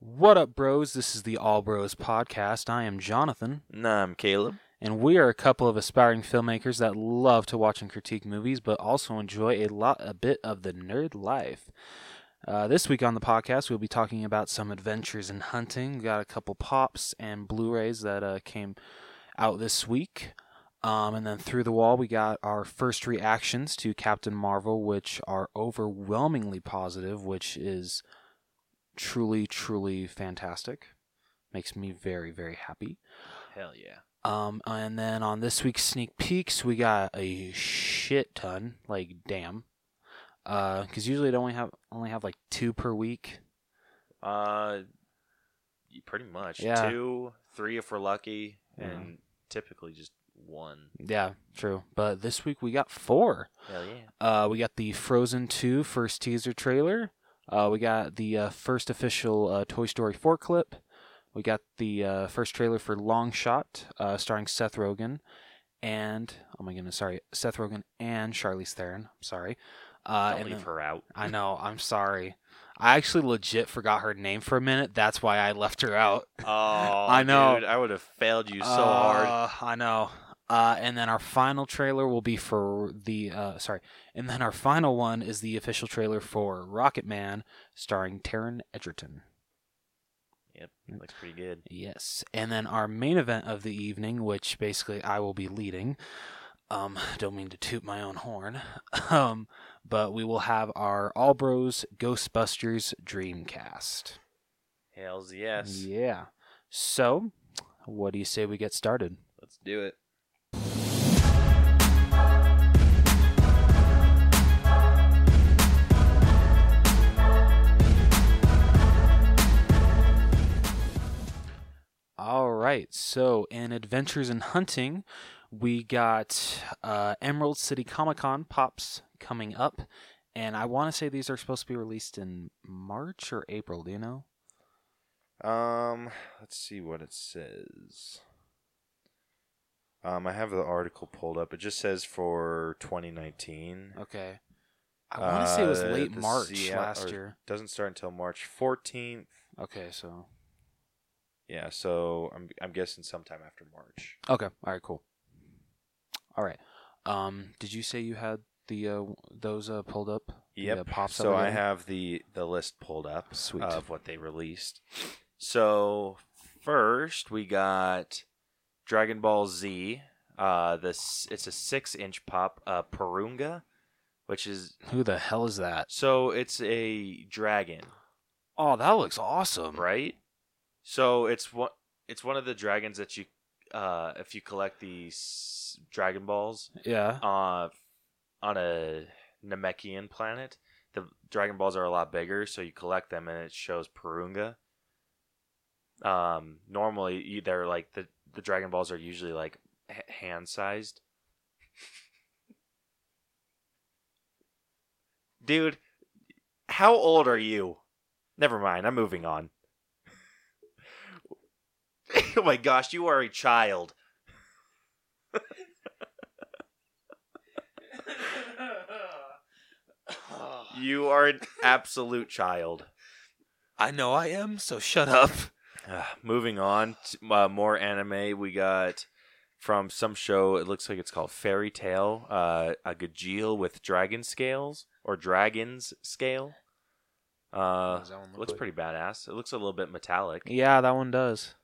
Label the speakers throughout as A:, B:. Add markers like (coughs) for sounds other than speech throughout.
A: What up, bros? This is the All Bros Podcast. I am Jonathan,
B: Nah, I'm Caleb.
A: and we are a couple of aspiring filmmakers that love to watch and critique movies, but also enjoy a lot, a bit of the nerd life. Uh, this week on the podcast, we'll be talking about some adventures in hunting. We got a couple pops and Blu-rays that uh, came out this week. Um, and then through the wall, we got our first reactions to Captain Marvel, which are overwhelmingly positive, which is truly, truly fantastic. Makes me very, very happy.
B: Hell yeah.
A: Um, and then on this week's sneak peeks, we got a shit ton, like damn, because usually it only have only have like two per week.
B: Uh, y- pretty much
A: Yeah.
B: two, three if we're lucky,
A: Yeah.
B: and typically just one.
A: Yeah, true. But this week we got four.
B: Hell yeah.
A: Uh, we got the Frozen 2 first teaser trailer. Uh, we got the uh, first official uh, Toy Story 4 clip. We got the uh, first trailer for Long Shot, uh, starring Seth Rogen and oh my goodness, sorry, Seth Rogen and Charlize Theron. I'm sorry. Uh,
B: Don't
A: and
B: leave
A: then-
B: her (laughs) out.
A: I know. I'm sorry. I actually legit forgot her name for a minute. That's why I left her out.
B: Oh,
A: I know.
B: Dude, I would have failed you so hard.
A: Uh, I know. Uh, and then our final trailer will be for the uh, sorry. And then our final one is the official trailer for Rocket Man, starring Taron Egerton.
B: Yep,
A: mm.
B: looks pretty good.
A: Yes. And then our main event of the evening, which basically I will be leading. Um, (sighs) don't mean to toot my own horn. (laughs) Um, but we will have our All Bros Ghostbusters Dreamcast.
B: Hells yes.
A: Yeah. So, what do you say we get started?
B: Let's do it.
A: All right. So, in Adventures in Hunting, we got uh, Emerald City Comic Con pops coming up, and I want to say these are supposed to be released in March or April. Do you know?
B: Um, let's see what it says. Um, I have the article pulled up. It just says for 2019.
A: Okay. I want to say it was
B: Uh,
A: late
B: the
A: March
B: Seattle-
A: last
B: or-
A: year.
B: Doesn't start until March 14th.
A: Okay. So.
B: Yeah, so I'm I'm guessing sometime after March.
A: Okay. All right. Cool. All right. Um. Did you say you had the uh, those uh, pulled up? The, uh, pops. that
B: so
A: we're
B: I
A: getting?
B: have the the list pulled up
A: Sweet.
B: of what they released. So first we got Dragon Ball Z. Uh, this it's a six inch pop, uh, Purunga, which is
A: Who the hell is that?
B: so it's a dragon,
A: Oh, that looks awesome.
B: right? So it's one it's one of the dragons that you uh if you collect these Dragon Balls (laughs)
A: Yeah.
B: uh, on a Namekian planet, the Dragon Balls are a lot bigger, so you collect them and it shows Purunga. Um, normally, you- they're like the, the Dragon Balls are usually like h- hand sized. Dude, how old are you? Never mind, I'm moving on. (laughs) oh my gosh, you are a child. You are an absolute child.
A: I know I am, so shut up.
B: Uh, moving on, to, uh, more anime we got from some show. It looks like it's called Fairy Tale. Uh, a Gajeel with dragon scales or dragon's scale. Uh, looks pretty badass. It looks a little bit metallic.
A: Yeah, that one does.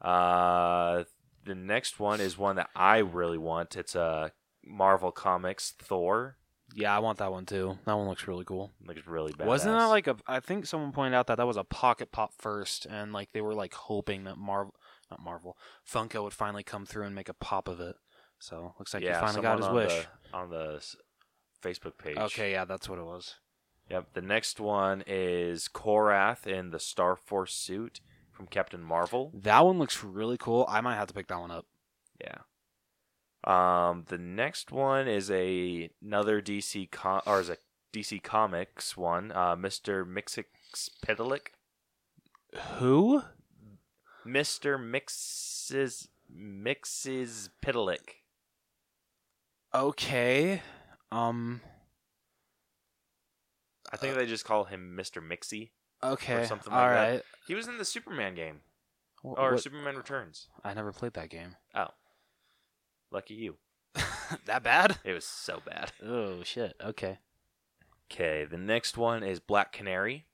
B: Uh, the next one is one that I really want. It's uh, Marvel Comics Thor.
A: Yeah, I want that one too. That one looks really cool.
B: Looks really badass.
A: Wasn't that like a? I think someone pointed out that that was a pocket pop first, and like they were like hoping that Marvel, not Marvel, Funko would finally come through and make a pop of it. So looks like he finally got his
B: someone
A: wish.
B: on the, on the s- Facebook page.
A: Okay, yeah, that's what it was.
B: Yep. The next one is Korath in the Star Force suit from Captain Marvel.
A: That one looks really cool. I might have to pick that one up.
B: Yeah. Um. The next one is a another DC com- or is a DC Comics one. Uh, Mister Mixix Pedalic.
A: Who?
B: Mister Mixes Mixes Pedalic.
A: Okay. Um.
B: I think they just call him Mister Mixie.
A: Okay.
B: something
A: all
B: like that.
A: right.
B: He was in the Superman game
A: Wh-
B: or
A: what-
B: Superman Returns.
A: I never played that
B: (laughs)
A: game.
B: Lucky you.
A: that bad?
B: It was so bad.
A: Oh shit. Okay.
B: Okay, the next one is Black Canary,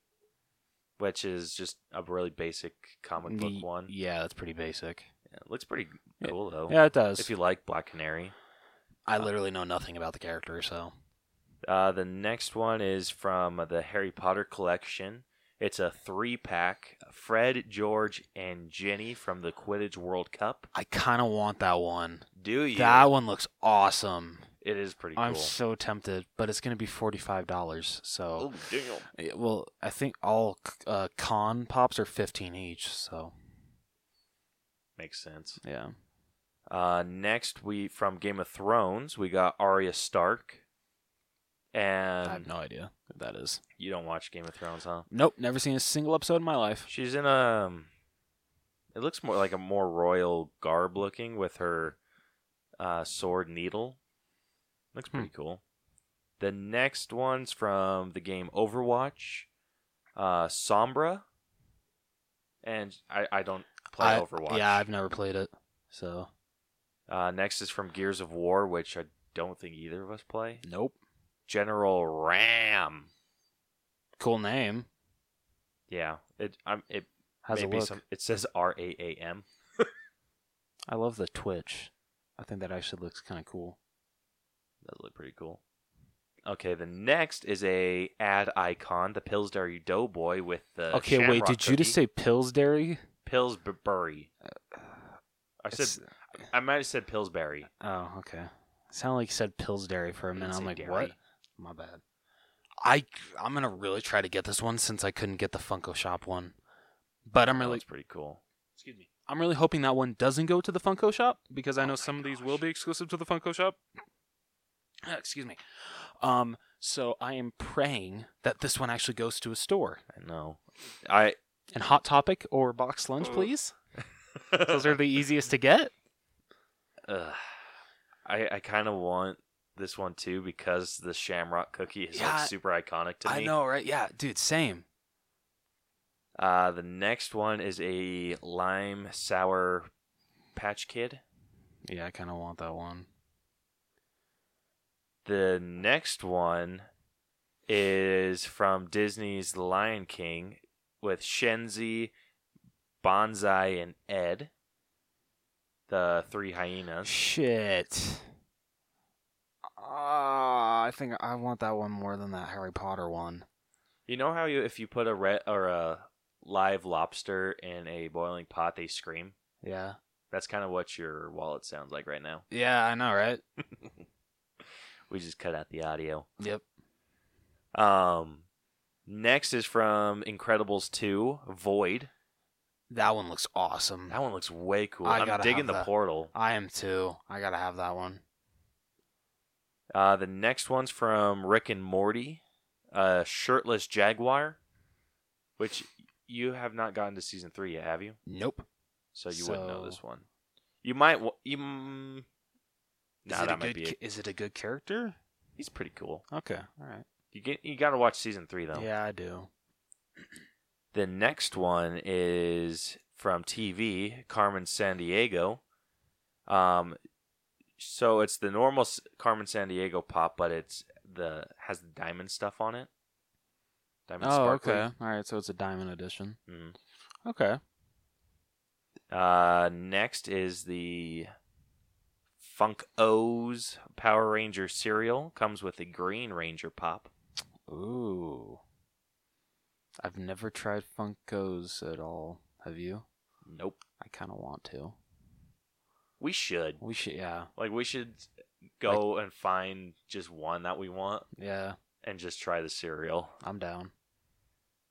B: which is just a really basic comic book
A: Ye-
B: one.
A: Yeah, that's pretty basic.
B: Yeah, it looks pretty cool though.
A: Yeah, it does.
B: If you uh, like Black Canary.
A: I literally know nothing about the character, so
B: Uh, the next one is from the Harry Potter collection. It's a three pack. Fred, George, and Jenny from the Quidditch World Cup.
A: I kind of want that one.
B: Do you?
A: That one looks awesome.
B: it is pretty
A: I'm
B: cool.
A: so tempted, but it's gonna be forty five dollars. So,
B: oh damn!
A: Yeah, well, I think all uh, con pops are fifteen each. So,
B: Makes sense.
A: yeah.
B: Uh, next, we from Game of Thrones, we got Arya Stark. And
A: I
B: Um,
A: have no idea what that is.
B: you don't watch Game of Thrones, huh?
A: Nope, never seen a single episode in my life.
B: She's in a. Um, it looks more like a more royal garb looking with her uh, sword needle. Looks
A: Hmm.
B: pretty cool. The next one's from the game Overwatch, uh, Sombra, and I, I don't play
A: I-
B: Overwatch.
A: Yeah, I've never played it. So,
B: Uh, next is from Gears of War, which I don't think either of us play.
A: nope.
B: General Ram.
A: Cool name.
B: Yeah, it. I'm. It
A: How's it
B: maybe
A: look?
B: some. It says R A A M.
A: I love the Twitch. I think that actually looks kind of cool.
B: That look pretty cool. Okay, the next is a ad icon, the Pillsbury Doughboy with the.
A: okay, wait,
B: shamrock
A: did you just
B: cookie.
A: say Pillsbury?
B: Pillsbury? I
A: It's-
B: said I might have said Pillsbury.
A: Oh, okay. Sound like you said Pillsbury for a minute. I'm like, what? My bad. I I'm gonna really try to get this one since I couldn't get the Funko Shop one, but I'm
B: Really?
A: really
B: That's pretty cool. Excuse me.
A: I'm really hoping that one doesn't go to the Funko Shop because I
B: Oh
A: know
B: my
A: some of these
B: gosh.
A: will be exclusive to the Funko Shop. Ah, Excuse me. Um, so I am praying that this one actually goes to a store.
B: I know. I. (laughs)
A: And Hot Topic or Box Lunch,
B: Oh.
A: please. Those are the easiest to get.
B: Ugh. I I kind of want this one too because the Shamrock Cookie is
A: Yeah,
B: like super iconic to me.
A: I know, right? Yeah, dude, same.
B: Uh, the next one is a lime sour patch kid.
A: Yeah, I kind of want that one.
B: The next one is from Disney's The Lion King with Shenzi, Bonsai, and Ed, the three hyenas.
A: Shit. Ah, I think I want that one more than that Harry Potter one.
B: You know how you if you put a red or a live lobster in a boiling pot, they scream.
A: Yeah.
B: That's kind of what your wallet sounds like right now.
A: Yeah, I know, right?
B: We just cut out the audio.
A: Yep.
B: Um, next is from Incredibles Two, Void.
A: That one looks awesome.
B: That one looks way cool.
A: I
B: I'm
A: gotta
B: digging
A: have
B: the
A: that.
B: portal.
A: I am too. I gotta have that one.
B: Uh, the next one's from Rick and Morty, uh, shirtless jaguar, which you have not gotten to season three yet, have you?
A: Nope.
B: So you wouldn't know
A: So-
B: this one. You might. wa- You, mm,
A: Is,
B: nah,
A: it a
B: that might
A: good,
B: be.
A: ca-
B: It.
A: is it a good character?
B: He's pretty cool.
A: Okay, all right.
B: You get. You gotta watch season three though.
A: Yeah, I do.
B: The next one is from TV, Carmen San Diego. Um, so it's the normal S- Carmen San Diego pop, but it's the has the diamond stuff on it. Diamond
A: Oh,
B: sparkly.
A: okay. All right, so it's a diamond edition.
B: Mhm.
A: Okay.
B: Uh, next is the Funk O's Power Ranger cereal. Comes with the Green Ranger pop.
A: Ooh. I've never tried Funko's at all. Have you?
B: Nope.
A: I kind of want to.
B: We should
A: We should, yeah.
B: like we should go and find just one that we want
A: Yeah,
B: and just try the cereal.
A: I'm down.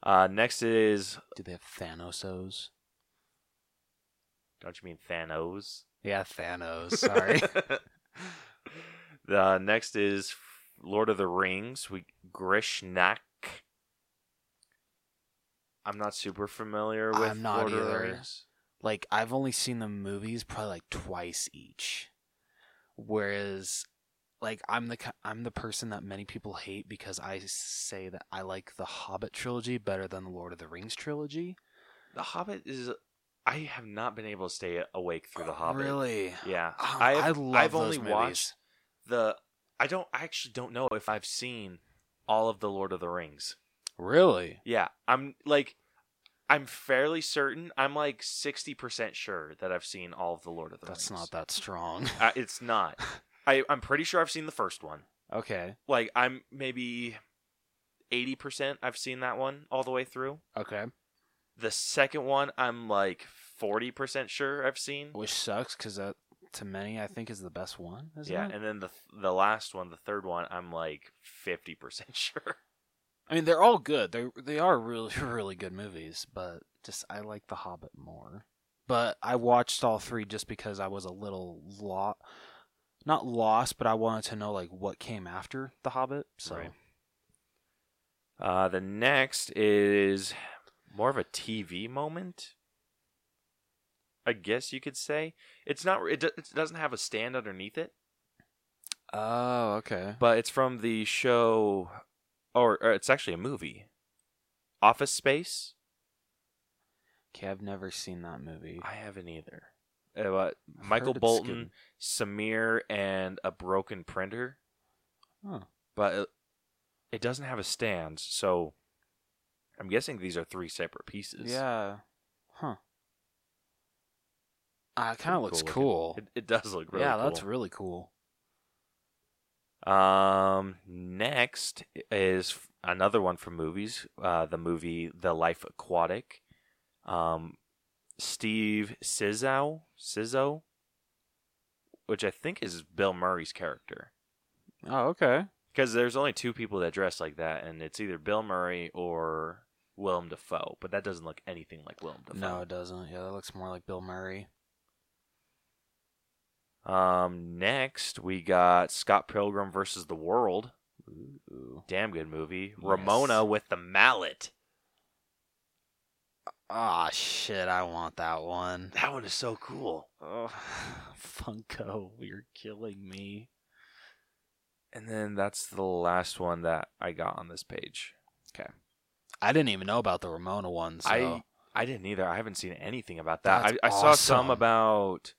B: Uh, next is
A: Do they have Thanosos?
B: don't you mean Thanos?
A: Yeah, Thanos. Sorry.
B: (laughs) the next is Lord of the Rings. We Grishnak. I'm not super familiar with
A: I'm not
B: Lord of the
A: either.
B: Rings.
A: like I've only seen the movies probably like twice each. Whereas like I'm the ki- I'm the person that many people hate because I say that I like the Hobbit trilogy better than the Lord of the Rings trilogy.
B: The Hobbit is. I have not been able to stay awake through The Hobbit.
A: Really?
B: Yeah,
A: Oh,
B: I have,
A: love
B: I've
A: those
B: only
A: movies.
B: watched the. I don't. I actually don't know if I've seen all of the Lord of the Rings.
A: Really?
B: Yeah, I'm like, I'm fairly certain. I'm like sixty percent sure that I've seen all of the Lord of the
A: That's
B: Rings.
A: not that
B: (laughs)
A: strong.
B: not. Uh,
A: (laughs)
B: it's not. I, I'm pretty sure I've seen the first one.
A: okay.
B: Like I'm maybe eighty percent. I've seen that one all the way through.
A: Okay.
B: The second one, I'm like forty percent sure I've seen.
A: Which sucks because that to many I think is the best one. Isn't
B: yeah,
A: it?
B: and then the the last one, the third one, I'm like fifty percent (laughs) sure.
A: I mean they're all good. They they are really (laughs) really good movies, but just I like The Hobbit more. But I watched all three just because I was a little lot not lost, but I wanted to know like what came after The Hobbit. So
B: Right. Uh, the next is more of a TV moment. I guess you could say it's not. It, do- it doesn't have a stand underneath it,
A: Oh, okay.
B: but it's from the show, or, or it's actually a movie, Office Space.
A: Okay, I've never seen that movie.
B: I haven't either. Uh, but Michael
A: heard it's
B: Bolton, Samir, and a broken printer.
A: Huh.
B: But it, it doesn't have a stand, so I'm guessing these are three separate pieces.
A: Yeah. Huh. Uh, it kind of
B: Pretty
A: looks
B: looking.
A: cool.
B: It, it does look really
A: yeah,
B: cool.
A: that's really cool.
B: Um, next is f- another one from movies. Uh, the movie The Life Aquatic. Um, Steve Sizzow, Sizzo, which I think is Bill Murray's character,
A: Oh, okay.
B: because there's only two people that dress like that, and it's either Bill Murray or Willem Dafoe. But that doesn't look anything like Willem Dafoe.
A: No, it doesn't. Yeah, that looks more like Bill Murray.
B: Um, next we got Scott Pilgrim versus the World.
A: Ooh.
B: Damn good movie.
A: Yes.
B: Ramona with the mallet.
A: Ah, shit, I want that one. (sighs)
B: That one is so cool.
A: Oh, (sighs) Funko, you're killing me.
B: And then that's the last one that I got on this page.
A: I didn't even know about the Ramona one, so
B: I I didn't either. I haven't seen anything about that.
A: That's
B: I, I saw some
A: awesome.
B: about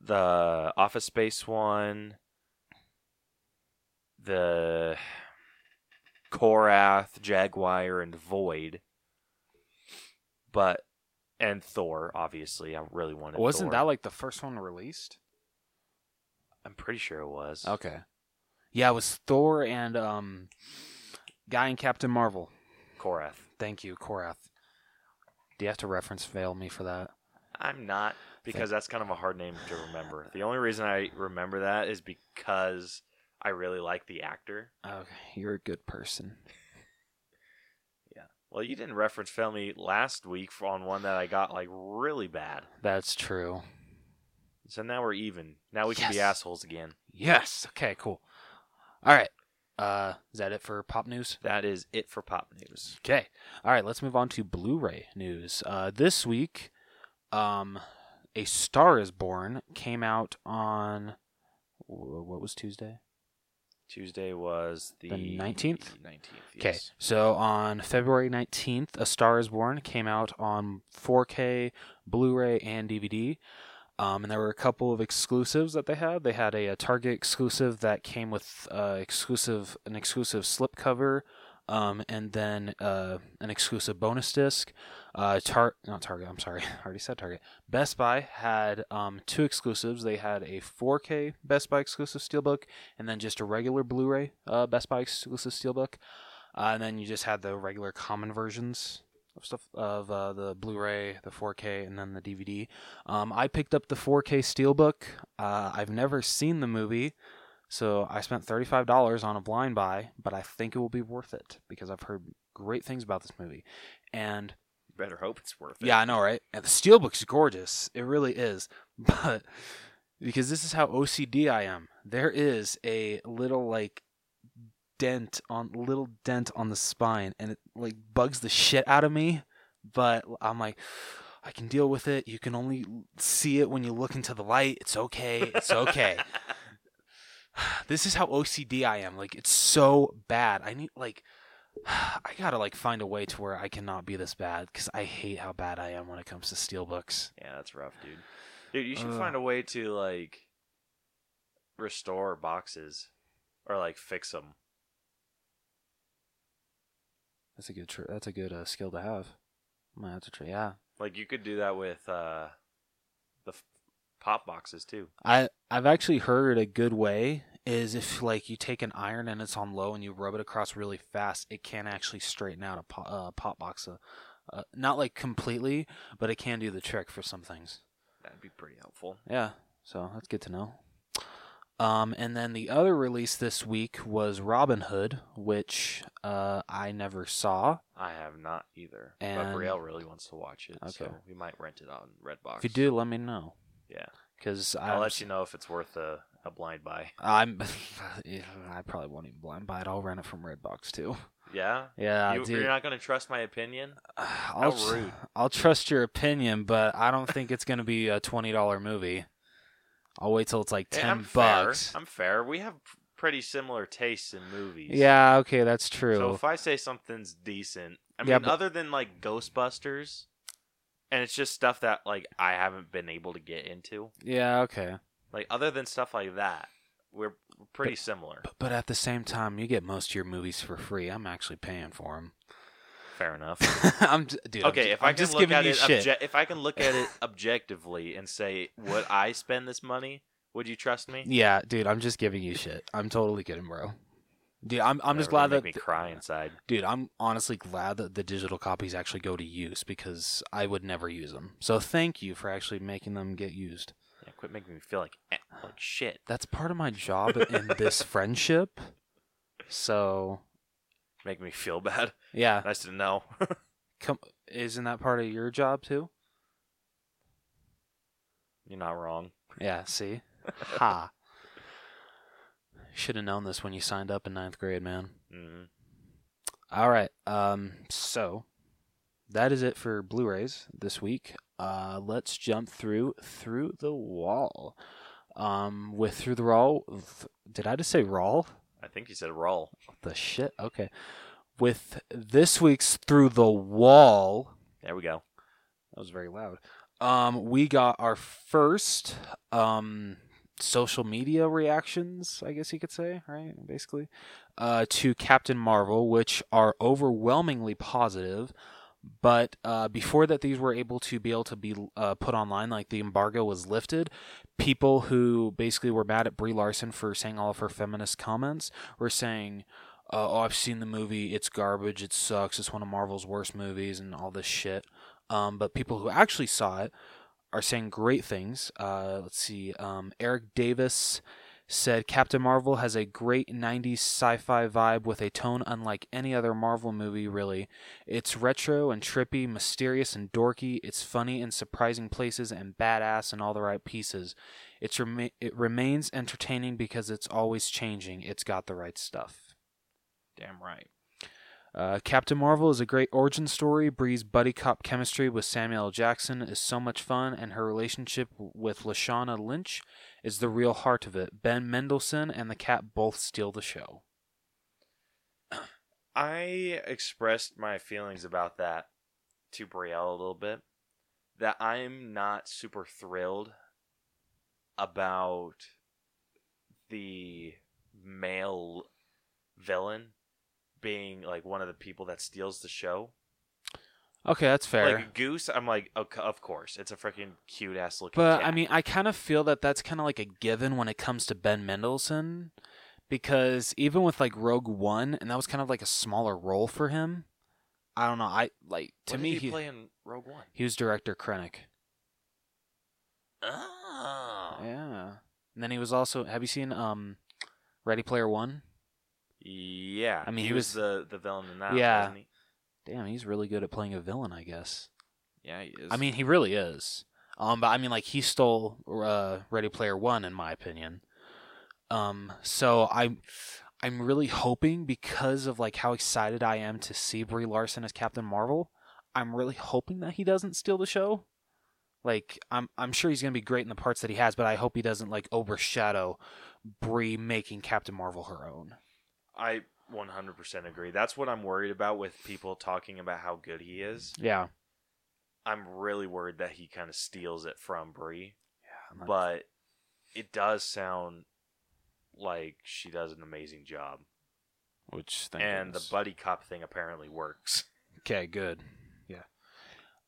B: the Office Space one, the Korath, Jaguar, and Void, but and Thor. Obviously, I really wanted.
A: wasn't
B: Thor.
A: that like the first one released?
B: I'm pretty sure it was.
A: Okay. Yeah, it was Thor and um guy in Captain Marvel.
B: Korath.
A: Thank you, Korath. Do you have to reference fail me for that?
B: I'm not because that's kind of a hard name to remember. The only reason I remember that is because I really like the actor.
A: Okay, you're a good person.
B: Well, you didn't reference Felmy last week for- on one that I got like really bad.
A: That's true.
B: So now we're even. Now we can be
A: Yes.
B: assholes again.
A: Yes. Okay, cool. All right. Uh is that it for pop news?
B: That is it for pop news.
A: Okay. All right, let's move on to Blu-ray news. Uh this week um A Star is Born came out on wh- what was Tuesday?
B: Tuesday was the,
A: The 19th?
B: 19th.
A: Okay,
B: Yes.
A: so on February 19th, A Star is Born came out on 4K, Blu ray, and DVD. Um, and there were a couple of exclusives that they had. They had a, a Target exclusive that came with uh, exclusive an exclusive slipcover, um, and then uh, an exclusive bonus disc. Uh, Tar not Target. I'm sorry, (laughs) I already said Target. Best Buy had um, two exclusives. They had a 4K Best Buy exclusive steelbook, and then just a regular Blu-ray uh, Best Buy exclusive steelbook. Uh, and then you just had the regular common versions of stuff of uh, the Blu-ray, the 4K, and then the DVD. Um, I picked up the 4K Steelbook. Uh, I've never seen the movie, so I spent $35 on a blind buy, but I think it will be worth it because I've heard great things about this movie. And
B: Better hope it's worth it.
A: yeah, I know, right? And the steelbook's gorgeous. It really is. (laughs) But because this is how OCD I am, there is a little like dent on little dent on the spine and it like bugs the shit out of me, but I'm like I can deal with it. (laughs) You can only see it when you look into the light. It's okay. It's okay. (sighs) this is how OCD I am. Like it's so bad. I need like (sighs) I gotta like find a way to where I cannot be this bad because I hate how bad I am when it comes to steal books.
B: Yeah, that's rough, dude. Dude, you should
A: Ugh.
B: find a way to like restore boxes or like fix them.
A: That's a good. Tr- that's a good uh, skill to have. I'm gonna have to try. Yeah,
B: Like you could do that with uh the f- pop boxes too.
A: I I've actually heard a good way is if like you take an iron and it's on low and you rub it across really fast, it can actually straighten out a pop, uh, pop box. Uh, uh, not like completely, but it can do the trick for some things.
B: That'd be pretty helpful.
A: Yeah, so that's good to know. Um, and then the other release this week was Robin Hood, which uh, I never saw.
B: I have not either.
A: And-
B: but Brielle really wants to watch it, so
A: Okay.
B: we might rent it on Redbox.
A: If you do, let me know.
B: yeah,
A: Cause
B: I'll
A: I'm-
B: let you know if it's worth a, a
A: (laughs)
B: blind buy.
A: I'm, yeah, I probably won't even blind buy it. I'll rent it from Redbox too.
B: Yeah,
A: Yeah,
B: you,
A: Uh, dude.
B: you're not gonna trust my opinion.
A: (sighs) I'll,
B: How rude.
A: will trust your opinion, but I don't think it's gonna be a twenty dollar movie. I'll wait till it's like
B: Hey,
A: ten
B: Eh, I'm
A: bucks.
B: Fair. I'm fair. We have p- pretty similar tastes in movies.
A: Yeah, okay, that's true.
B: So if I say something's decent, I mean,
A: Yeah, but-
B: other than like Ghostbusters, and it's just stuff that like I haven't been able to get into.
A: yeah, okay.
B: Like other than stuff like that, we're pretty similar.
A: But, but at the same time, you get most of your movies for free. I'm actually paying for them.
B: Fair enough.
A: (laughs) I'm j- dude. I'm
B: okay,
A: j-
B: if
A: I'm
B: I can
A: just
B: look
A: giving
B: at
A: you
B: it,
A: shit.
B: obje- if I can
A: (laughs)
B: look at it objectively and say, would I spend this money? Would you trust me?
A: yeah, dude, I'm just giving you shit. I'm totally kidding, bro. Dude, I'm I'm just
B: Whatever,
A: glad
B: don't
A: that
B: make me cry inside.
A: dude, I'm honestly glad that the digital copies actually go to use because I would never use them. So thank you for actually making them get used.
B: Yeah, quit making me feel like eh, like shit.
A: That's part of my job in this friendship. So
B: Make me
A: (laughs)
B: feel bad.
A: yeah,
B: Nice to know. (laughs)
A: come isn't that part of your job too?
B: You're not wrong.
A: Yeah, see? ha. Should have known this when you signed up in ninth grade, man.
B: hmm
A: All right. Um, so that is it for Blu-rays this week. Uh, let's jump through through the wall. Um, with through the wall. th- did I just say raw?
B: I think you said roll.
A: The shit. Okay. With this week's through the wall.
B: There we go.
A: That was very loud. Um, we got our first um, social media reactions, I guess you could say, right? Basically, uh, to Captain Marvel, which are overwhelmingly positive. But uh, before that, these were able to be able to be uh, put online, like the embargo was lifted. People who basically were mad at Brie Larson for saying all of her feminist comments were saying, uh, "Oh, I've seen the movie. It's garbage. It sucks. It's one of Marvel's worst movies, and all this shit." Um, but people who actually saw it are saying great things. Uh, let's see. Um, Eric Davis said Captain Marvel has a great 90s sci fi vibe with a tone unlike any other Marvel movie, really. It's retro and trippy, mysterious and dorky. It's funny in surprising places and badass in all the right pieces. It's rema- it remains entertaining because it's always changing. It's got the right stuff.
B: Damn right.
A: Uh, Captain Marvel is a great origin story. Bree's buddy cop chemistry with Samuel L. Jackson is so much fun, and her relationship with Lashana Lynch is the real heart of it. Ben Mendelsohn and the cat both steal the show.
B: I expressed my feelings about that to Brielle a little bit. That I'm not super thrilled about the male villain being like one of the people that steals the show.
A: Okay, that's fair.
B: Like Goose, I'm like, okay, of course, it's a freaking cute ass looking.
A: but I
B: cat.
A: mean, I kind of feel that that's kind of like a given when it comes to Ben Mendelsohn, because even with like Rogue One, and that was kind of like a smaller role for him. I don't know. I like to
B: What did
A: me
B: he,
A: he,
B: play in Rogue One.
A: he was director Krennic.
B: Oh.
A: Yeah. Uh, And then he was also. Have you seen um, Ready Player One?
B: Yeah,
A: I mean,
B: he,
A: he
B: was,
A: was-
B: the the villain in that.
A: Yeah.
B: wasn't he?
A: Damn, he's really good at playing a villain, I guess.
B: yeah, he is.
A: I mean, he really is. Um, but I mean, like he stole uh, Ready Player One, in my opinion. Um, so I'm, I'm really hoping because of like how excited I am to see Brie Larson as Captain Marvel. I'm really hoping that he doesn't steal the show, Like I'm I'm sure he's gonna be great in the parts that he has, but I hope he doesn't like overshadow Brie making Captain Marvel her own.
B: I 100% agree. That's what I'm worried about with people talking about how good he is.
A: Yeah.
B: I'm really worried that he kind of steals it from Brie, but it does sound like she does an amazing job.
A: which thank
B: and
A: goodness.
B: the buddy cop thing apparently works.
A: Okay, good. Yeah.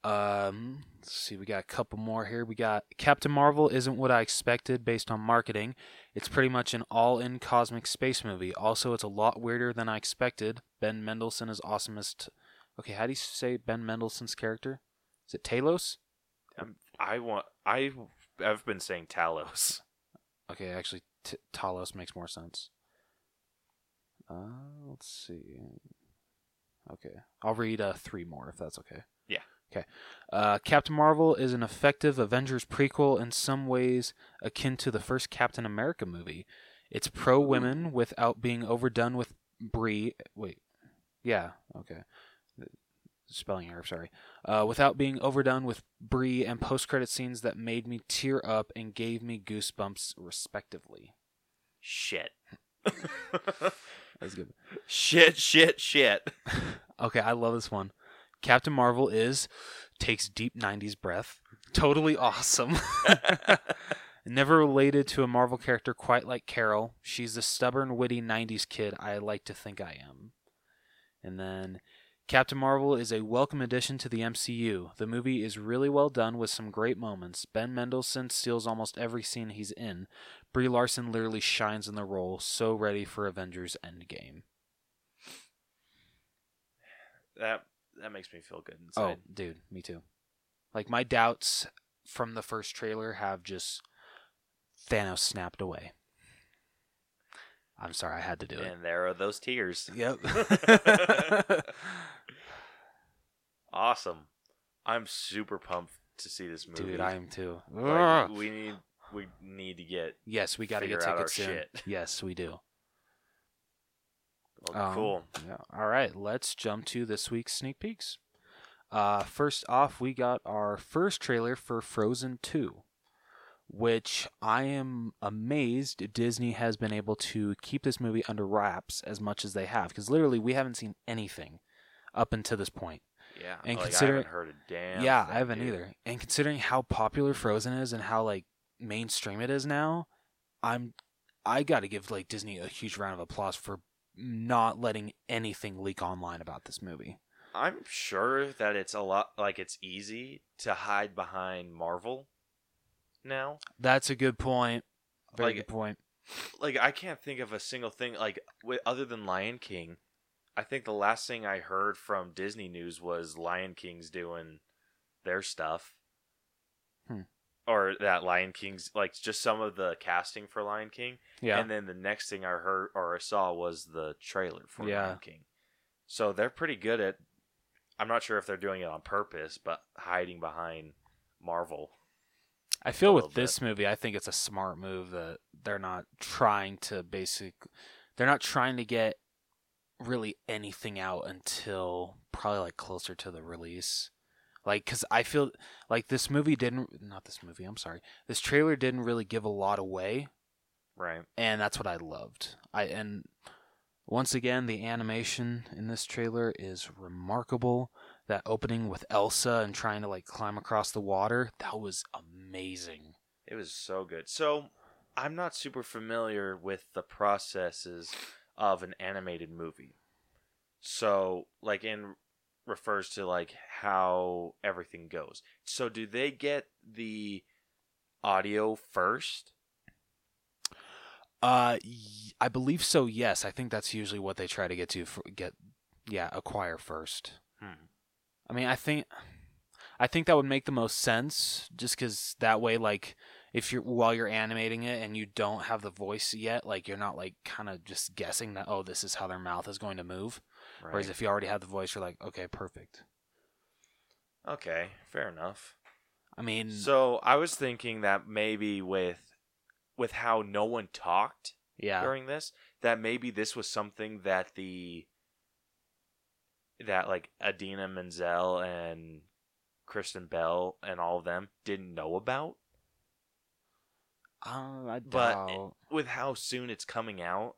A: Um, let's see, we got a couple more here. We got Captain Marvel isn't what I expected based on marketing. It's pretty much an all in cosmic space movie. Also, it's a lot weirder than I expected. Ben Mendelsohn is awesomest. Okay, how do you say Ben Mendelsohn's character? Is it Talos?
B: I want I I've been saying Talos.
A: Okay, actually, t- Talos makes more sense. Uh, let's see. Okay, I'll read uh, three more if that's okay.
B: Yeah.
A: Okay. Uh, Captain Marvel is an effective Avengers prequel in some ways akin to the first Captain America movie. It's pro women without being overdone with Brie. Wait. Yeah. Okay. Spelling error. Sorry. Uh, without being overdone with Brie and post credit scenes that made me tear up and gave me goosebumps, respectively.
B: Shit.
A: That's good.
B: shit, shit, shit.
A: Okay, I love this one. Captain Marvel is takes deep '90s breath. Totally awesome. (laughs) Never related to a Marvel character quite like Carol. She's the stubborn, witty 90s kid I like to think I am. And then Captain Marvel is a welcome addition to the MCU. The movie is really well done with some great moments. Ben Mendelsohn steals almost every scene he's in. Brie Larson literally shines in the role, so ready for Avengers Endgame.
B: that that makes me feel good inside.
A: Oh, dude, me too. Like my doubts from the first trailer have just Thanos snapped away. I'm sorry, I had to do it.
B: and there are those tears. (laughs)
A: Yep.
B: Awesome. I'm super pumped to see this movie.
A: (laughs) dude, I am too.
B: like, we need we need to get
A: yes, we got to get
B: figure out
A: tickets
B: our
A: soon.
B: shit.
A: Yes, we do.
B: well,
A: Um,
B: cool.
A: Yeah. All right, let's jump to this week's sneak peeks. Uh, first off, we got our first trailer for Frozen 2, which I am amazed Disney has been able to keep this movie under wraps as much as they have, because literally we haven't seen anything up until this point.
B: Yeah.
A: and
B: like,
A: consider-
B: I haven't heard a damn
A: yeah,
B: thing,
A: I haven't
B: dude.
A: either. And considering how popular Frozen is and how like mainstream it is now, I'm I got to give like Disney a huge round of applause for not letting anything leak online about this movie.
B: I'm sure that it's a lot like it's easy to hide behind Marvel now.
A: That's a good point. Very
B: Like-
A: good point.
B: Like I can't think of a single thing like wi- other than Lion King. I think the last thing I heard from Disney news was Lion King's doing their stuff.
A: Hmm.
B: Or that Lion King's like just some of the casting for Lion King.
A: Yeah.
B: And then the next thing I heard or I saw was the trailer for
A: Yeah.
B: Lion King. So they're pretty good at. I'm not sure if they're doing it on purpose, but hiding behind Marvel.
A: I
B: a
A: feel
B: little
A: with
B: bit.
A: this movie, I think it's a smart move that they're not trying to basic they're not trying to get really anything out until probably like closer to the release. Like cuz I feel like this movie didn't not this movie, I'm sorry. This trailer didn't really give a lot away
B: Right.
A: and that's what I loved. I and once again, the animation in this trailer is remarkable. That opening with Elsa and trying to like climb across the water, that was amazing.
B: It was so good. So I'm not super familiar with the processes of an animated movie. So like in refers to like how everything goes. So do they get the audio first?
A: Uh, y- I believe so. Yes, I think that's usually what they try to get to for, get, yeah, acquire first.
B: Hmm.
A: I mean, I think, I think that would make the most sense, just because that way, like, if you're while you're animating it and you don't have the voice yet, like, you're not like kind of just guessing that oh, this is how their mouth is going to move.
B: Right.
A: Whereas if you already have the voice, you're like, okay, perfect.
B: Okay, fair enough.
A: I mean,
B: So I was thinking that maybe with with how no one talked
A: yeah,
B: during this, that maybe this was something that the that like Adina Menzel and Kristen Bell and all of them didn't know about.
A: Uh, I
B: But-
A: doubt.
B: With how soon it's coming out,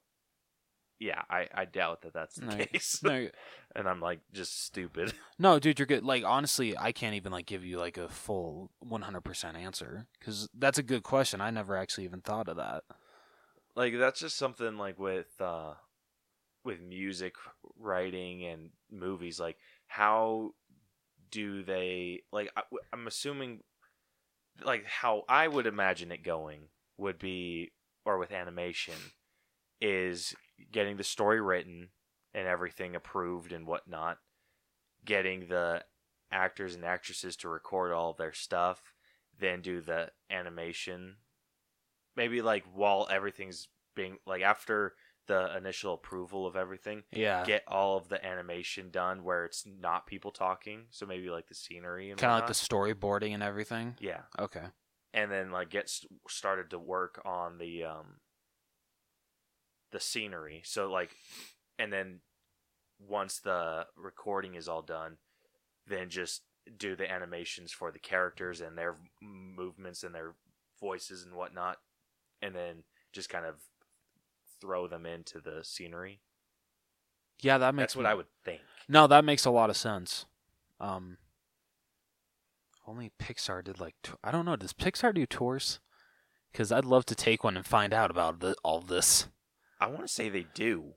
B: yeah, I, I doubt that that's the
A: No.
B: case.
A: no, you're-
B: (laughs) and I'm like just stupid.
A: no, dude, you're good. Like honestly, I can't even like give you like a full 100% answer because that's a good question. I never actually even thought of that.
B: like that's just something like with uh with music writing and movies like how do they like I, am assuming like how i would imagine it going would be or with animation is getting the story written and everything approved and whatnot getting the actors and actresses to record all their stuff then do the animation maybe like while everything's being like after the initial approval of everything
A: Yeah,
B: get all of the animation done where it's not people talking so maybe like the scenery and
A: kind of like the
B: whatnot.
A: storyboarding and everything.
B: yeah
A: Okay.
B: and then like get s started to work on the um the scenery so like and then once the recording is all done then just do the animations for the characters and their movements and their voices and whatnot and then just kind of throw them into the scenery
A: Yeah, that makes
B: that's what
A: me-
B: i would think
A: No, that makes a lot of sense. Um, only Pixar did like t- I don't know. Does Pixar do tours? Because I'd love to take one and find out about the, all this.
B: i want to say they do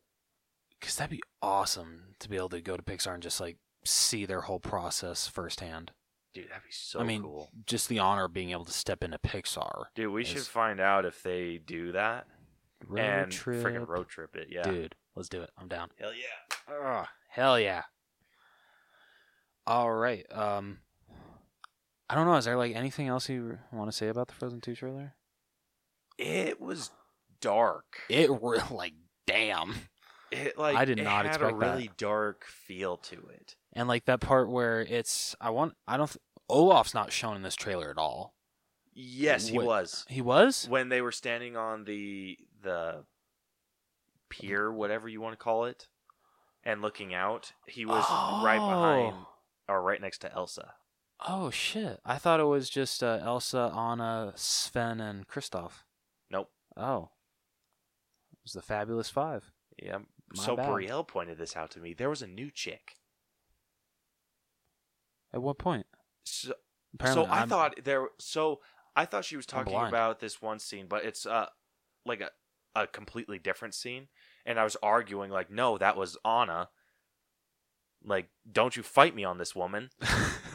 A: Because that'd be awesome to be able to go to Pixar and just like see their whole process firsthand.
B: dude that'd be so
A: I mean,
B: cool
A: just the honor of being able to step into Pixar.
B: dude we
A: is-
B: should find out if they do that
A: Road
B: and
A: trip,
B: freaking road trip it yeah
A: dude. Let's do it. I'm down.
B: Hell yeah.
A: Oh, hell yeah. All right. Um I don't know, is there like anything else you want to say about the Frozen 2 trailer?
B: It was dark.
A: It
B: (laughs)
A: really like damn.
B: It, like
A: I did
B: it
A: not
B: had
A: expect
B: a
A: that.
B: really dark feel to it.
A: And like that part where it's I want I don't th- Olaf's not shown in this trailer at all.
B: Yes, he
A: What-
B: was.
A: He was?
B: When they were standing on the the pier, whatever you want to call it, and looking out, he was right behind
A: Oh.
B: or right next to Elsa.
A: Oh shit. I thought it was just uh, Elsa, Anna, Sven and Kristoff.
B: Nope.
A: Oh. It was the Fabulous 5.
B: Yeah.
A: My
B: so
A: bad.
B: Brielle pointed this out to me. There was a new chick.
A: At what point?
B: So,
A: Apparently
B: so I
A: I'm-
B: thought there. So I thought she was talking
A: blind.
B: about this one scene, but it's uh like a a completely different scene, and I was arguing like, no, that was Anna. Like, don't you fight me on this woman?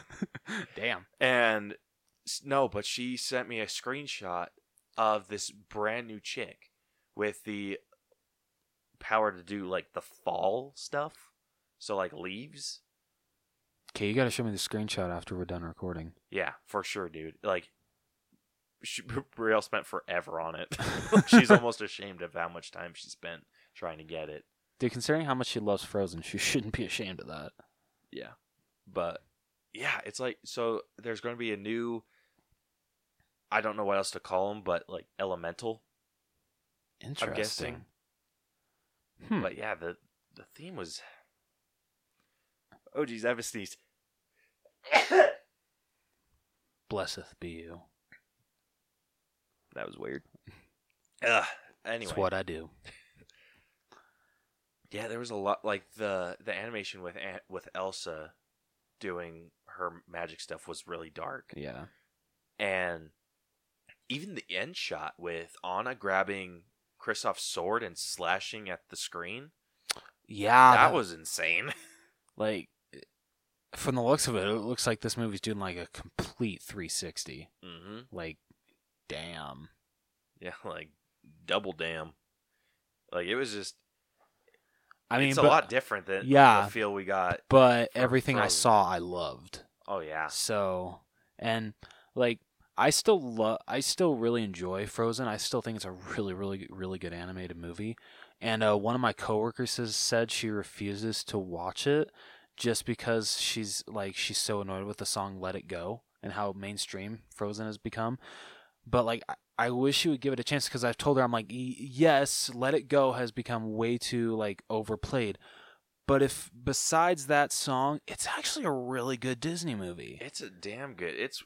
A: (laughs) Damn.
B: And s- no, but she sent me a screenshot of this brand new chick with the power to do like the fall stuff, so like leaves.
A: Okay, you gotta show me the screenshot after we're done recording.
B: Yeah, for sure, dude. Like, she, (laughs) Brielle spent forever on it. (laughs)
A: (laughs)
B: (laughs) She's almost ashamed of how much time she spent trying to get it.
A: Dude, considering how much she loves Frozen, she shouldn't be ashamed of that.
B: Yeah, but yeah, it's like so. There's going to be a new. I don't know what else to call them, but like elemental.
A: Interesting. Hmm.
B: But yeah, the the theme was. Oh geez, I have a sneeze. (coughs)
A: Blesseth be you.
B: That was weird. Ugh. Anyway,
A: It's what I do.
B: Yeah, there was a lot like the the animation with An- with Elsa doing her magic stuff was really dark,
A: Yeah.
B: and even the end shot with Anna grabbing Kristoff's sword and slashing at the screen
A: Yeah.
B: that was insane. (laughs)
A: like from the looks of it, it looks like this movie's doing like a complete 360.
B: mm-hmm.
A: Like, damn.
B: Yeah, like double damn. Like it was just.
A: I mean,
B: it's
A: but,
B: a lot different than
A: Yeah.
B: the feel we got.
A: but
B: for
A: everything I
B: Frozen.
A: saw, I loved.
B: Oh yeah,
A: So, and like I still love I still really enjoy Frozen. I still think it's a really really really good animated movie. And uh, one of my coworkers has said she refuses to watch it just because she's like she's so annoyed with the song Let It Go and how mainstream Frozen has become. But like I, I wish she would give it a chance because I've told her I'm like "Y- yes, Let It Go has become way too like overplayed. But if besides that song, it's actually a really good Disney movie.
B: It's a damn good. It's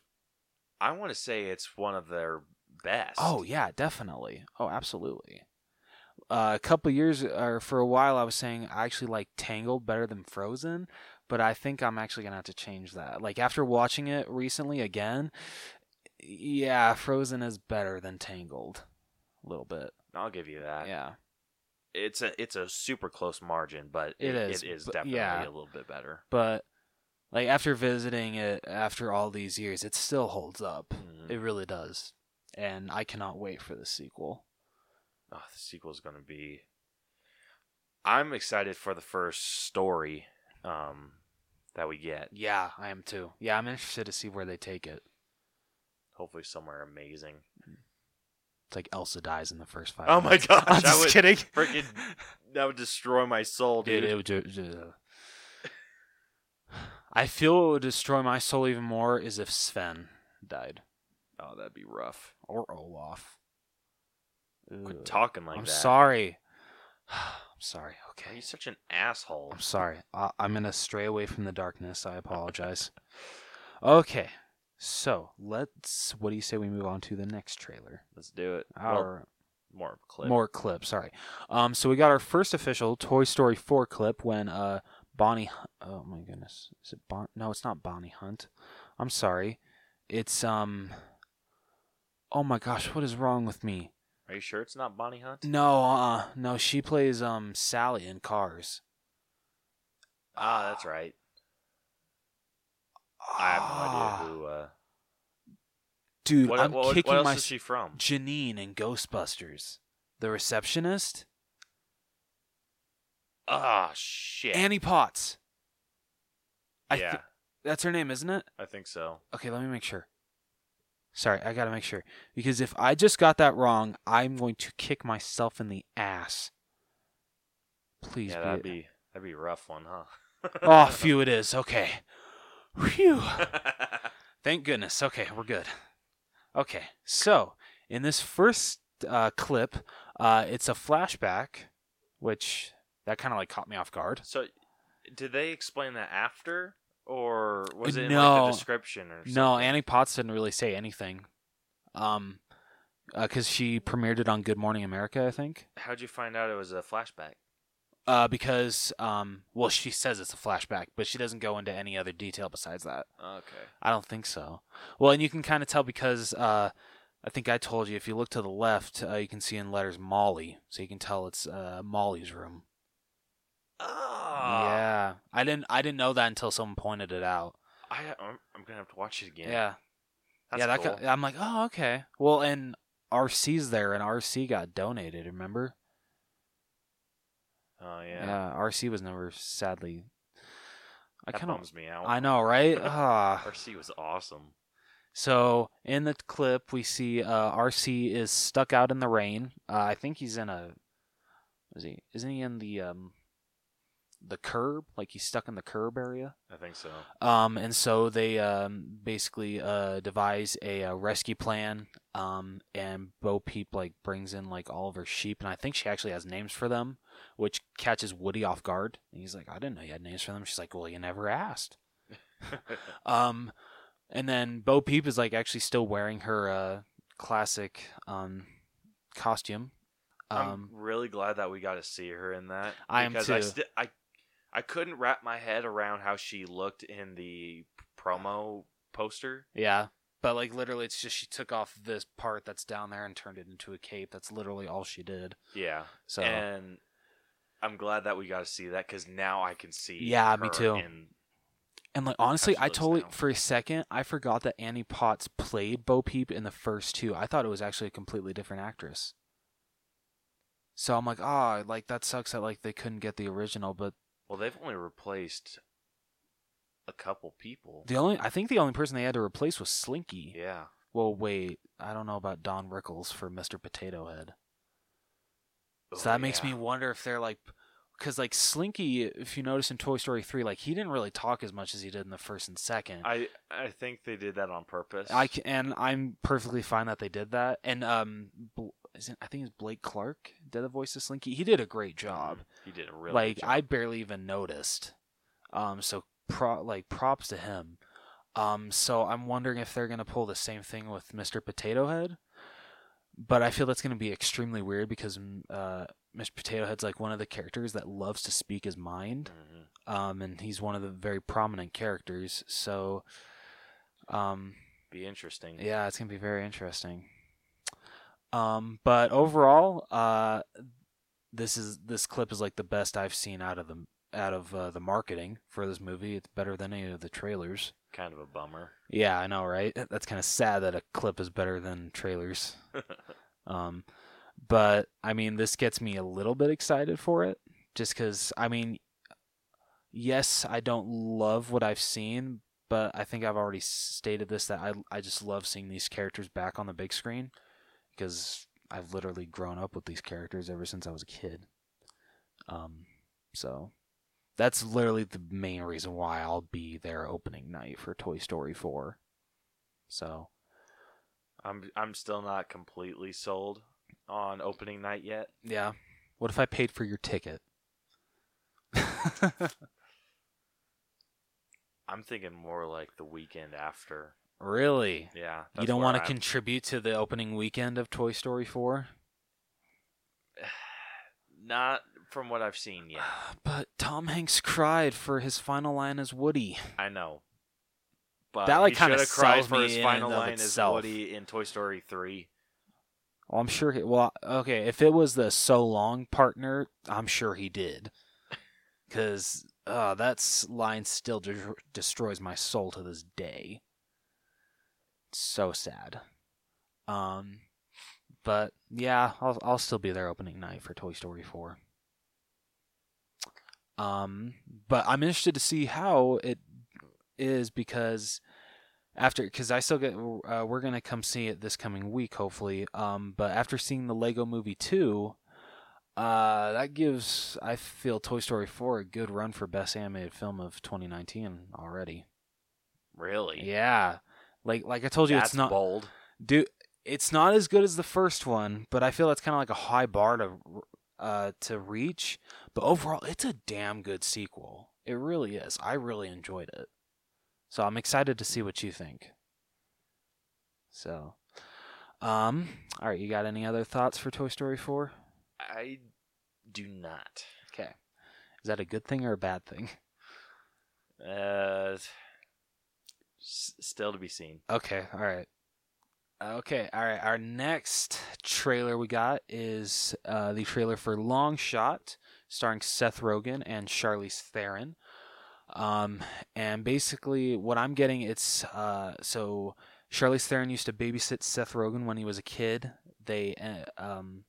B: I want to say it's one of their best.
A: Oh yeah, definitely. Oh, absolutely. Uh, a couple years or for a while, I was saying I actually like Tangled better than Frozen, but I think I'm actually gonna have to change that. Like after watching it recently again, yeah, Frozen is better than Tangled, a little bit.
B: I'll give you that.
A: Yeah,
B: It's a it's a super close margin, but
A: It
B: it,
A: is,
B: it is
A: but-
B: definitely
A: yeah.
B: a little bit better.
A: but like after visiting it after all these years, it still holds up.
B: Mhm.
A: It really does, and I cannot wait for the sequel.
B: Oh, the sequel's going to be. I'm excited for the first story um, that we get.
A: Yeah, I am too. Yeah, I'm interested to see where they take it.
B: Hopefully, somewhere amazing.
A: It's like Elsa dies in the first five.
B: Oh my
A: minutes.
B: gosh!
A: (laughs) I'm
B: i
A: just
B: would
A: kidding. (laughs)
B: freaking that would destroy my soul, dude.
A: Dude, it would ju- ju- (sighs) I feel what would destroy my soul even more is if Sven died
B: oh, that'd be rough.
A: or Olaf. Ugh.
B: Quit talking like
A: I'm
B: that.
A: sorry. (sighs) I'm sorry.
B: Are you
A: Okay.
B: such an asshole?
A: I'm sorry. I- I'm gonna stray away from the darkness. I apologize. okay. So let's. What do you say we move on to the next trailer?
B: Let's do it. Well,
A: Our
B: more clip.
A: More clip, sorry. Um, so we got our first official Toy Story 4 clip when uh, Bonnie. Hu- Oh my goodness, is it Bon? No, it's not Bonnie Hunt. I'm sorry. It's um. Oh my gosh, what is wrong with me?
B: Are you sure it's not Bonnie Hunt?
A: No, uh, no, she plays um Sally in Cars.
B: Ah, that's right. I have no idea who. Uh,
A: Ah, Dude,
B: what,
A: I'm
B: what- what
A: kicking
B: else
A: my
B: is she from?
A: Janine in Ghostbusters, the receptionist,
B: Ah, shit.
A: Annie Potts. I thi-
B: yeah,
A: that's her name, isn't it?
B: I think so.
A: Okay, let me make sure. Sorry, I gotta make sure. Because if I just got that wrong, I'm going to kick myself in the ass. Please
B: yeah,
A: be, (laughs)
B: that'd
A: it.
B: be that'd be a rough one, huh?
A: Oh,
B: (laughs)
A: phew, it is. Okay. Phew. Thank goodness. Okay, we're good. Okay, so in this first uh, clip, uh, it's a flashback, which that kind of like caught me off guard.
B: (laughs) so, did they explain that after, or was it in
A: No.
B: like the description or something?
A: No, Annie Potts didn't really say anything. Um, because she premiered it on Good Morning America, I think.
B: How'd you find out it was a flashback?
A: uh, because um, well, she says it's a flashback, but she doesn't go into any other detail besides that.
B: Okay.
A: I don't think so. Well, and you can kind of tell because uh, I think I told you if you look to the left, uh, you can see in letters Molly, so you can tell it's uh, Molly's room.
B: Oh.
A: Yeah, I didn't I didn't know that until someone pointed it out.
B: I, I'm, I'm gonna have to watch it
A: Yeah,
B: again.
A: yeah,
B: That's
A: that
B: cool.
A: got, I'm like, oh okay. Well, and RC's there, and RC got donated. Remember?
B: oh yeah.
A: RC was never sadly. I
B: that
A: kind of.
B: bums me out.
A: I
B: (laughs)
A: know, right? Ah.
B: RC was awesome.
A: So in the clip, we see uh, RC is stuck out in the rain. Uh, I think he's in a. Is he? Isn't he in the um, the curb? Like he's stuck in the curb area.
B: I think so. (laughs)
A: Um, and so they um basically uh devise a, uh rescue plan. Um, and Bo Peep like brings in like all of her sheep, and I think she actually has names for them, which catches Woody off guard. And he's like, "I didn't know you had names for them." She's like, "Well, you never asked." Um, and then Bo Peep is like actually still wearing her uh, classic um, costume.
B: I'm
A: Um,
B: really glad that we got to see her in that.
A: I am
B: because I,
A: too.
B: sti- I I couldn't wrap my head around how she looked in the promo poster.
A: yeah, but like literally, it's just she took off this part that's down there and turned it into a cape. That's literally all she did.
B: Yeah,
A: So
B: and I'm glad that we got to see that because now I can see.
A: Yeah, me
B: her
A: too.
B: In,
A: and like honestly,
B: she
A: I
B: looks
A: totally
B: now.
A: for a second I forgot that Annie Potts played Bo Peep in the first two. I thought it was actually a completely different actress. So I'm like, ah, like that sucks that like they couldn't get the original, but
B: well, they've only replaced a couple people.
A: the only I think the only person they had to replace was Slinky.
B: yeah,
A: Well, wait. I don't know about Don Rickles for Mr. Potato Head. So
B: Oh,
A: that makes
B: yeah.
A: me wonder if they're like, because like Slinky, if you notice in Toy Story three, like he didn't really talk as much as he did in the first and second.
B: I I think they did that on purpose.
A: I c- and I'm perfectly fine that they did that. And um, Bl- isn't I think it's Blake Clark did the voice of Slinky. He did a great job.
B: He did a Mm-hmm. really
A: like
B: good job.
A: I barely even noticed. Um, so pro- like props to him. Um, so I'm wondering if they're gonna pull the same thing with Mr. Potato Head, but I feel that's gonna be extremely weird because mm, uh, Mr. Potato Head's like one of the characters that loves to speak his mind,
B: Mhm.
A: um, and he's one of the very prominent characters. So, um,
B: Be interesting.
A: yeah, it's gonna be very interesting. Um, but overall, uh, this is this clip is like the best I've seen out of the out of uh, the marketing for this movie. It's better than any of the trailers.
B: Kind of a bummer.
A: Yeah, I know, right? That's kind of sad that a clip is better than trailers. Um, but I mean, this gets me a little bit excited for it, just because I mean, yes, I don't love what I've seen, but I think I've already stated this that I I just love seeing these characters back on the big screen because I've literally grown up with these characters ever since I was a kid. Um, so that's literally the main reason why I'll be there opening night for Toy Story Four. So
B: I'm I'm still not completely sold on opening night yet.
A: Yeah. What if I paid for your
B: (laughs)
A: ticket?
B: I'm thinking more like the weekend after.
A: really?
B: Yeah.
A: you
B: that's
A: don't
B: where
A: want to
B: I'm-
A: contribute to the opening weekend of Toy Story 4?
B: not from what I've seen yet.
A: But Tom Hanks cried for his final line as Woody.
B: I know. But
A: That, like,
B: he
A: kinda
B: shoulda cried
A: sells
B: for
A: me
B: his
A: in
B: final
A: and of
B: line as
A: itself.
B: Woody in Toy Story three.
A: Well, Oh, I'm sure he. Well, okay. If it was the so long partner, I'm sure he did. Because uh, that s- line still de- destroys my soul to this day. So sad. Um, but yeah, I'll I'll still be there opening night for Toy Story four. Um, but I'm interested to see how it is because after because I still get uh, we're gonna come see it this coming week hopefully. Um, but after seeing the Lego Movie two, uh, that gives I feel Toy Story four a good run for best animated film of 2019 already.
B: Really?
A: Yeah, like like I told you,
B: That's
A: it's not
B: bold.
A: do it's not as good as the first one, but I feel that's kind of like a high bar to uh to reach. But overall, it's a damn good sequel. It really is. I really enjoyed it. So I'm excited to see what you think. So um all right, you got any other thoughts for Toy Story 4?
B: I do not.
A: Okay. Is that a good thing or a bad thing?
B: Uh, s- still to be seen.
A: Okay, all right. Okay, all right. Our next trailer we got is uh, the trailer for Long Shot, starring Seth Rogen and Charlize Theron. Um, and basically, what I'm getting, it's uh, so Charlize Theron used to babysit Seth Rogen when he was a kid. They uh, um,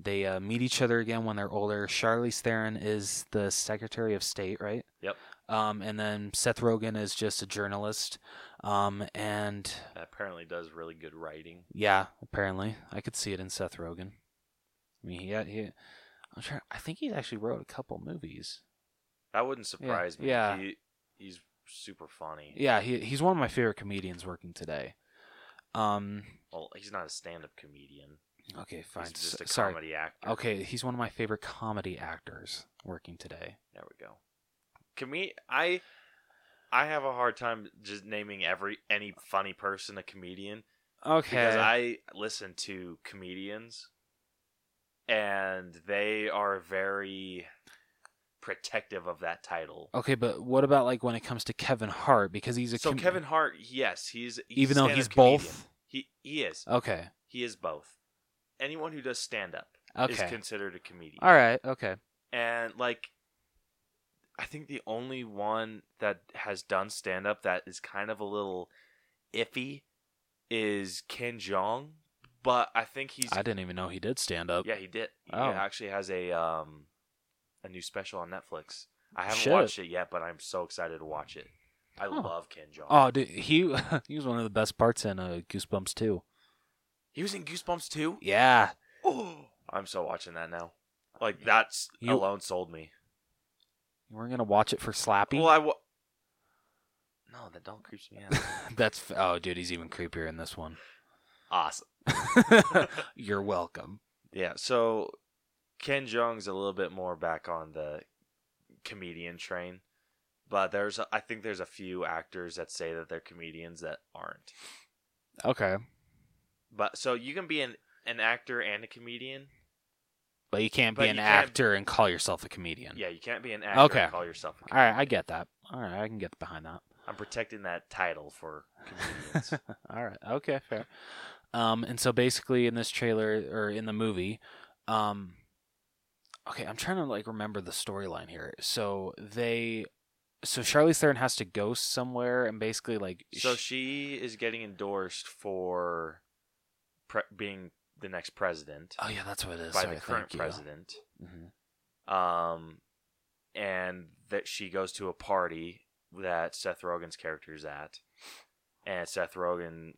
A: they uh, meet each other again when they're older. Charlize Theron is the Secretary of State, right?
B: Yep.
A: Um, and then Seth Rogen is just a journalist. Um, and
B: That apparently does really good writing.
A: yeah, apparently I could see it in Seth Rogen. I mean, he, he I'm trying. I think he actually wrote a couple movies.
B: That wouldn't surprise me.
A: yeah.
B: He, he's super funny.
A: Yeah, he he's one of my favorite comedians working today. Um,
B: Well, he's not a stand-up comedian.
A: okay, fine.
B: He's just a
A: S- sorry.
B: comedy actor.
A: Okay, he's one of my favorite comedy actors working today.
B: There we go. Come I I have a hard time just naming every any funny person a comedian
A: Okay.
B: because I listen to comedians and they are very protective of that title.
A: Okay, but what about like when it comes to Kevin Hart because he's a
B: So
A: Oh, com-
B: Kevin Hart, yes, he's, he's a
A: even though
B: stand-up
A: he's
B: comedian.
A: both.
B: he he is
A: Okay.
B: he is both. Anyone who does stand up is
A: Okay.
B: considered a comedian.
A: All right. Okay.
B: and like i think the only one that has done stand up that is kind of a little iffy is ken jong but i think he's
A: I didn't even know he did stand up.
B: yeah he did he
A: Oh.
B: actually has a um a new special on netflix i haven't
A: Shit.
B: watched it yet but i'm so excited to watch it i
A: Huh.
B: love ken jong
A: Oh, dude, he (laughs) he was one of the best parts in uh, Goosebumps too.
B: he was in goosebumps too
A: Yeah,
B: oh (gasps) i'm so watching that now like that's
A: You-
B: alone sold me
A: we're gonna watch it for Slappy.
B: well i wa- no that don't creeps me out
A: (laughs)
B: (laughs)
A: That's f- oh, dude, he's even creepier in this one. (laughs)
B: awesome
A: You're welcome.
B: Yeah, so Ken Jeong's a little bit more back on the comedian train, but there's I think there's a few actors that say that they're comedians that aren't.
A: Okay.
B: But so you can be an an actor and a comedian.
A: But you can't be
B: But
A: an
B: you can't-
A: actor and call yourself a comedian.
B: Yeah, you can't be an actor
A: Okay.
B: and call yourself. A
A: All
B: comedian.
A: right, I get that. All right, I can get behind that.
B: I'm protecting that title for
A: (laughs)
B: comedians.
A: All right. Okay, fair. Um, and so basically in this trailer or in the movie, um, okay, I'm trying to like remember the storyline here. So they, so Charlize Theron has to go somewhere and basically like,
B: so
A: sh-
B: she is getting endorsed for pre- being the next president
A: oh yeah, that's what it is.
B: by
A: Sorry,
B: the current
A: thank you.
B: president.
A: Mhm.
B: um, and that she goes to a party that Seth Rogen's character is at, and Seth Rogen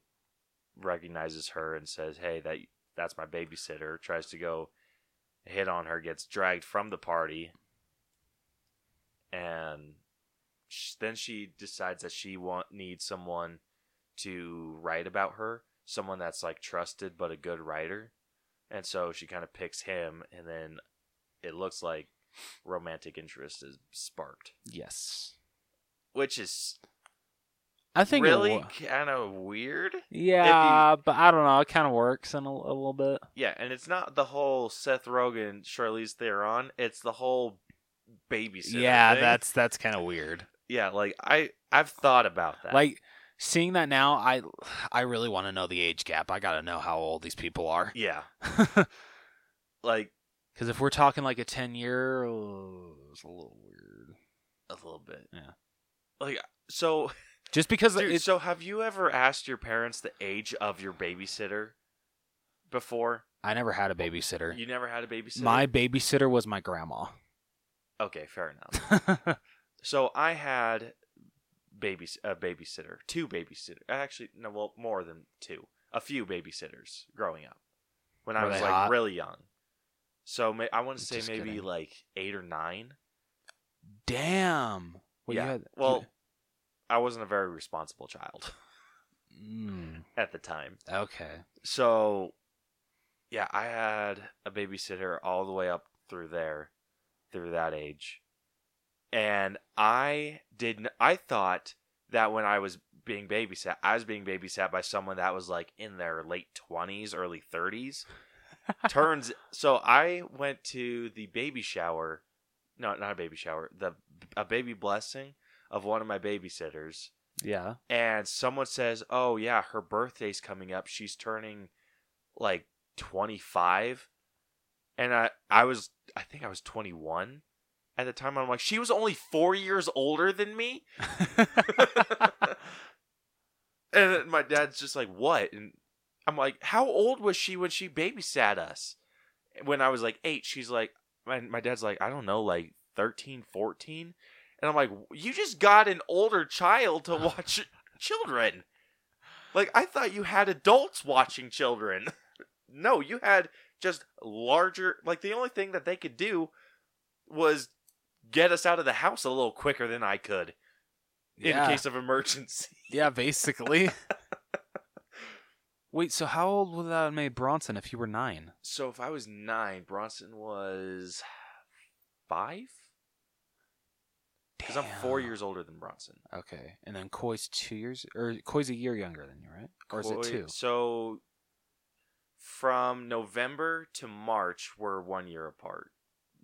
B: recognizes her and says, "Hey, that that's my babysitter." Tries to go hit on her, gets dragged from the party, and sh- then she decides that she want needs someone to write about her, someone that's like trusted but a good writer. And so she kind of picks him, and then it looks like romantic interest is sparked,
A: Yes.
B: which is
A: I think it
B: really
A: wa-
B: kind of weird.
A: yeah, but I don't know. It kind of works in a, a little bit.
B: Yeah, and it's not the whole Seth Rogen, Charlize Theron. It's the whole babysitter.
A: Yeah,
B: thing.
A: that's that's kind of weird.
B: yeah. Like I, I've thought about that.
A: Like seeing that now, I I really want to know the age gap. I got to know how old these people are.
B: yeah,
A: (laughs)
B: like
A: Because if we're talking like a ten year, oh, it's a little weird.
B: a little bit.
A: Yeah.
B: Like
A: (laughs)
B: so,
A: Just because
B: dude,
A: it's
B: so have you ever asked your parents the age of your babysitter before?
A: I never had a babysitter.
B: You never had a babysitter.
A: My babysitter was my grandma. (laughs)
B: okay, fair enough. so I had babys a babysitter, two babysitter, actually no, well more than two, a few babysitters growing up when I
A: Were
B: was
A: they
B: like
A: hot?
B: really young. So ma- I want to say
A: Just
B: maybe
A: kidding.
B: like eight or nine.
A: Damn. Well, you
B: Yeah,
A: had-
B: well- I wasn't a very responsible child (laughs)
A: Mm,
B: at the time.
A: okay.
B: So yeah, I had a babysitter all the way up through there, through that age. And I didn't I thought that when I was being babysat, I was being babysat by someone that was like in their late 20s, early 30s. Turns so I went to the baby shower. No, not a baby shower. The a baby blessing of one of my babysitters (laughs)
A: Yeah.
B: and someone says, "Oh yeah, her birthday's coming up. She's turning like 25." And I I was I think I was 21 at the time. I'm like, "She was only 4 years older than me?" (laughs) and then my dad's just like, "What?" And I'm like, "How old was she when she babysat us?" When I was like 8, she's like my my dad's like, "I don't know, like 13, 14?" And I'm like, "You just got an older child to watch children." Like I thought you had adults watching children. (laughs) no, you had just larger like the only thing that they could do was get us out of the house a little quicker than I could in
A: yeah.
B: case of emergency.
A: yeah.
B: (laughs)
A: Basically. Wait. So how old would that have made Bronson if you were nine?
B: So if I was nine, Bronson was five? Because I'm four
A: Damn.
B: years older than Bronson.
A: Okay. And then Coy's two years, or Coy's a year younger than you, right? Or is it
B: Koi-
A: two?
B: So from November to March, we're one year apart.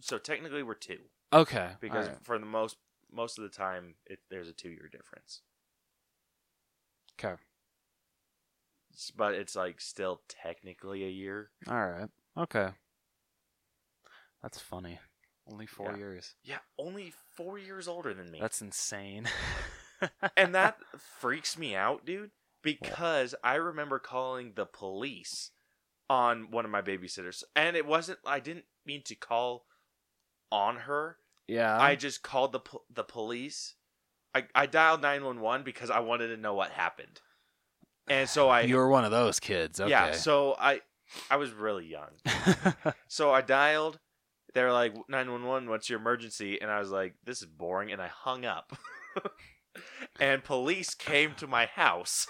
B: So technically, we're two
A: Okay.
B: because
A: alright.
B: for the most most of the time, it, there's a two year difference.
A: 'Kay.
B: S- But it's like still technically a year.
A: All right. Okay. That's funny. Only four
B: Yeah.
A: years.
B: Yeah, only four years older than me.
A: That's insane.
B: and that freaks me out, dude, because I remember calling the police on one of my babysitters. And it wasn't I didn't mean to call on her.
A: (laughs) yeah.
B: I just called the po- the police. I, I dialed 911 because I wanted to know what happened. And so I
A: you were one of those kids. Okay.
B: Yeah, so I I was really young. So I dialed. They're like nine one one. What's your emergency? And I was like, this is boring, and I hung up. (laughs) and police came to my house,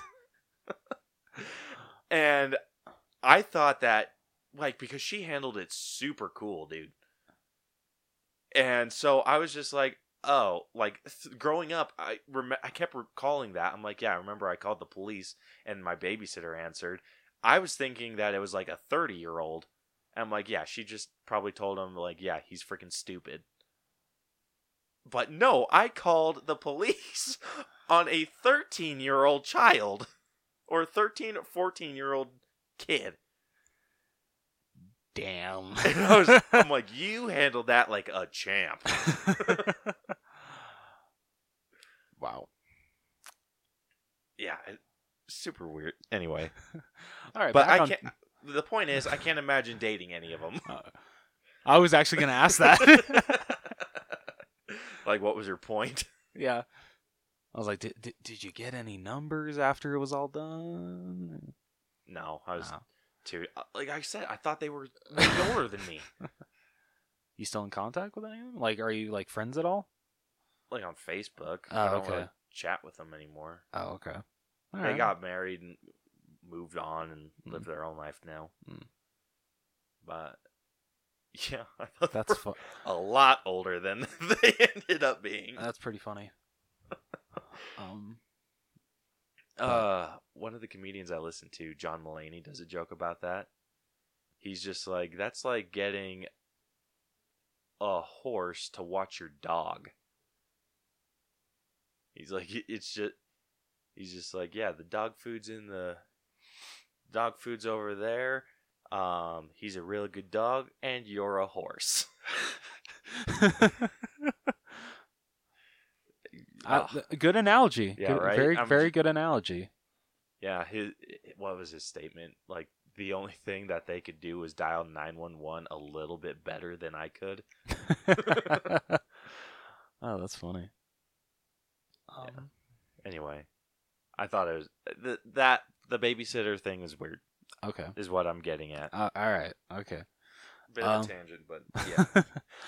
B: (laughs) and I thought that like because she handled it super cool, dude. And so I was just like, oh, like th- growing up, I rem- I kept recalling that. I'm like, yeah, I remember I called the police and my babysitter answered. I was thinking that it was like a 30 year old. I'm like, yeah, she just probably told him like, yeah, he's freaking stupid. But no, I called the police (laughs) on a 13 year old child or 13 or 14 year old kid.
A: (laughs) Damn.
B: And (laughs) I was, I'm like, you handled that like a champ.
A: (laughs) wow.
B: Yeah, it- super weird. Anyway,
A: All right,
B: but
A: back
B: I
A: on-
B: can't. The point is, I can't imagine dating any of them.
A: Uh, I was actually going to ask that.
B: (laughs)
A: (laughs)
B: like, what was your point?
A: yeah. I was like, did, did, did you get any numbers after it was all done?
B: No, I was
A: No.
B: too. uh, Like I said, I thought they were like, older than me,
A: You still in contact with any of them? Like, are you like friends at all?
B: like on Facebook.
A: Oh,
B: I don't
A: okay.
B: wanna chat with them anymore.
A: Oh, okay. All right.
B: they got married and moved on and live their own life now.
A: Mm.
B: But (laughs) yeah, I thought they
A: That's
B: were (laughs)
A: fu-
B: a lot older than (laughs) they ended up being.
A: that's pretty funny.
B: (laughs)
A: Um,
B: Uh, one of the comedians I listen to, John Mulaney, does a joke about that. He's just like, that's like getting a horse to watch your dog. He's like, "It- it's just, he's just like, yeah, the dog food's in the, dog food's over there. Um, he's a really good dog, and you're a horse.
A: I-
B: (laughs) Ugh.
A: th- good analogy.
B: Ah. Yeah,
A: Good-
B: right?
A: Very,
B: I'm-
A: very good
B: (laughs)
A: analogy. (laughs)
B: Yeah, his what was his statement? Like the only thing that they could do was dial 911 a little bit better than I could.
A: oh, that's funny. Um,
B: Anyway, I thought it was th- that the babysitter thing is weird
A: Okay.
B: is what I'm getting at.
A: Uh, all right. Okay.
B: Bit
A: of a Um,
B: tangent,
A: (laughs)
B: but
A: it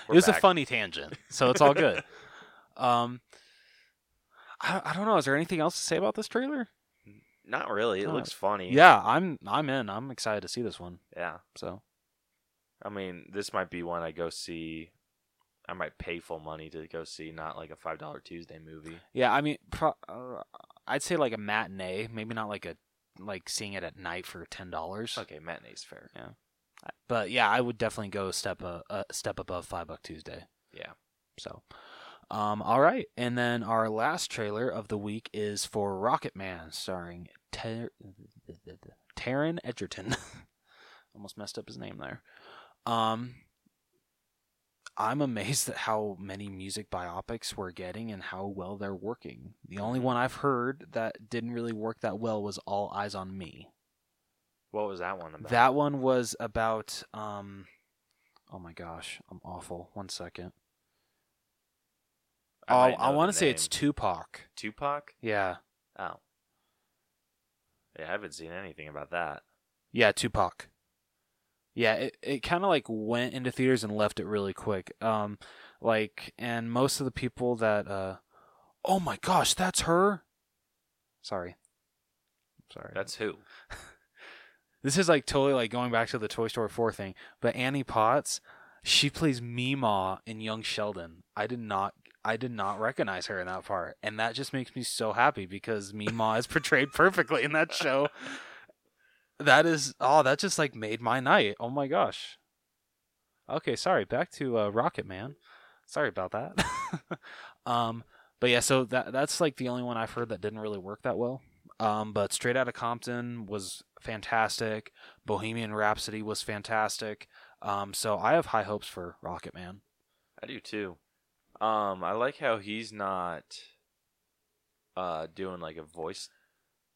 B: we're
A: was a
B: back.
A: funny tangent, so it's all
B: (laughs)
A: good. um, I, I don't know. Is there anything else to say about this trailer?
B: Not really. It
A: Uh,
B: looks funny.
A: Yeah, I'm I'm in. I'm excited to see this one.
B: Yeah.
A: So
B: I mean, this might be one I go see. I might pay full money to go see, not like a five dollar Tuesday movie.
A: yeah, I mean, pro- uh, I'd say like a matinee, maybe not like a like seeing it at night for ten dollars.
B: Okay, matinee's fair.
A: But yeah, I would definitely go a step a, a step above Five Buck Tuesday.
B: Yeah.
A: So, um, all right, and then our last trailer of the week is for Rocket Man, starring Ter- Taron Edgerton. (laughs) Almost messed up his name there. Um, I'm amazed at how many music biopics we're getting and how well they're working. The only one I've heard that didn't really work that well was All Eyes on Me.
B: What was that one about?
A: That one was about um oh my gosh, I'm awful. One second. Oh,
B: I,
A: I want to say it's
B: two
A: Tupac.
B: Tupac.
A: Yeah.
B: Oh. Yeah, I haven't seen anything about that.
A: Yeah, Tupac. Yeah, it, it kind of like went into theaters and left it really quick. Um like and most of the people that uh Oh my gosh, that's her. Sorry. Sorry.
B: That's who?
A: This is like totally like going back to the Toy Story 4 thing, but Annie Potts, she plays Meemaw in Young Sheldon. I did not I did not recognize her in that part, and that just makes me so happy because Meemaw is portrayed perfectly in that show. That is oh, that just like made my night. Oh my gosh. Okay, sorry. Back to uh, Rocket Man. Sorry about that. (laughs) um, but yeah, so that that's like the only one I've heard that didn't really work that well. Um, but Straight Outta Compton was fantastic. Bohemian Rhapsody was fantastic. Um, so I have high hopes for Rocket Man.
B: I do too. Um, I like how he's not uh doing like a voice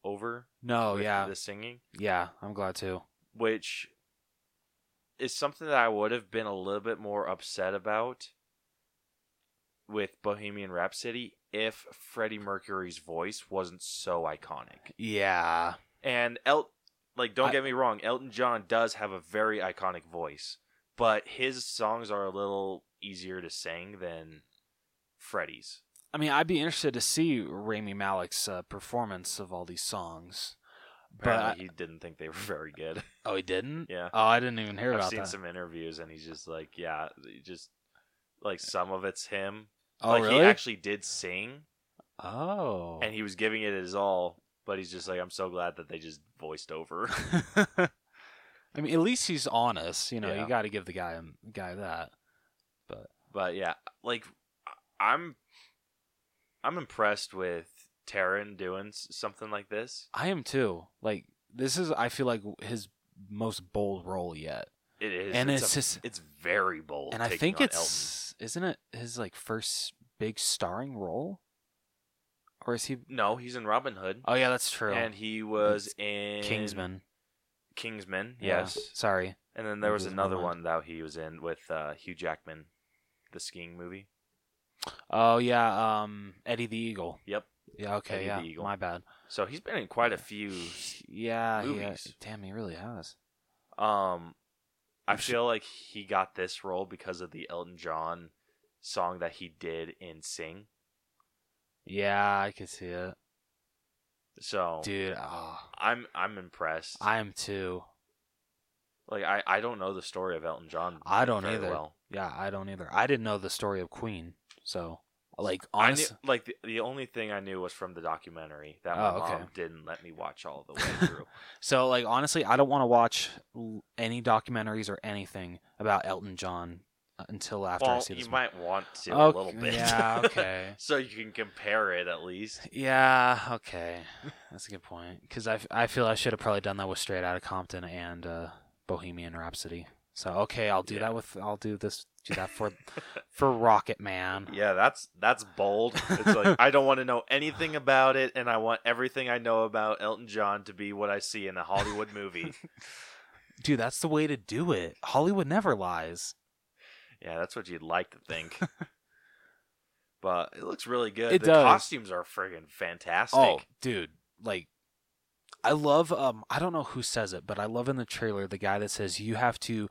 B: over
A: No,
B: with
A: Oh, yeah,
B: the singing,
A: yeah, I'm glad too.
B: which is something that I would have been a little bit more upset about with Bohemian Rhapsody if Freddie Mercury's voice wasn't so iconic.
A: Yeah,
B: And El like don't
A: I-
B: get me wrong, Elton John does have a very iconic voice, but his songs are a little easier to sing than Freddie's.
A: I mean, I'd be interested to see Rami Malek's uh, performance of all these songs, But I-
B: Apparently, he didn't think they were very good. (laughs)
A: oh, he didn't.
B: yeah,
A: Oh, I didn't even hear
B: I've
A: about
B: seen
A: that.
B: some interviews, and he's just like, yeah, he just like some of it's him.
A: oh,
B: like
A: really?
B: he actually did sing,
A: oh. (laughs)
B: and he was giving it his all. But he's just like, I'm so glad that they just voiced over.
A: I mean, at least he's honest. You know,
B: Yeah.
A: you got to give the guy guy that.
B: but yeah, like I- I'm, I'm impressed with Taryn doing s- something like this.
A: I am too. Like this is, I feel like his most bold role yet,
B: It is,
A: and it's,
B: a-
A: just,
B: it's very bold.
A: and I
B: taking
A: think
B: on
A: it's, isn't it his like first big starring role, or is he?
B: Elton. no, he's in Robin Hood,
A: Oh yeah, that's true.
B: and he was in
A: Kingsman.
B: Kingsman,
A: Yeah.
B: yes.
A: Sorry.
B: And then there was
A: Lose my
B: another
A: mind.
B: one that he was in with uh, Hugh Jackman, the skiing movie.
A: Oh yeah. Um, Eddie the Eagle.
B: Yep.
A: Yeah. Okay.
B: Eddie
A: yeah.
B: the Eagle.
A: My bad.
B: So he's been in quite a few.
A: Yeah. he-
B: Movies.
A: damn, he really has.
B: Um, I
A: You should-
B: feel like he got this role because of the Elton John song that he did in Sing.
A: Yeah, I could see it,
B: So
A: dude. Oh,
B: I'm I'm impressed.
A: I am too.
B: like I, I don't know the story of Elton John.
A: I don't
B: very
A: either.
B: Well.
A: Yeah, I don't either. I didn't know the story of Queen, so like
B: I knew,
A: honestly,
B: like the, the only thing I knew was from the documentary that my
A: Oh, okay.
B: mom didn't let me watch all
A: (laughs)
B: the way through.
A: so like honestly, I don't want to watch l- any documentaries or anything about Elton John uh, until after I
B: well,
A: see
B: you
A: this. one.
B: might want to a
A: Okay,
B: little bit.
A: Yeah. Okay.
B: (laughs) so you can compare it at least.
A: yeah.
B: (laughs)
A: Okay. That's a good point because I, f- I feel I should have probably done that with Straight Outta Compton and uh, Bohemian Rhapsody. So okay, I'll do
B: Yeah.
A: that with I'll do this do that
B: (laughs)
A: for for Rocket Man.
B: Yeah, that's that's bold.
A: (laughs)
B: It's like I don't want to know anything about it, and I want everything I know about Elton John to be what I see in a Hollywood movie.
A: Dude, that's the way to do it. Hollywood never lies.
B: yeah, that's what you'd like to
A: (laughs)
B: think. But it looks really good.
A: It
B: the
A: does.
B: costumes are friggin' fantastic.
A: Oh, dude, like I love um I don't know who says it, but I love in the trailer the guy that says you have to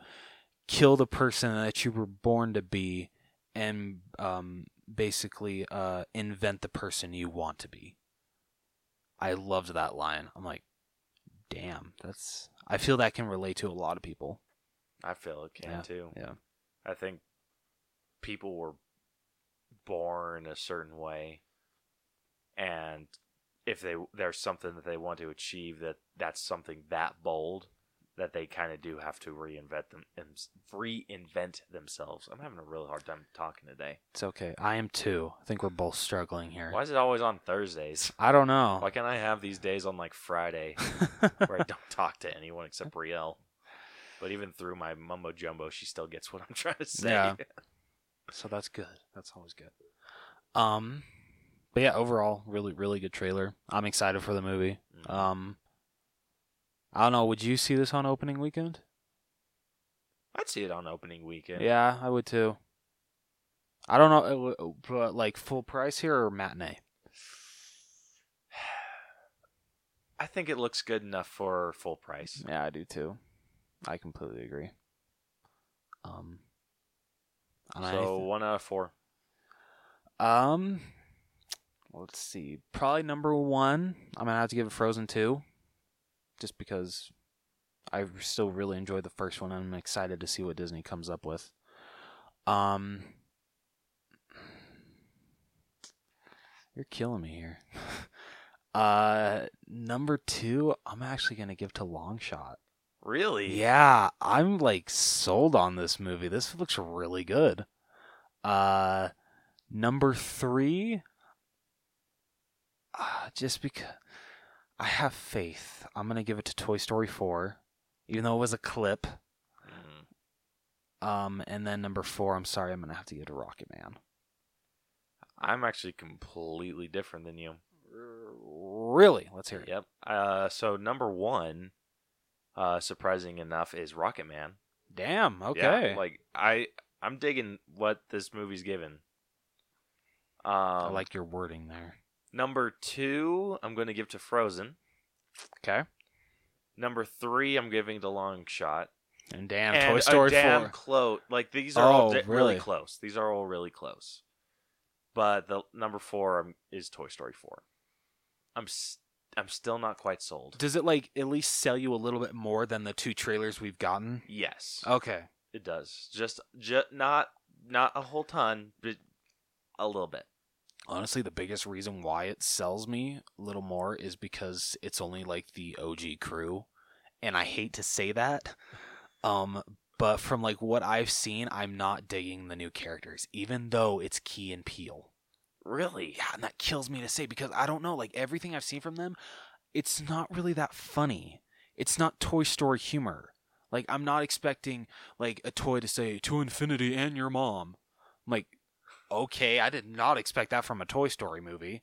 A: kill the person that you were born to be and um basically uh invent the person you want to be. I loved that line. I'm like, damn, that's I feel that can relate to a lot of people.
B: I feel it can too.
A: yeah.
B: I think people were born a certain way, and if they there's something that they want to achieve that that's something that bold that they kind of do have to reinvent them and reinvent themselves. I'm having a really hard time talking today.
A: It's okay. I am too. I think we're both struggling here.
B: Why is it always on Thursdays?
A: I don't know.
B: Why can't I have these days on like Friday
A: (laughs)
B: where I don't talk to anyone except Riel? But even through my mumbo jumbo, she still gets what I'm (laughs) trying to say.
A: Yeah. So that's good. That's always good. Um, but yeah, overall, really, really good trailer. I'm excited for the movie.
B: Mhm.
A: Um, I don't know. Would you see this on opening weekend?
B: I'd see it on opening
A: Yeah,
B: weekend.
A: I would too. I don't know, uh, w- but like full price here or matinee?
B: I think it looks good enough for full price.
A: Yeah, I do too. I completely agree. Um, and I
B: So
A: th-
B: one out of four.
A: Um, let's see. Probably number one. I'm gonna have to give it Frozen two, just because I still really enjoyed the first one, and I'm excited to see what Disney comes up with. Um, you're killing me here. (laughs) uh, number two. I'm actually gonna give to Long Shot.
B: Really?
A: Yeah, I'm like sold on this movie. This looks really good. Uh number 3 uh, just because I have faith. I'm going to give it to Toy Story 4 even though it was a clip.
B: Mm.
A: Um and then number 4, I'm sorry, I'm going to have to give it to Rocket Man.
B: I'm actually completely different than you.
A: Really? Let's hear it.
B: Yep. Uh, so number one, uh, surprising enough, is Rocket Man.
A: Damn, okay.
B: Yeah, like I, I'm digging what this movie's given. Um,
A: I like your wording there.
B: number two. I'm going to give to Frozen.
A: Okay.
B: Number three, I'm giving to Long Shot.
A: And damn,
B: and
A: Toy
B: a
A: Story
B: damn
A: 4.
B: close. Like these are all
A: Oh,
B: di-
A: really?
B: really close. These are all really close. But the number four um, is Toy Story four. I'm I'm still not quite sold.
A: Does it like at least sell you a little bit more than the two trailers we've gotten?
B: Yes,
A: Okay.
B: it does. Just just not not a whole ton, but a little bit.
A: Honestly, the biggest reason why it sells me a little more is because it's only like the OG crew, and I hate to say that, um, but from like what I've seen, I'm not digging the new characters, even though it's Key and Peel.
B: Really?
A: yeah, and that kills me to say because I don't know, like everything I've seen from them, it's not really that funny. It's not Toy Story humor. Like I'm not expecting like a toy to say to infinity and your mom. I'm like, okay, I did not expect that from a Toy Story movie.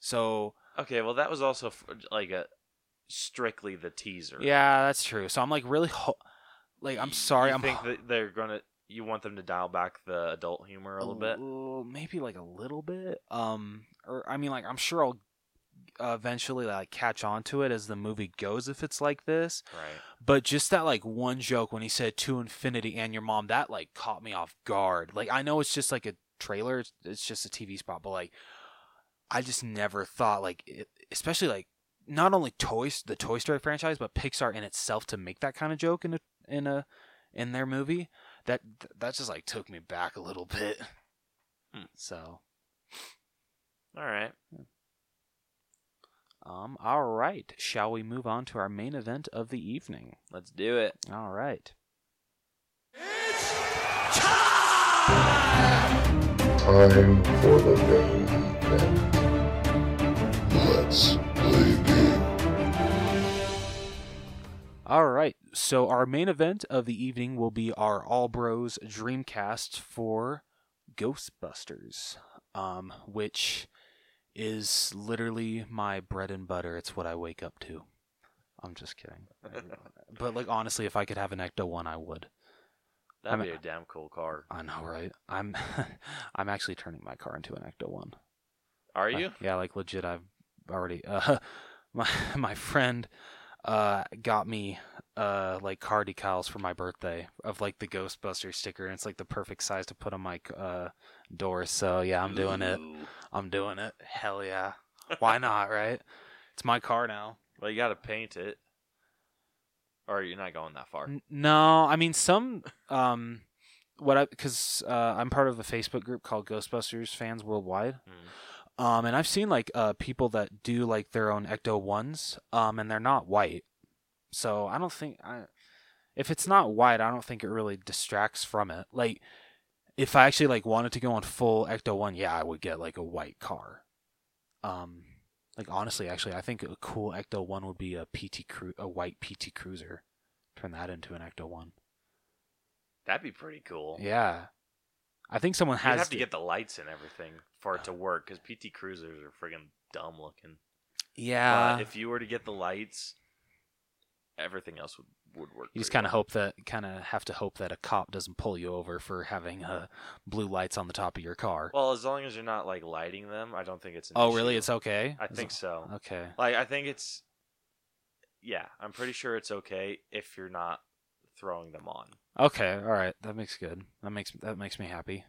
A: So
B: Okay. Well, that was also f- like a strictly the teaser.
A: yeah, that's true. So I'm like really, ho- like I'm
B: You-
A: sorry,
B: you
A: I'm
B: think that they're gonna. You want them to dial back the adult humor a little bit.
A: l- maybe like a little bit. Um, or I mean, like I'm sure I'll uh, eventually like catch on to it as the movie goes if it's like this.
B: Right.
A: But just that like one joke when he said to infinity and your mom, that like caught me off guard. Like I know it's just like a trailer, it's- it's just a TV spot, but like I just never thought like, it, especially like not only toys the Toy Story franchise, but Pixar in itself to make that kind of joke in a in a in their movie that that just like took me back a little bit.
B: Hmm.
A: So
B: All right.
A: um, all right, shall we move on to our main event of the evening?
B: Let's do it.
A: All right.
C: Time for the main event. Let's play games.
A: All right. So our main event of the evening will be our All Bros Dreamcast for Ghostbusters, um, which is literally my bread and butter. It's what I wake up to. I'm just kidding. but like honestly, if I could have an Ecto one, I would.
B: That'd
A: I'm-
B: be a damn cool car.
A: I know, right? I'm, (laughs) I'm actually turning my car into an Ecto one.
B: Are
A: Like-
B: you?
A: yeah, like legit. I've already. (laughs) Uh, my my friend uh, got me uh, like car decals for my birthday of like the Ghostbuster sticker, and it's like the perfect size to put on my uh, door. So yeah, I'm doing it.
B: Ooh.
A: I'm doing it. Hell yeah. Why not? Right? It's my car now.
B: Well, you got to paint it. Or you're not going that far.
A: N- no, I mean some um what I cuz uh, I'm part of a Facebook group called Ghostbusters Fans Worldwide.
B: Mm.
A: Um and I've seen like uh people that do like their own Ecto 1s um and they're not white. So I don't think I if it's not white, I don't think it really distracts from it. Like if I actually like wanted to go on full Ecto 1, yeah, I would get like a white car. Um like honestly, actually, I think a cool Ecto 1 would be a PT cru- a white PT Cruiser turn that into an Ecto one.
B: That'd be pretty cool.
A: Yeah, I think someone
B: You'd
A: has
B: have to get uh, the lights and everything for it to work because PT Cruisers are friggin' dumb looking.
A: Yeah,
B: but if you were to get the lights, everything else would, would work.
A: you just
B: pretty
A: kind of
B: well.
A: hope that kind of have to hope that a cop doesn't pull you over for having uh, blue lights on the top of your car.
B: Well, as long as you're not like lighting them, I don't think it's. An
A: oh, really?
B: issue.
A: It's uh, okay.
B: I
A: Is
B: think
A: it-
B: so.
A: Okay.
B: Like I think it's. Yeah, I'm pretty sure it's okay if you're not throwing them on.
A: Okay. All right. That makes good. That makes that makes me happy.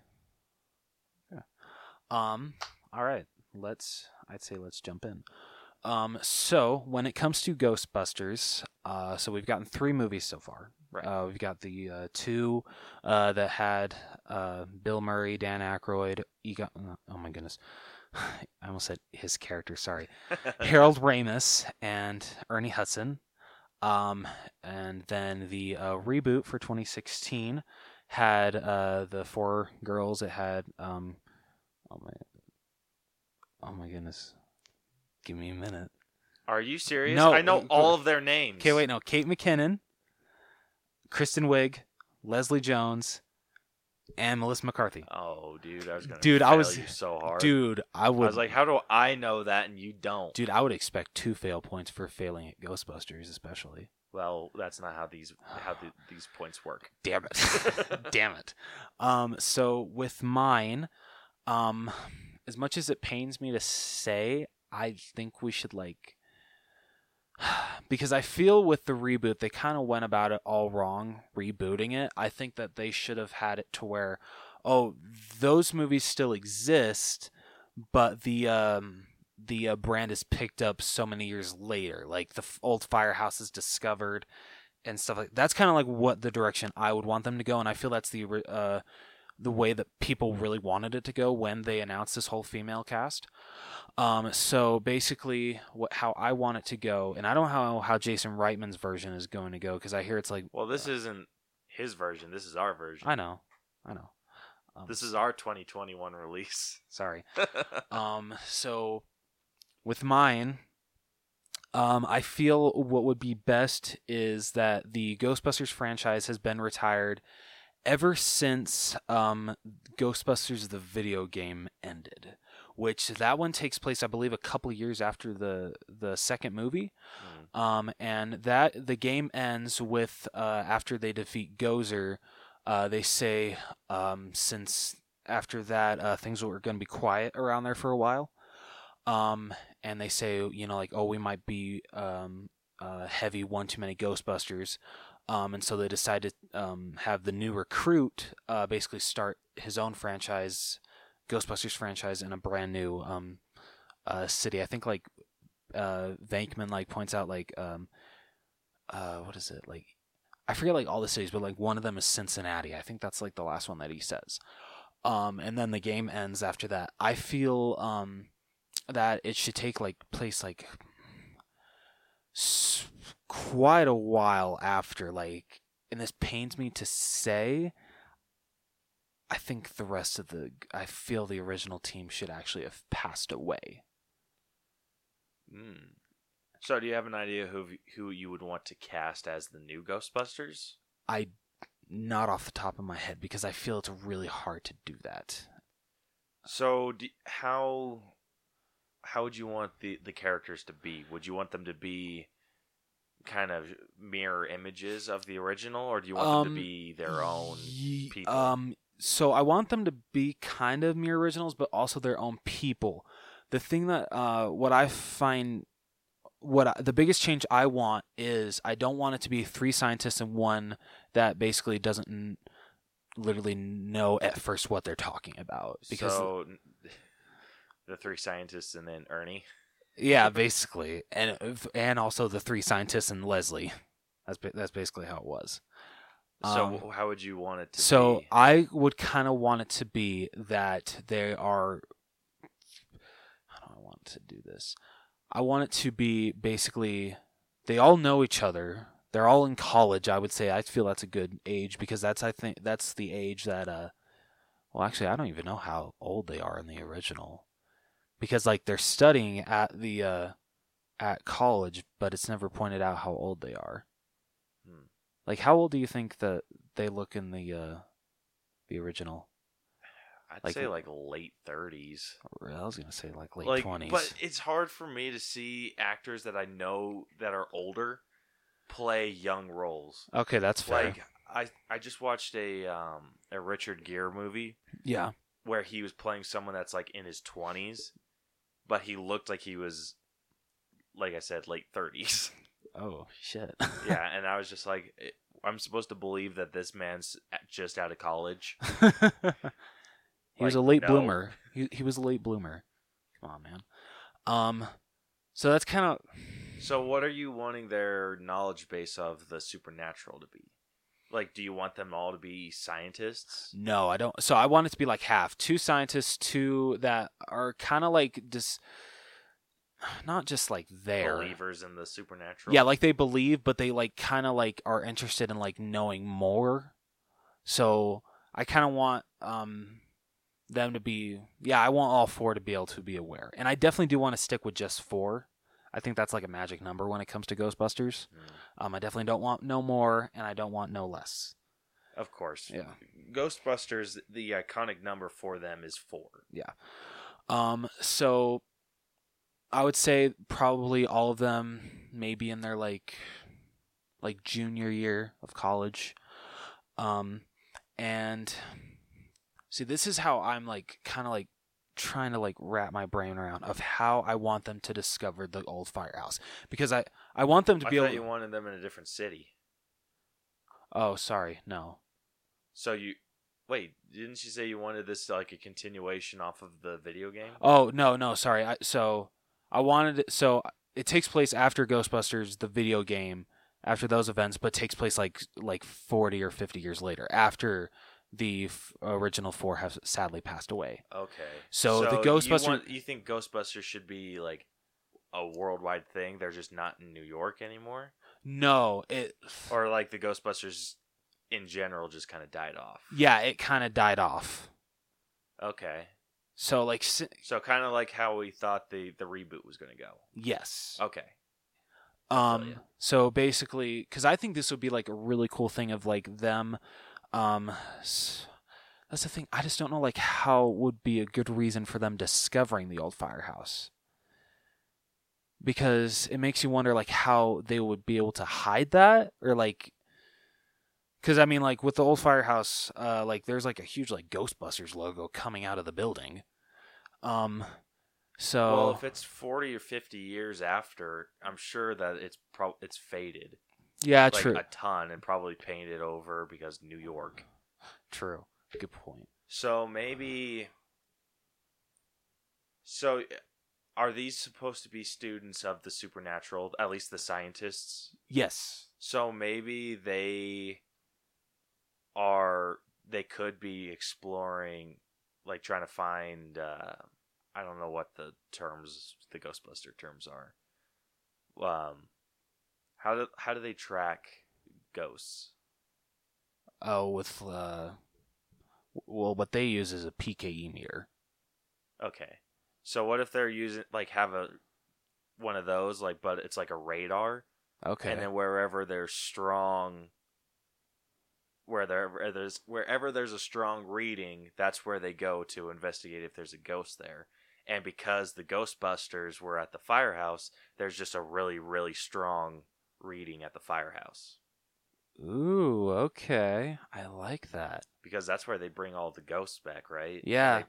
A: Yeah. Um. All right. Let's. I'd say let's jump in. Um. So when it comes to Ghostbusters, uh, so we've gotten three movies so far.
B: Right.
A: Uh, we've got the uh, two uh, that had uh, Bill Murray, Dan Aykroyd, Egon. Oh my goodness. (sighs) I almost said his character. Sorry. Harold Ramis and Ernie Hudson. Um, and then the uh, reboot for 2016 had uh, the four girls. It had um, oh my, oh my goodness, give me a minute.
B: (laughs) Are you serious?
A: No,
B: I know
A: w-
B: all of their names.
A: Okay, wait, no, Kate McKinnon, Kristen Wiig, Leslie Jones, and Melissa McCarthy.
B: Oh, dude, I was gonna.
A: Dude, I
B: fail
A: was-
B: you so hard,
A: Dude, Uh, I
B: I
A: would
B: was like, how do I know that and you don't?
A: dude, I would expect two fail points for failing at Ghostbusters, especially.
B: Well, that's not how these how the, these points work.
A: damn it (laughs) damn it um so with mine um as much as it pains me to say i think we should like (sighs) because i feel with the reboot they kind of went about it all wrong rebooting it i think that they should have had it to where oh those movies still exist but the um the uh, brand is picked up so many years later. Like the f- old firehouse is discovered and stuff like that's kind of like what the direction I would want them to go, and I feel that's the ri- uh, the way that people really wanted it to go when they announced this whole female cast. Um, so basically, what how I want it to go, and I don't know how Jason Reitman's version is going to go because I hear it's like
B: Well, this isn't his version. This is our version.
A: I know, I know. Um,
B: This is our 2021 release. (laughs)
A: sorry. Um, so with mine, um, I feel what would be best is that the Ghostbusters franchise has been retired ever since um, Ghostbusters the video game ended, which that one takes place, I believe, a couple years after the the second movie.
B: Mm.
A: Um, and that the game ends with uh, after they defeat Gozer, uh, they say um, since after that uh, things were going to be quiet around there for a while, um, and they say you know like oh we might be um, uh, heavy one too many Ghostbusters, um, and so they decide to um, have the new recruit uh, basically start his own franchise, Ghostbusters franchise in a brand new um, uh, city. I think like uh Vankman like points out like um uh what is it like I forget like all the cities but like one of them is Cincinnati. I think that's like the last one that he says. Um and then the game ends after that. I feel um that it should take like place like s- quite a while after like and this pains me to say I think the rest of the I feel the original team should actually have passed away.
B: Mm. So, do you have an idea who who you would want to cast as the new Ghostbusters?
A: I not off the top of my head because I feel it's really hard to do that.
B: So, do, how how would you want the the characters to be? Would you want them to be kind of mirror images of the original, or do you want them
A: Um,
B: to be their own?
A: Ye-
B: people.
A: Um so I want them to be kind of mirror originals but also their own people. The thing that uh what I find what I, the biggest change I want is I don't want it to be three scientists and one that basically doesn't n- literally know at first what they're talking about because
B: so, (laughs) the three scientists and then Ernie.
A: Yeah, basically, and and also the three scientists and Leslie. That's ba- that's basically how it was.
B: So,
A: Um,
B: how would you want it to
A: So uh,
B: be?
A: I would kind of want it to be that they are. How do I want to do this? I want it to be basically they all know each other. They're all in college. I would say I feel that's a good age because that's I think that's the age that uh. Well, actually, I don't even know how old they are in the original, because like they're studying at the uh, at college, but it's never pointed out how old they are.
B: Hmm.
A: Like, how old do you think that they look in the uh, the original?
B: I'd
A: like-
B: say like late thirties.
A: Or, I was gonna say like late
B: like,
A: twenties.
B: But it's hard for me to see actors that I know that are older play young roles.
A: okay, that's fair.
B: Like I, I just watched a um a Richard Gere movie
A: yeah,
B: where he was playing someone that's like in his twenties, but he looked like he was, like I said, late
A: (laughs)
B: thirties.
A: Oh (laughs) shit.
B: yeah, and I was just like, it- I'm supposed to believe that this man's just out of college.
A: he was a
B: Like,
A: late
B: no.
A: bloomer. He he was a late bloomer. Come on, man. Um, so that's kind of
B: So, what are you wanting their knowledge base of the supernatural to be? Like, do you want them all to be scientists?
A: No, I don't. So I want it to be like half two scientists, two that are kind of like just (sighs) not just like there.
B: Believers in the supernatural?
A: Yeah, like they believe, but they like kind of like are interested in like knowing more. So I kind of want um them to be yeah, I want all four to be able to be aware, and I definitely do want to stick with just four. I think that's like a magic number when it comes to Ghostbusters.
B: Hmm.
A: Um, I definitely don't want no more, and I don't want no less.
B: Of course.
A: Yeah.
B: Ghostbusters, the iconic number for them is four.
A: Um, so I would say probably all of them maybe in their like like junior year of college. Um and see this is how I'm like kind of like trying to like wrap my brain around of how I want them to discover the old firehouse because I I want them to
B: I
A: be
B: thought
A: able
B: you wanted them in a different city.
A: Oh, sorry. No.
B: So you wait, didn't you say you wanted this like a continuation off of the video game?
A: Oh, no, no, Oh, sorry. I, so I wanted it, so it takes place after Ghostbusters, the video game, after those events, but takes place like like forty or fifty years later, after the f- original four have sadly passed away.
B: Okay.
A: So the
B: You,
A: Ghostbuster-
B: want- you think Ghostbusters should be like a worldwide thing? They're just not in New York anymore,
A: No, it
B: or like the Ghostbusters in general just kind of died off.
A: yeah, it kind of died off.
B: Okay.
A: So like si-
B: So kind of like how we thought the the reboot was going to go.
A: yes.
B: Okay.
A: Um,
B: yeah.
A: so basically, because I think this would be like a really cool thing of like them. Um, s- that's the thing. I just don't know like how would be a good reason for them discovering the old firehouse. Because it makes you wonder like how they would be able to hide that or like. Because I mean, like with the old firehouse, uh, like there's like a huge like Ghostbusters logo coming out of the building. Um, so
B: Well, if it's forty or fifty years after, I'm sure that it's pro- it's faded
A: yeah,
B: like uh,
A: true,
B: a ton and probably painted over because New York.
A: true, good point.
B: So maybe. So, are these supposed to be students of the supernatural? At least the scientists.
A: Yes,
B: So maybe they are. They could be exploring, like trying to find. Uh, I don't know what the terms, the Ghostbuster terms are. Um, how do how do they track ghosts?
A: Oh, with uh, well, what they use is a PKE meter.
B: Okay. So what if they're using like have a one of those like but it's like a radar
A: Okay.
B: and then wherever there's strong where there- there's wherever there's a strong reading that's where they go to investigate if there's a ghost there. And because the Ghostbusters were at the firehouse, there's just a really really strong reading at the firehouse
A: Ooh, okay. I like that.
B: because that's where they bring all the ghosts back, right? And
A: Yeah.
B: they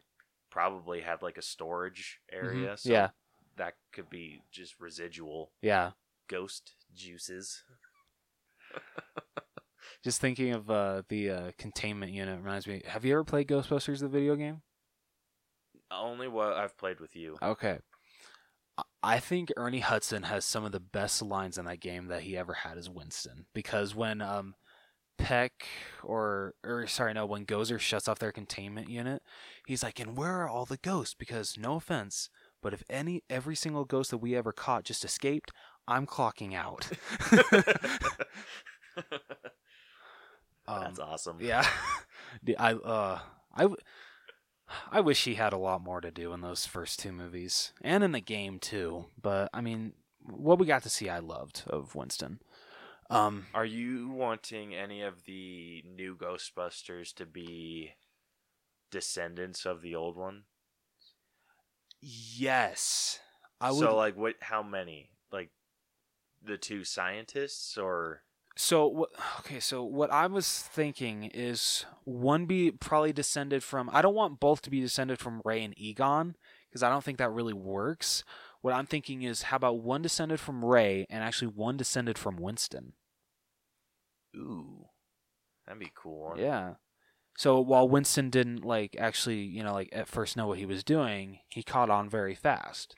B: probably have like a storage area
A: Mhm.
B: so
A: Yeah,
B: that could be just residual
A: yeah.
B: ghost juices.
A: Just thinking of uh, the uh, containment unit reminds me. Have you ever played Ghostbusters, the video game?
B: Only what I've played with you.
A: Okay. I- I think Ernie Hudson has some of the best lines in that game that he ever had as Winston. Because when um, Peck or or sorry no, when Gozer shuts off their containment unit, he's like, "And where are all the ghosts? Because no offense, but if any every single ghost that we ever caught just escaped, I'm clocking out." (laughs)
B: (laughs)
A: Um,
B: That's awesome.
A: Yeah, (laughs) The- I uh I. w- I wish he had a lot more to do in those first two movies and in the game too. But I mean, what we got to see, I loved of Winston. Um,
B: Are you wanting any of the new Ghostbusters to be descendants of the old one?
A: yes, I would.
B: So
A: So,
B: like what how many? Like the two scientists or
A: what? Okay, so what I was thinking is one be probably descended from. I don't want both to be descended from Ray and Egon because I don't think that really works. What I'm thinking is, how about one descended from Ray and actually one descended from Winston?
B: ooh. That'd be a cool. One.
A: Yeah. So while Winston didn't like actually, you know, like at first know what he was doing, he caught on very fast.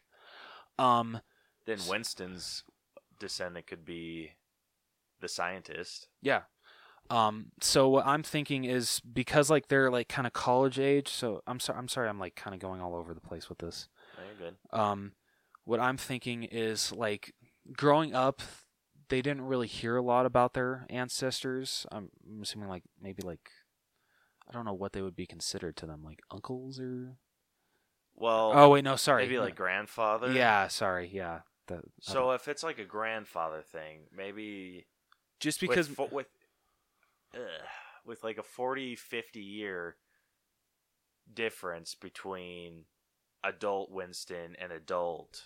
A: Um
B: Then Winston's descendant could be the scientist.
A: yeah. Um so what I'm thinking is because like they're like kind of college age, so I'm sorry I'm sorry I'm like kind of going all over the place with this.
B: Oh, you're good.
A: um, what I'm thinking is like growing up, they didn't really hear a lot about their ancestors. I'm I'm assuming like maybe like I don't know what they would be considered to them, like uncles or.
B: Well,
A: Oh wait, no, sorry.
B: maybe like grandfather.
A: Yeah, sorry. Yeah. The, I
B: So
A: don't-
B: if it's like a grandfather thing, maybe
A: just
B: with
A: because
B: fo- with ugh, with like a 40 50 year difference between adult Winston and adult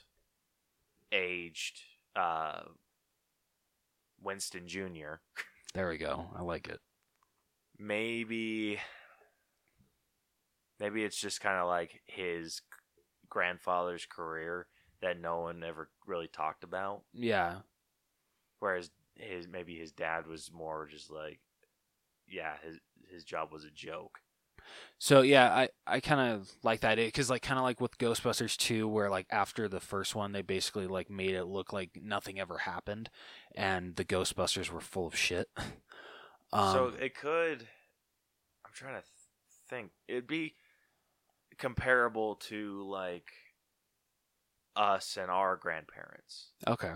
B: aged uh Winston Jr.
A: there we go. I like it.
B: Maybe maybe it's just kind of like his grandfather's career that no one ever really talked about.
A: Yeah.
B: whereas his maybe his dad was more just like yeah his his job was a joke
A: So yeah, I, I kind of like that because like kind of like with Ghostbusters 2 where like after the first one they basically like made it look like nothing ever happened and the Ghostbusters were full of shit. (laughs) um,
B: so it could. I'm trying to th- think. It'd be comparable to like us and our grandparents.
A: okay.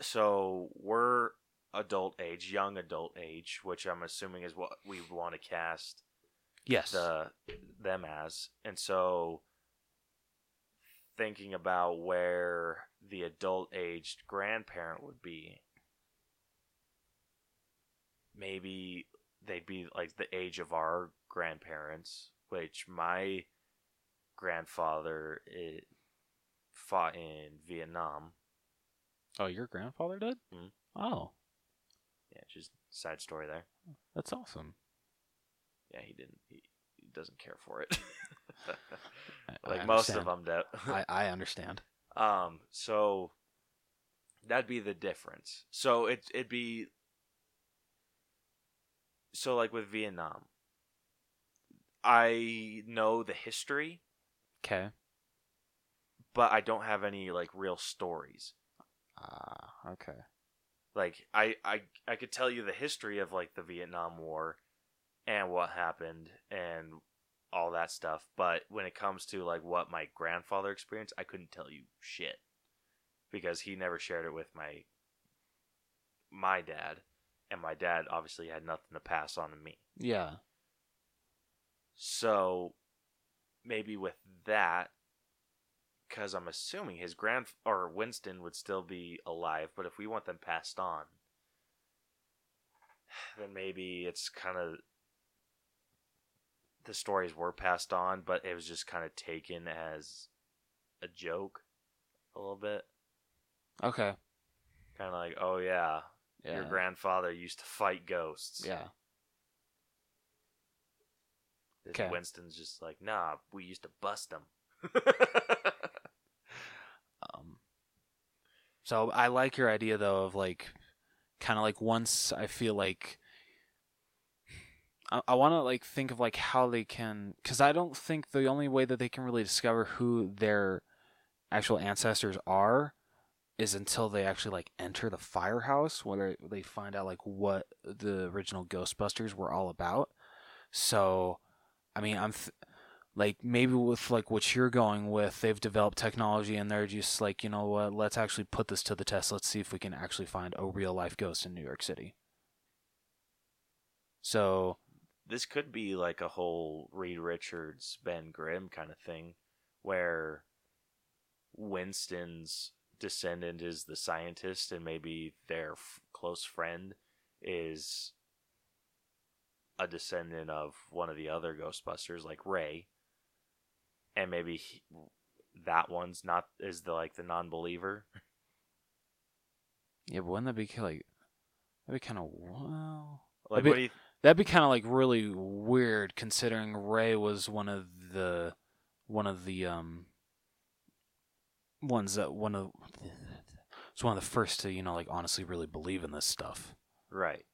B: So we're adult age, young adult age, which I'm assuming is what we want to cast
A: Yes.
B: the them as. And so thinking about where the adult aged grandparent would be maybe they'd be like the age of our grandparents, which my grandfather eh, fought in Vietnam.
A: oh, your grandfather did?
B: Mhm.
A: Oh,
B: Yeah, just side story there.
A: that's awesome.
B: Yeah, he didn't. He, he doesn't care
A: (laughs)
B: for it. (laughs)
A: I- I
B: like most of
A: understand.
B: them (laughs) do.
A: I, I understand.
B: Um, so that'd be the difference. So it it'd be so like with Vietnam. I know the history,
A: Okay.
B: but I don't have any like real stories.
A: Ah, okay.
B: Like I I I could tell you the history of like the Vietnam War and what happened and all that stuff, but when it comes to like what my grandfather experienced, I couldn't tell you shit because he never shared it with my my dad, and my dad obviously had nothing to pass on to me.
A: Yeah.
B: So maybe with that, because I'm assuming his grand or Winston would still be alive, but if we want them passed on, (sighs) then maybe it's kind of the stories were passed on, but it was just kind of taken as a joke a little bit.
A: Okay.
B: Kind of like, oh yeah,
A: Yeah.
B: your grandfather used to fight ghosts.
A: yeah.
B: And
A: Okay.
B: Winston's just like, nah, we used to bust (laughs) them.
A: Um, so I like your idea though of like, kind of like once I feel like. I, I want to like think of like how they can, because I don't think the only way that they can really discover who their actual ancestors are is until they actually like enter the firehouse where they find out like what the original Ghostbusters were all about. So, I mean, I'm th- like maybe with like what you're going with they've developed technology and they're just like you know what let's actually put this to the test let's see if we can actually find a real life ghost in new york city so
B: this could be like a whole Reed Richards, Ben Grimm kind of thing, where Winston's descendant is the scientist, and maybe their f- close friend is a descendant of one of the other Ghostbusters, like Ray, and maybe he, that one's not is the like the non-believer.
A: yeah but wouldn't that be ki- like that'd be kind of wow
B: Like,
A: Maybe-
B: what do you?
A: that'd be kind of like really weird considering ray was one of the one of the um ones that one of it's one of the first to you know like honestly really believe in this stuff
B: Right.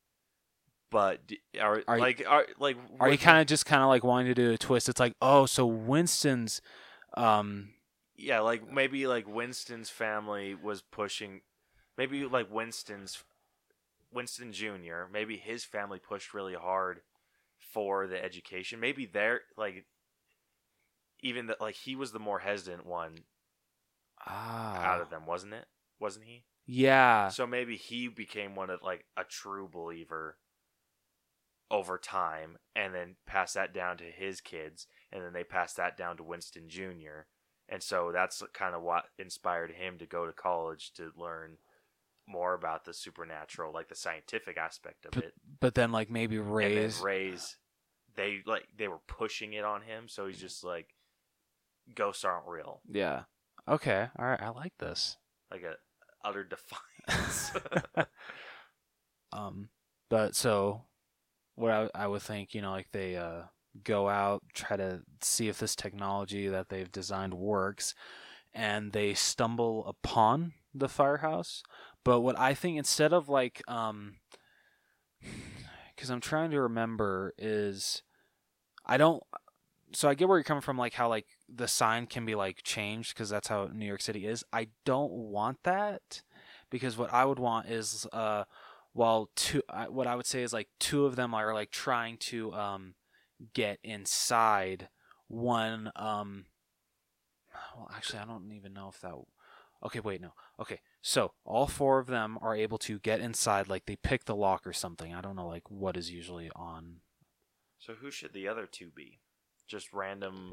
B: But d- are,
A: Are you-
B: like are like
A: Are you
B: what-
A: kind of just kind of like wanting to do a twist? It's like, oh, so Winston's, um,
B: Yeah, like maybe like Winston's family was pushing, maybe like Winston's, Winston Jr. Maybe his family pushed really hard for the education. Maybe they're like, even that like he was the more hesitant one
A: ah,
B: out of them, wasn't it? Wasn't he?
A: yeah,
B: So maybe he became one of like a true believer over time and then passed that down to his kids and then they passed that down to Winston Jr. And so that's kind of what inspired him to go to college to learn more about the supernatural, like the scientific aspect of it.
A: but then like maybe
B: And then
A: Ray's,
B: Ray's they like they were pushing it on him, so he's just like ghosts aren't real.
A: yeah, okay, all right, I like this.
B: Like a utter defiance. (laughs)
A: Um, but so what I, I would think, you know, like they uh, go out, try to see if this technology that they've designed works, and they stumble upon the firehouse. But what I think, instead of like, (sighs) um, because I'm trying to remember, is I don't. So I get where you're coming from, like how like the sign can be like changed because that's how New York City is. I don't want that because what I would want is uh, while two, I, what I would say is like two of them are like trying to um get inside one um. Well, actually, I don't even know if that. Okay, wait, no. Okay, so all four of them are able to get inside, like they pick the lock or something. I don't know, like what is usually on
B: So who should the other two be? Just random,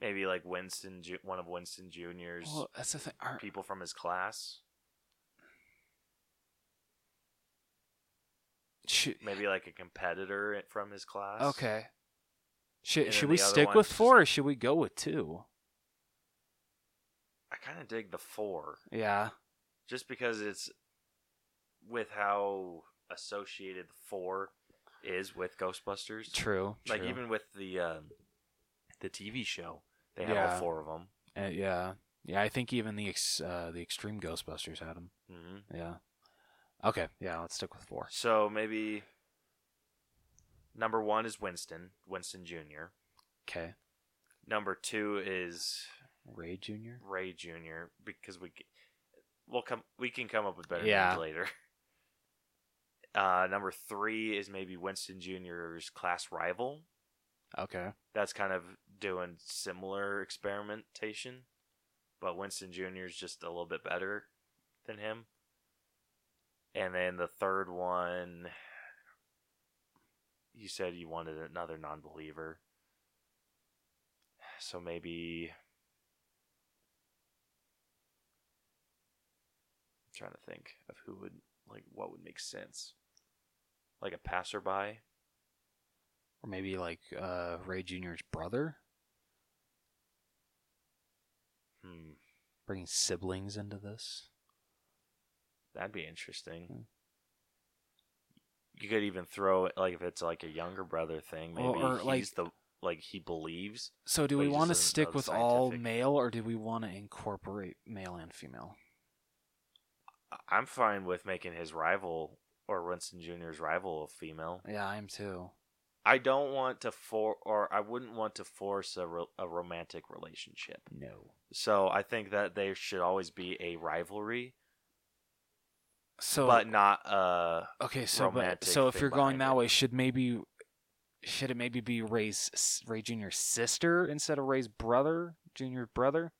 B: maybe like Winston, Ju- one of Winston Junior's
A: Well, er, that's the thing. Are,
B: people from his class.
A: should,
B: Maybe like a competitor from his class.
A: okay.
B: And
A: Should
B: then
A: should we
B: the other
A: stick
B: one
A: with
B: is just-
A: four or should we go with two?
B: I kind of dig the four,
A: Yeah.
B: just because it's with how associated the four is with Ghostbusters.
A: True.
B: Like
A: true.
B: even with the um, the TV show, they have
A: Yeah.
B: all four of them.
A: Uh, yeah. Yeah, I think even the ex, uh, the extreme Ghostbusters had them.
B: hmm
A: Yeah. Okay. Yeah, let's stick with four.
B: So maybe number one is Winston, Winston Junior.
A: Okay.
B: Number two is
A: Ray Junior.
B: Ray Junior because we c- we'll come we can come up with better
A: Yeah.
B: names later. (laughs) Uh, number three is maybe Winston Junior's class rival.
A: Okay.
B: That's kind of doing similar experimentation, but Winston Junior's just a little bit better than him. And then the third one, you said you wanted another non-believer, so maybe. I'm trying to think of who would like what would make sense, like a passerby.
A: Or maybe like uh, Ray Junior's brother,
B: Hmm.
A: bringing siblings into this.
B: That'd be interesting.
A: Hmm.
B: You could even throw it like if it's like a younger brother thing, maybe
A: Or- or,
B: he's
A: like-
B: the like he believes.
A: So, do
B: But
A: we
B: he just
A: want to
B: doesn't know
A: stick
B: the
A: with all
B: scientific-
A: male, or do we want to incorporate male and female?
B: I- I'm fine with making his rival or Winston Jr.'s rival a female.
A: Yeah, I am too.
B: I don't want to for or I wouldn't want to force a, ro- a romantic relationship.
A: No.
B: So I think that there should always be a rivalry,
A: So,
B: but not uh
A: okay, so but,
B: romantic
A: so if
B: thing
A: you're going
B: behind
A: that
B: it.
A: way, should maybe should it maybe be Ray's s- Ray Junior's sister instead of Ray's brother, Junior's brother?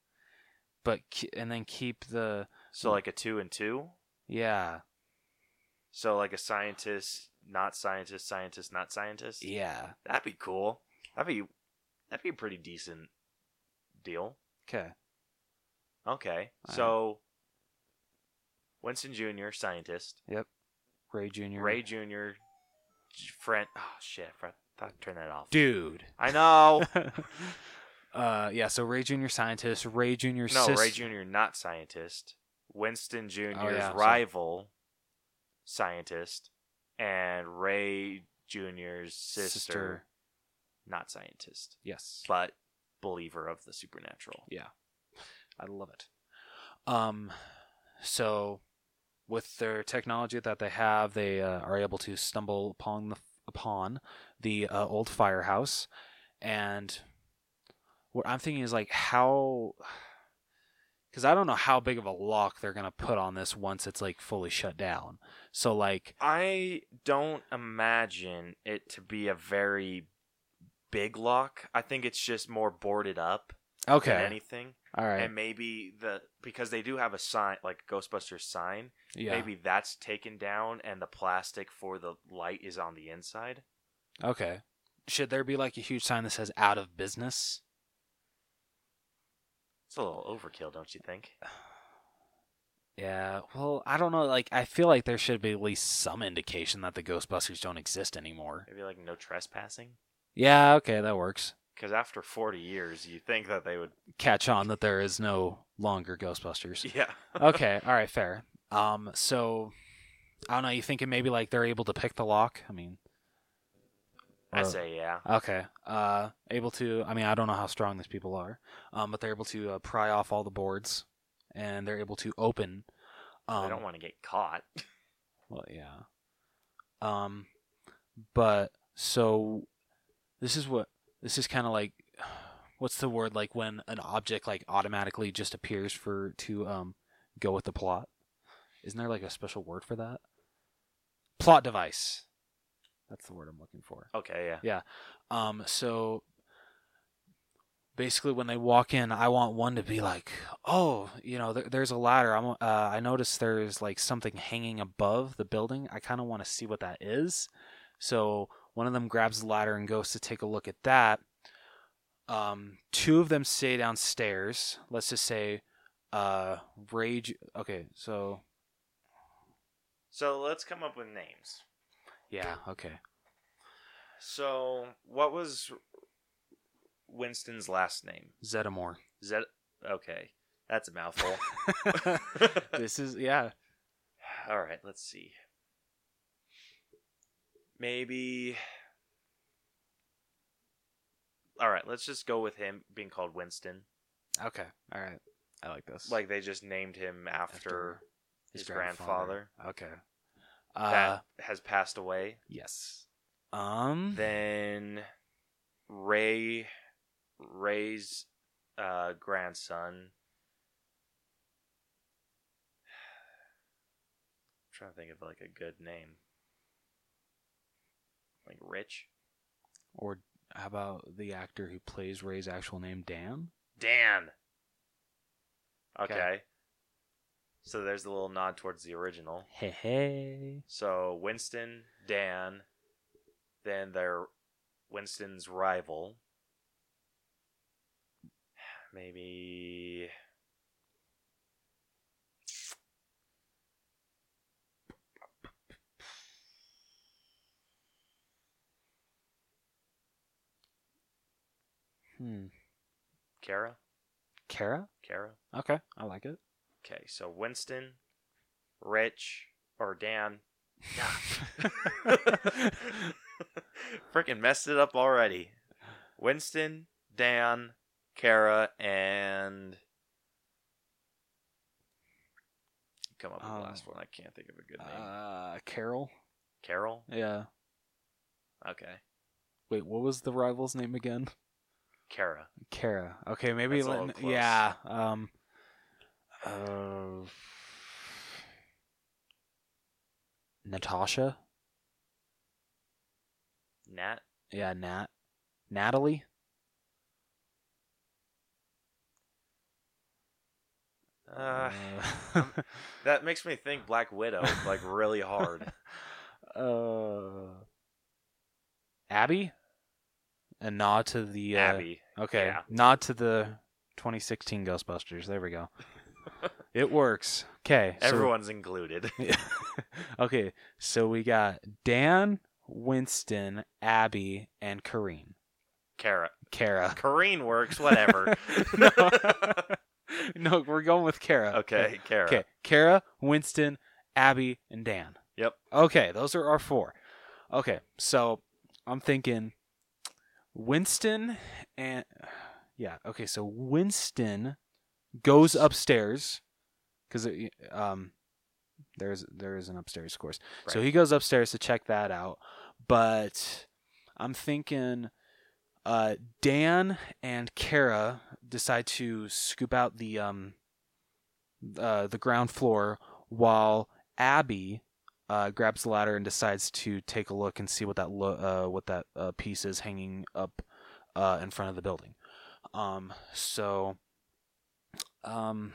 A: But ke- and then keep the
B: so like a two and two.
A: yeah
B: So like a scientist, not scientist, scientist, not scientist.
A: yeah
B: That'd be cool. That'd be that'd be a pretty decent deal.
A: okay
B: Okay.
A: Alright.
B: So Winston Jr., scientist.
A: Ray Junior
B: Ray Jr., j- friend. Oh, shit. I thought turn that
A: (laughs)
B: off.
A: dude.
B: I know.
A: uh yeah, so Ray Junior scientist, Ray Junior
B: no, Ray Jr., not scientist. Winston Jr.'s
A: Oh, yeah, so-
B: rival, scientist. And Ray Jr.'s sister, not scientist,
A: Yes.
B: but believer of the supernatural.
A: I love it. Um, so with their technology that they have, they uh, are able to stumble upon the upon the uh, old firehouse, and what I'm thinking is like how, because I don't know how big of a lock they're gonna put on this once it's like fully shut down. So like,
B: I don't imagine it to be a very big lock. I think it's just more boarded up than
A: okay,
B: anything.
A: all right,
B: And maybe the because they do have a sign like Ghostbusters sign,
A: yeah,
B: maybe that's taken down and the plastic for the light is on the inside.
A: okay. Should there be like a huge sign that says "out of business"?
B: It's a little overkill, don't you think?
A: Yeah, well, I don't know. Like, I feel like there should be at least some indication that the Ghostbusters don't exist anymore.
B: Maybe like no trespassing.
A: Yeah, okay, that works.
B: Because after 40 years, you think that they
A: (laughs)
B: would.
A: Catch on that there is no longer (laughs) Ghostbusters.
B: Yeah.
A: okay, all right, fair. Um, so I don't know. You thinking maybe like they're able to pick the lock? I mean,
B: I
A: or-
B: say, yeah.
A: Okay. Uh, able to. I mean, I don't know how strong these people are, um, but they're able to uh, pry off all the boards, and they're able to open. Um,
B: I don't want to get caught. (laughs)
A: Well, yeah. Um, but so this is what this is kind of like (sighs) what's the word like when an object like automatically just appears for to um go with the plot isn't there like a special word for that plot device that's the word i'm looking for
B: Okay, yeah.
A: um so basically when they walk in i want one to be like oh you know there, there's a ladder i'm uh, i noticed there's like something hanging above the building i kind of want to see what that is so one of them grabs the ladder and goes to take a look at that um two of them stay downstairs let's just say uh rage okay so
B: So let's come up with names.
A: yeah okay
B: So what was Winston's last name?
A: zetamore
B: Is that okay? That's a (laughs) mouthful.
A: (laughs) this is yeah
B: All right, let's see. Maybe. All right, let's just go with him being called Winston.
A: okay all right i like this
B: Like they just named him after, his, grandfather,
A: Okay. Uh,
B: that has passed away.
A: yes. Um.
B: (laughs) Then Ray, Ray's uh, grandson. (sighs) I'm trying to think of like a good name. Like Rich.
A: or how about the actor who plays Ray's actual name, Dan?
B: Dan. Okay.
A: 'Kay.
B: So there's the little nod towards the original.
A: Hey, hey.
B: So Winston, Dan, then their Winston's rival. Maybe
A: Hmm.
B: Kara?
A: Kara.
B: Kara?
A: Okay, I like it.
B: Okay, so Winston, Rich, or
A: (laughs)
B: Dan. (laughs) Freaking messed it up already. Winston, Dan, Kara, and come up with
A: Um,
B: the last one. I can't think of a good name.
A: uh, Carol.
B: Carol.
A: Yeah.
B: Okay,
A: Wait, what was the rival's name again?
B: Kara.
A: Kara. Okay, maybe.
B: That's a
A: let-
B: little close.
A: Yeah. Um. Uh, Natasha.
B: Nat.
A: Yeah, Nat. Natalie.
B: Uh,
A: Uh,
B: that makes me think Black Widow like
A: (laughs)
B: really hard. um,
A: uh, Abby. A nod to the uh,
B: Abby.
A: Okay,
B: yeah.
A: nod to the 2016 Ghostbusters. There we
B: (laughs)
A: go. it works. Okay, (laughs)
B: Everyone's included.
A: okay, so we got Dan, Winston, Abby, and Kareen.
B: Kara.
A: Kara.
B: Kareen works. Whatever.
A: (laughs)
B: (laughs)
A: no. (laughs) no, we're going with Kara.
B: okay, Kara.
A: Okay, Kara, Winston, Abby, and Dan.
B: Yep.
A: Okay, those are our four. Okay, so I'm thinking Winston and yeah, okay, so Winston goes upstairs cuz um there's there is an upstairs of course. So
B: Right.
A: he goes upstairs to check that out, but I'm thinking uh, Dan and Kara decide to scoop out the um, uh, the ground floor while Abby uh, grabs the ladder and decides to take a look and see what that lo- uh, what that uh, piece is hanging up uh, in front of the building. Um, so, um,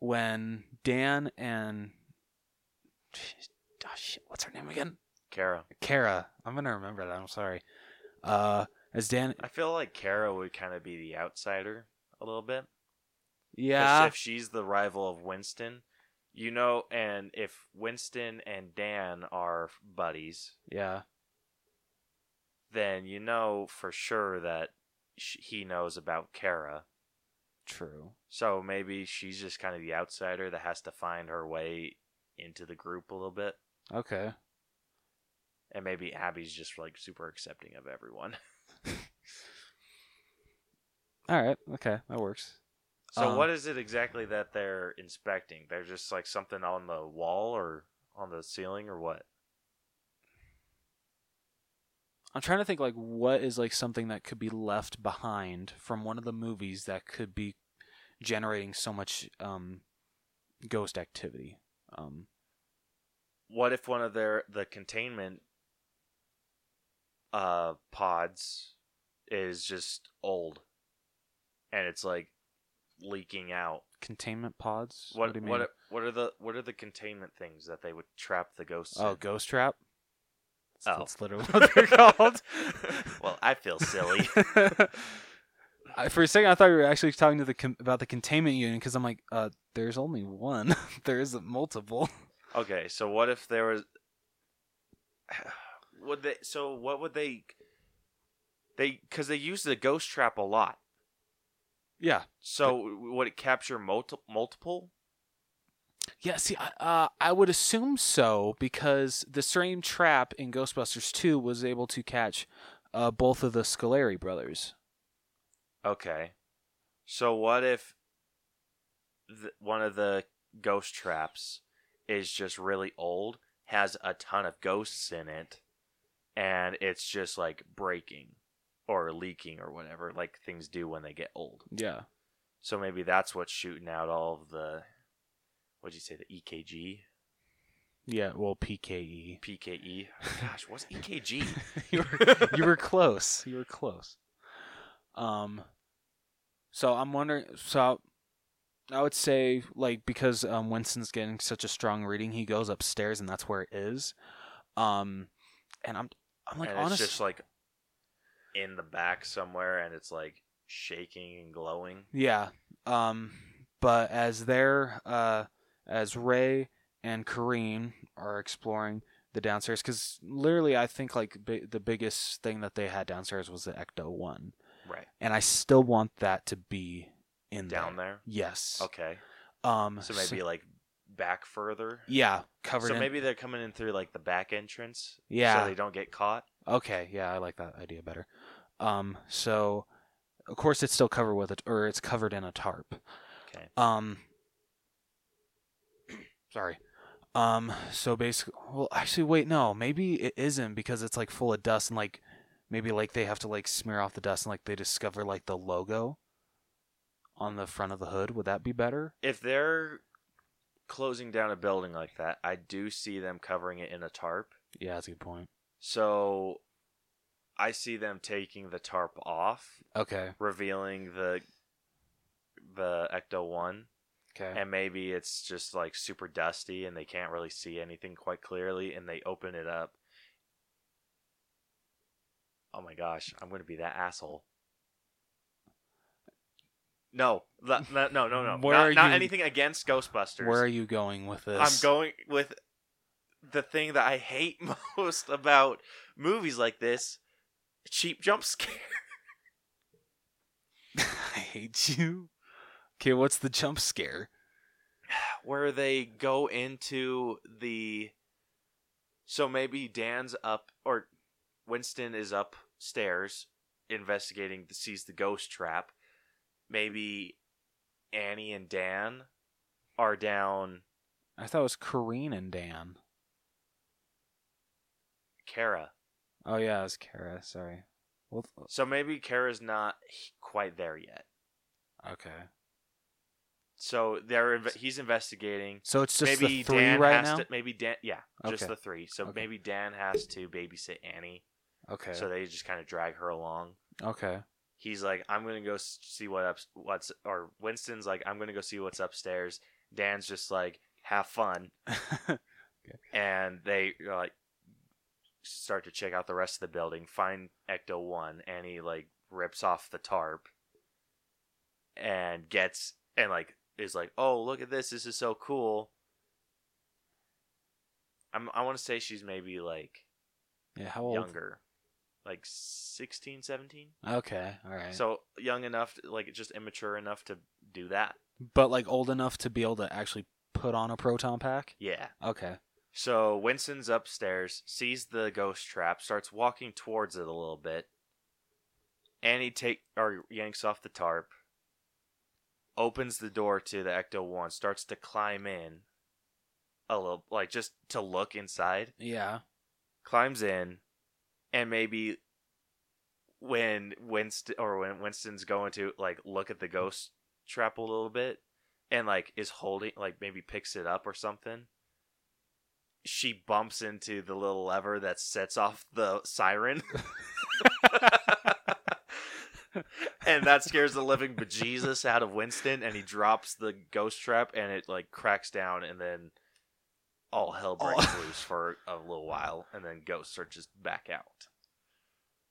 A: when Dan and oh, shit, what's her name again?
B: Kara.
A: Kara. I'm gonna remember that. I'm sorry. Uh, as Dan,
B: I feel like Kara would kind of be the outsider a little bit. 'Cause
A: yeah,
B: If she's the rival of Winston, you know, and if Winston and Dan are buddies,
A: yeah,
B: then you know for sure that sh- he knows about Kara.
A: true.
B: So maybe she's just kind of the outsider that has to find her way into the group a little bit.
A: Okay,
B: And maybe Abby's just like super accepting of everyone. (laughs)
A: all right, okay, that works.
B: So
A: Um,
B: what is it exactly that they're inspecting? They're just like something on the wall or on the ceiling or what?
A: I'm trying to think like what is like something that could be left behind from one of the movies that could be generating so much um, ghost activity. Um,
B: What if one of their the containment uh pods is just old and it's like leaking out?
A: containment pods.
B: What
A: do you
B: what
A: mean?
B: are- what are the what are the containment things that they would trap the ghosts
A: oh,
B: in?
A: ghost trap. That's,
B: Oh.
A: that's literally what
B: (laughs)
A: they're (laughs) called.
B: well, I feel silly.
A: (laughs) I, for a second, I thought you were actually talking to the con- about the containment unit because I'm like, uh, there's only one. (laughs) there isn't multiple.
B: Okay, so what if there was (sighs) would they so what would they they cuz they use the ghost trap a lot.
A: Yeah.
B: So would it capture multi- multiple?
A: Yeah, see, I- uh, I would assume so because the same trap in Ghostbusters 2 was able to catch uh, both of the Scolari brothers.
B: Okay. So what if th- one of the ghost traps is just really old, has a ton of ghosts in it, and it's just like breaking or leaking or whatever like things do when they get old.
A: Yeah.
B: So maybe that's what's shooting out all of the what'd you say, the E EKG?
A: Yeah, well, E. (laughs) PKE.
B: PKE? E? Gosh, what's EKG?
A: you, were, you were close. You were close. Um, so I'm wondering. So I would say, like, because um, Winston's getting such a strong reading, he goes upstairs, and that's where it is. Um, and I'm, I'm (laughs) like,
B: and
A: honestly,
B: it's just like in the back somewhere and it's like shaking and glowing.
A: Yeah. Um, but as they're uh, as Ray and Kareem are exploring the downstairs, because literally, I think like bi- the biggest thing that they had downstairs was the Ecto One,
B: Right.
A: and I still want that to be in
B: Down there.
A: Yes.
B: Okay.
A: Um.
B: So maybe like back further.
A: yeah, covered
B: so
A: in.
B: maybe they're coming in through like the back entrance.
A: yeah.
B: So they don't get caught.
A: Okay, yeah, I like that idea better. Um, so of course it's still covered with it, or it's covered in a tarp.
B: Okay.
A: Um, (clears throat) sorry. Um, so basically, well, actually, wait, no, maybe it isn't because it's like full of dust and like maybe like they have to like smear off the dust and like they discover like the logo on the front of the hood. Would that be better?
B: If they're closing down a building like that, I do see them covering it in a tarp.
A: Yeah, that's a good point.
B: So I see them taking the tarp off,
A: Okay.
B: revealing the the Ecto one,
A: Okay.
B: and maybe it's just like super dusty and they can't really see anything quite clearly, and they open it up. Oh my gosh, I'm gonna be that asshole. No, la- la- no, no, no.
A: (laughs) Where
B: not,
A: are
B: not
A: you-
B: anything against Ghostbusters.
A: Where are you going with this?
B: I'm going with the thing that I hate (laughs) most about movies like this: cheap jump scare.
A: (laughs) I hate you. Okay, what's the jump scare?
B: where they go into the so maybe Dan's up or Winston is upstairs investigating sees the ghost trap. Maybe Annie and Dan are down
A: I thought it was Kareen and Dan.
B: Kara.
A: Oh yeah, it was Kara. Sorry. Well,
B: So maybe Kara's not quite there yet.
A: okay.
B: So they're inve- he's investigating.
A: So it's just
B: maybe
A: the three
B: Dan
A: right
B: has
A: now.
B: to maybe Dan yeah, just
A: Okay.
B: the three. So
A: Okay.
B: maybe Dan has to babysit Annie.
A: Okay.
B: So they just kind of drag her along.
A: okay. (laughs)
B: he's like, I'm gonna go s- see what up, what's or Winston's like, I'm gonna go see what's upstairs. Dan's just like, have fun, and they uh, like start to check out the rest of the building. Find Ecto One, and he like rips off the tarp and gets and like is like, oh look at this, this is so cool. I'm, I want to say she's maybe like
A: yeah. How old?
B: younger, like 16, 17.
A: Okay. All right. So,
B: So young enough, to- like just immature enough to do that.
A: but like old enough to be able to actually put on a proton pack.
B: Yeah.
A: Okay.
B: So Winston's upstairs, sees the ghost trap, starts walking towards it a little bit. Annie take or yanks off the tarp, opens the door to the Ecto One, starts to climb in, a little like just to look inside.
A: Yeah.
B: climbs in and maybe when Winston or when Winston's going to like look at the ghost trap a little bit and like is holding like maybe picks it up or something. She bumps into the little lever that sets off the siren. (laughs) and that scares the living bejesus out of Winston and he drops the ghost trap and it like cracks down and then all hell breaks loose for a little while and then ghost searches back out.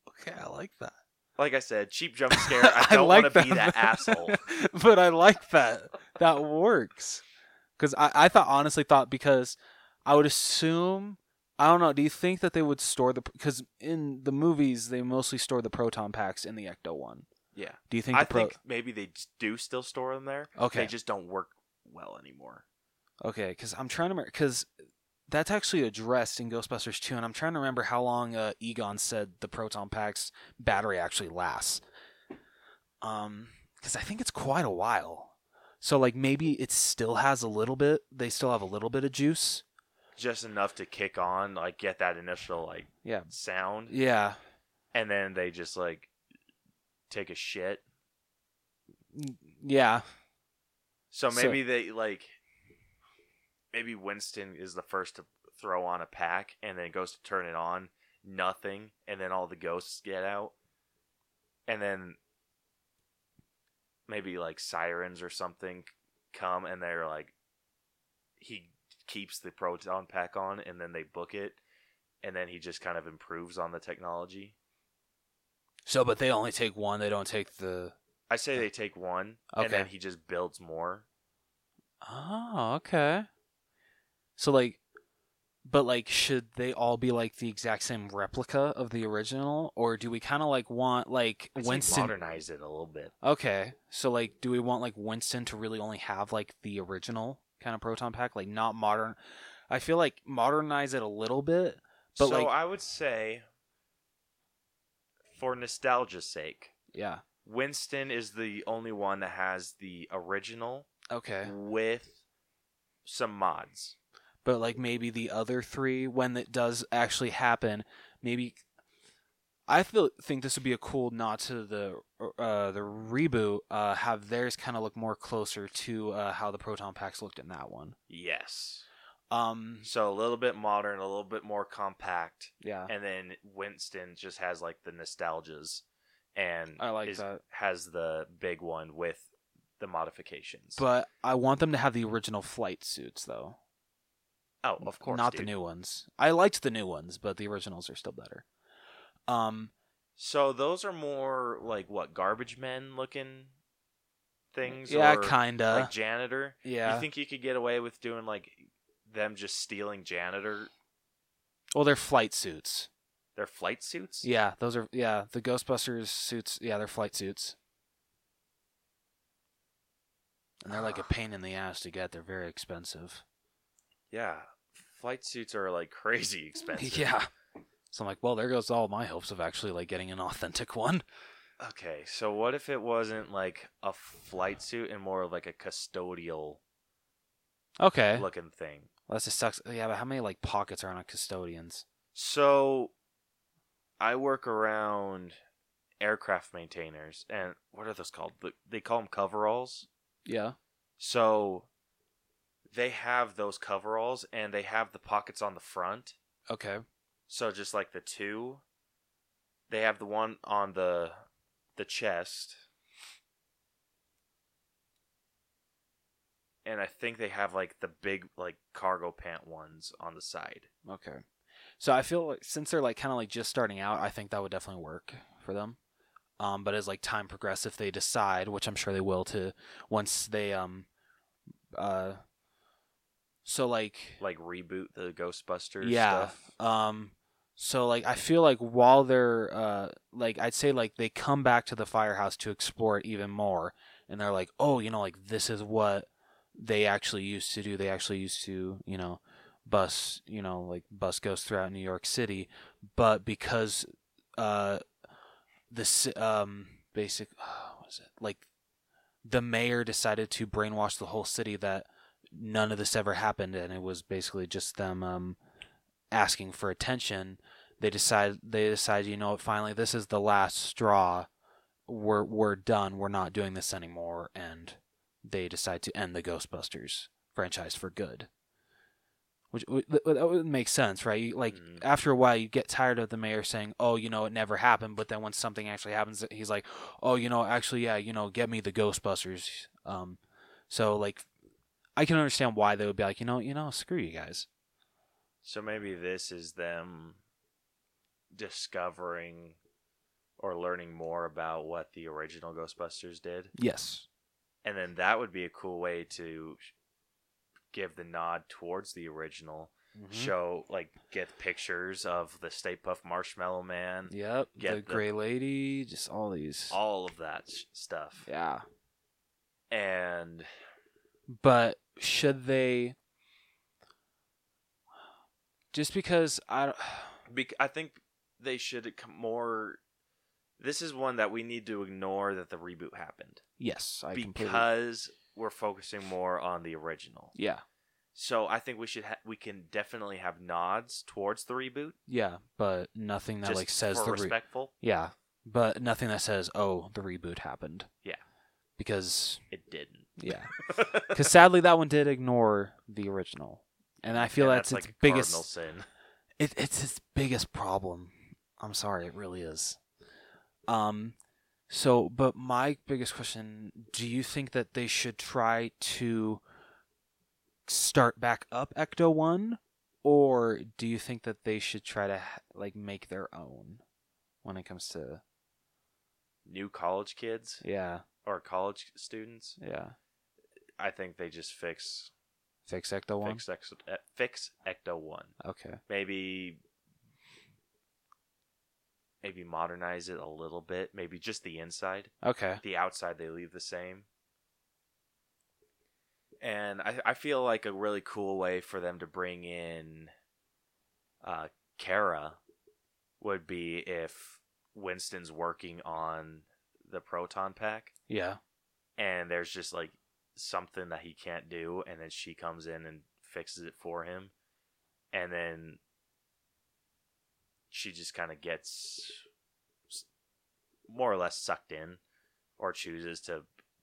A: Okay, I like that.
B: Like I said,
A: (laughs)
B: cheap jump scare. I don't want to be that
A: but-
B: asshole.
A: (laughs) but I like that. That works. Because I, I thought honestly thought because I would assume I don't know. Do you think that they would store the because in the movies they mostly store the proton packs in the Ecto one?
B: Yeah.
A: Do you think
B: I
A: the pro?
B: think maybe they j- do still store them there.
A: okay,
B: They just don't work well anymore.
A: okay. Because I'm trying to remember because that's actually addressed in Ghostbusters two, and I'm trying to remember how long uh, Egon said the proton packs battery actually lasts. Um, because I think it's quite a while. So like maybe it still has a little bit. They still have a little bit of juice.
B: Just enough to kick on, like get that initial like
A: Yeah.
B: sound,
A: Yeah.
B: and then they just like take a shit.
A: Yeah.
B: So
A: So-
B: maybe they like maybe Winston is the first to throw on a pack and then goes to turn it on, nothing, and then all the ghosts get out. And then maybe like sirens or something come and they're like he keeps the proton pack on and then they book it and then he just kind of improves on the technology.
A: So, but they only take one. They don't take the.
B: I say they take one and
A: Okay.
B: then he just builds more.
A: Oh, okay. So like, but like, should they all be like the exact same replica of the original, or do we kind of like want like
B: I'd say
A: Winston?
B: modernize it a little bit.
A: Okay, so like, do we want like Winston to really only have like the original kind of proton pack, like not modern? I feel like modernize it a little bit, But,
B: so
A: like-
B: I would say, for nostalgia's sake,
A: yeah.
B: Winston is the only one that has the original
A: Okay,
B: with some mods.
A: but like maybe the other three when it does actually happen maybe i feel think this would be a cool nod to the uh, the reboot uh, have theirs kind of look more closer to uh, how the proton packs looked in that one
B: Yes.
A: um
B: So a little bit modern, a little bit more compact,
A: yeah
B: and then Winston just has like the nostalgias, and
A: I like
B: is-
A: that.
B: has the big one with the modifications.
A: but i want them to have the original flight suits though
B: oh, of course,
A: not
B: dude.
A: the new ones i liked the new ones but the originals are still better um
B: So those are more like what garbage men looking things.
A: yeah
B: or
A: kinda
B: like janitor.
A: yeah
B: You think you could get away with doing like them just stealing janitor
A: well they're flight suits
B: their flight suits?
A: Yeah, those are yeah, the Ghostbusters suits, yeah, they're flight suits. And they're like a pain in the ass to get. They're very (laughs) expensive.
B: Yeah. Flight suits are like (laughs) crazy expensive.
A: yeah. So I'm like, well, there goes all my hopes of actually like getting an authentic one.
B: Okay, so what if it wasn't like a flight suit and more of like a custodial
A: Okay.
B: looking thing?
A: Well, that just sucks. Yeah, but how many like pockets are on a custodian's?
B: So I work around aircraft maintainers and what are those called? The- They call them coveralls.
A: Yeah.
B: So they have those coveralls and they have the pockets on the front.
A: Okay.
B: So just like the two, they have the one on the the chest. And I think they have like the big like cargo pant ones on the side.
A: Okay. So I feel like since they're like kind of like just starting out, I think that would definitely work for them. Um, but as like time progresses, if they decide, which I'm sure they will, to once they um, uh, so like
B: Like reboot the Ghostbusters
A: yeah
B: stuff.
A: um, so like I feel like while they're uh like I'd say like they come back to the firehouse to explore it even more, and they're like, oh, you know, like this is what they actually used to do. They actually used to, you know, bus, you know, like bus goes throughout New York City, but because uh the ci- um basic what was it? Like the mayor decided to brainwash the whole city that none of this ever happened and it was basically just them um asking for attention they decide they decide you know what finally this is the last straw we're we're done we're not doing this anymore and they decide to end the ghostbusters franchise for good which w- th- that would make sense right You- like
B: Mhm.
A: after a while you get tired of the mayor saying oh you know it never happened but then when something actually happens he's like oh you know actually yeah you know get me the ghostbusters um so like i can understand why they would be like you know you know screw you guys
B: So maybe this is them discovering or learning more about what the original Ghostbusters did.
A: yes
B: And then that would be a cool way to sh- give the nod towards the original.
A: Mm-hmm.
B: Show like get pictures of the Stay Puft Marshmallow Man,
A: Yep.
B: Get
A: the
B: the-
A: Gray Lady, just all these.
B: all of that s- stuff.
A: yeah.
B: And
A: But should they. Just because I don't. (sighs)
B: bec- I think they should c- more. This is one that we need to ignore that the reboot happened
A: Yes, I completely.
B: because we're focusing more on the original.
A: Yeah.
B: So I think we should ha- we can definitely have nods towards the reboot.
A: Yeah. But nothing that,
B: just
A: like, says
B: for
A: the. Re-
B: respectful.
A: yeah. But nothing that says, oh, the reboot happened.
B: Yeah.
A: Because.
B: it
A: (laughs)
B: didn't.
A: Yeah. Because sadly, that one did ignore the original.
B: (laughs)
A: And I feel
B: And
A: that's, its
B: a
A: biggest.
B: cardinal sin.
A: It, it's his biggest problem. I'm sorry, it really is. Um, so, but my biggest question: Do you think that they should try to start back up Ecto One, or do you think that they should try to ha- like make their own when it comes to
B: New college kids
A: yeah,
B: or college students.
A: yeah,
B: I think they just fix
A: fix Ecto One?
B: fix Ex- eh, fix Ecto One.
A: Okay,
B: Maybe maybe modernize it a little bit. Maybe just the inside.
A: okay,
B: the outside they leave the same. And I, I feel like a really cool way for them to bring in uh, Kara would be if Winston's working on the proton pack
A: yeah,
B: and there's just like something that he can't do and then she comes in and fixes it for him and then she just kind of gets s- more or less sucked in or chooses to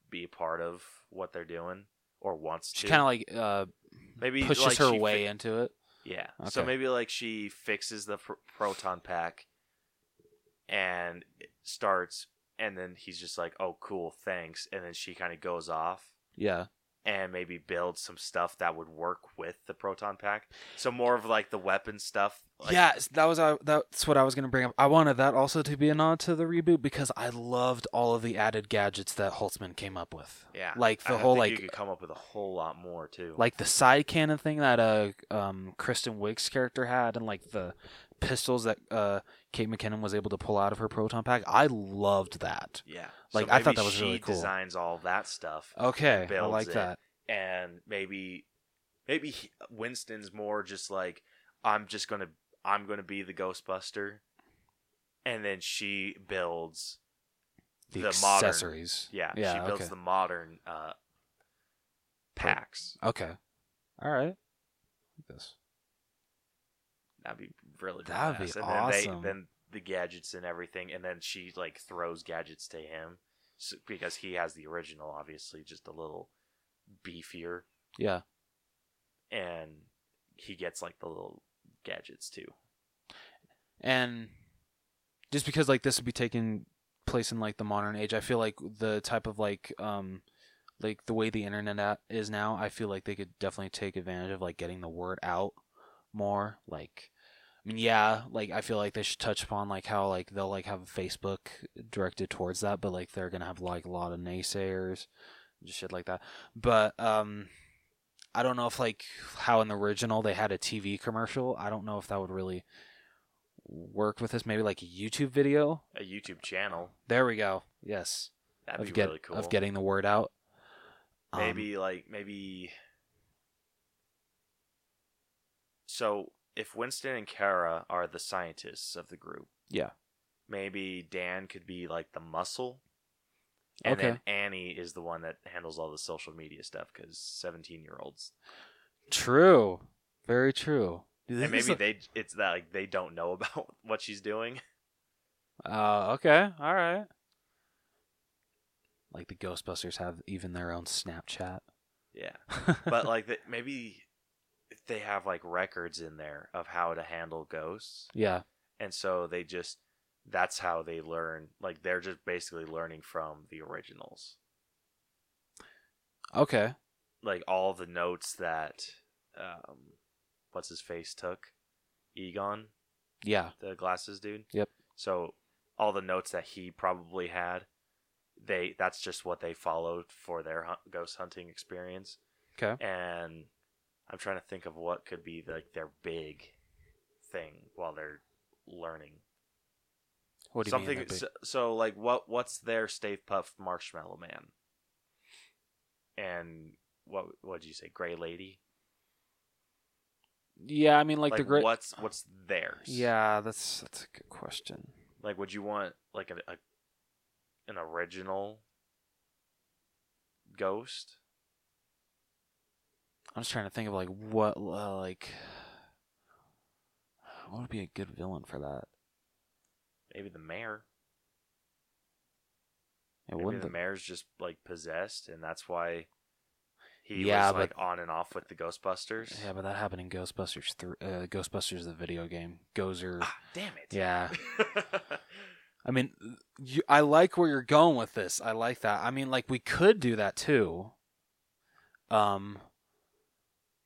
B: be a part of what they're doing or wants
A: she
B: to
A: kind of like uh
B: maybe
A: pushes
B: like,
A: her
B: she
A: way
B: fi-
A: into it.
B: yeah so
A: Okay.
B: maybe like she fixes the pr- proton pack and it starts and then he's just like oh cool thanks and then she kind of goes off
A: Yeah,
B: and maybe build some stuff that would work with the proton pack. So more of like the weapon stuff. Like,
A: yeah, s- that was I that's what I was gonna bring up. I wanted that also to be a nod to the reboot because I loved all of the added gadgets that Holtzman came up with,
B: yeah.
A: like
B: I
A: the whole
B: think you
A: like
B: could come up with a whole lot more too.
A: like the side cannon thing that uh um Kristen Wiig's character had, and like the pistols that uh Kate McKinnon was able to pull out of her proton pack. I loved that.
B: yeah.
A: like,
B: so
A: I thought
B: maybe
A: that was
B: she
A: really cool. Oh.
B: Designs all that stuff,
A: Okay, I
B: builds
A: like
B: it.
A: that.
B: and maybe maybe he- Winston's more just like I'm just gonna I'm gonna be the Ghostbuster, and then she builds
A: The,
B: the modern-
A: accessories.
B: yeah,
A: Yeah,
B: she builds
A: okay.
B: the modern uh, packs.
A: Okay, all right. Like this.
B: That'd be really
A: That'd be
B: badass. and then,
A: awesome.
B: They, then the gadgets and everything, and then she like throws gadgets to him so, because he has the original, obviously, just a little beefier,
A: Yeah,
B: and he gets like the little gadgets too.
A: and just because like this would be taking place in like the modern age i feel like the type of like um like the way the internet at- is now i feel like they could definitely take advantage of like getting the word out more like i mean yeah like i feel like they should touch upon like how like they'll like have facebook directed towards that but like they're gonna have like a lot of naysayers and shit like that but um i don't know if like how in the original they had a tv commercial i don't know if that would really work with this maybe like a youtube video
B: A YouTube channel
A: there we go. Yes.
B: that'd
A: of
B: be
A: get-
B: really cool.
A: Of getting the word out. Um,
B: maybe like maybe. So if Winston and Kara are the scientists of the group,
A: Yeah.
B: maybe Dan could be like the muscle And
A: okay.
B: then Annie is the one that handles all the social media stuff because 17 year olds.
A: True. Very true. Do
B: And
A: think
B: maybe
A: it's
B: they it's that like they don't know (laughs) about what she's doing.
A: a- Oh, okay. All right. Like the Ghostbusters have even their own Snapchat. (laughs)
B: Yeah. (laughs) But like that maybe if they have like records in there of how to handle ghosts.
A: yeah.
B: And so they just that's how they learn. Like they're just basically learning from the originals.
A: Okay.
B: Like all the notes that um what's his face took? Egon,
A: Yeah.
B: the glasses dude.
A: Yep.
B: So all the notes that he probably had, they that's just what they followed for their hu- ghost hunting experience.
A: Okay.
B: and I'm trying to think of what could be like their big thing while they're learning
A: What do you
B: something.
A: mean? that'd be-
B: so, so, like, what what's their Stave Puff Marshmallow Man? And what what did you say, Gray Lady?
A: yeah, I mean like, the great.
B: what's what's theirs?
A: Yeah, that's that's a good question.
B: like would you want like a, a an original ghost?
A: I'm just trying to think of like what uh, like what would be a good villain for that?
B: Maybe the mayor.
A: It
B: Maybe
A: wouldn't.
B: the
A: be-
B: mayor's just like possessed, and that's why he
A: Yeah,
B: was
A: but-
B: like on and off with the Ghostbusters.
A: Yeah, but that happened in Ghostbusters. Th- uh, Ghostbusters, the video game. Gozer.
B: Ah, damn it.
A: Yeah. I mean, you, I like where you're going with this. I like that. I mean, like we could do that too. Um,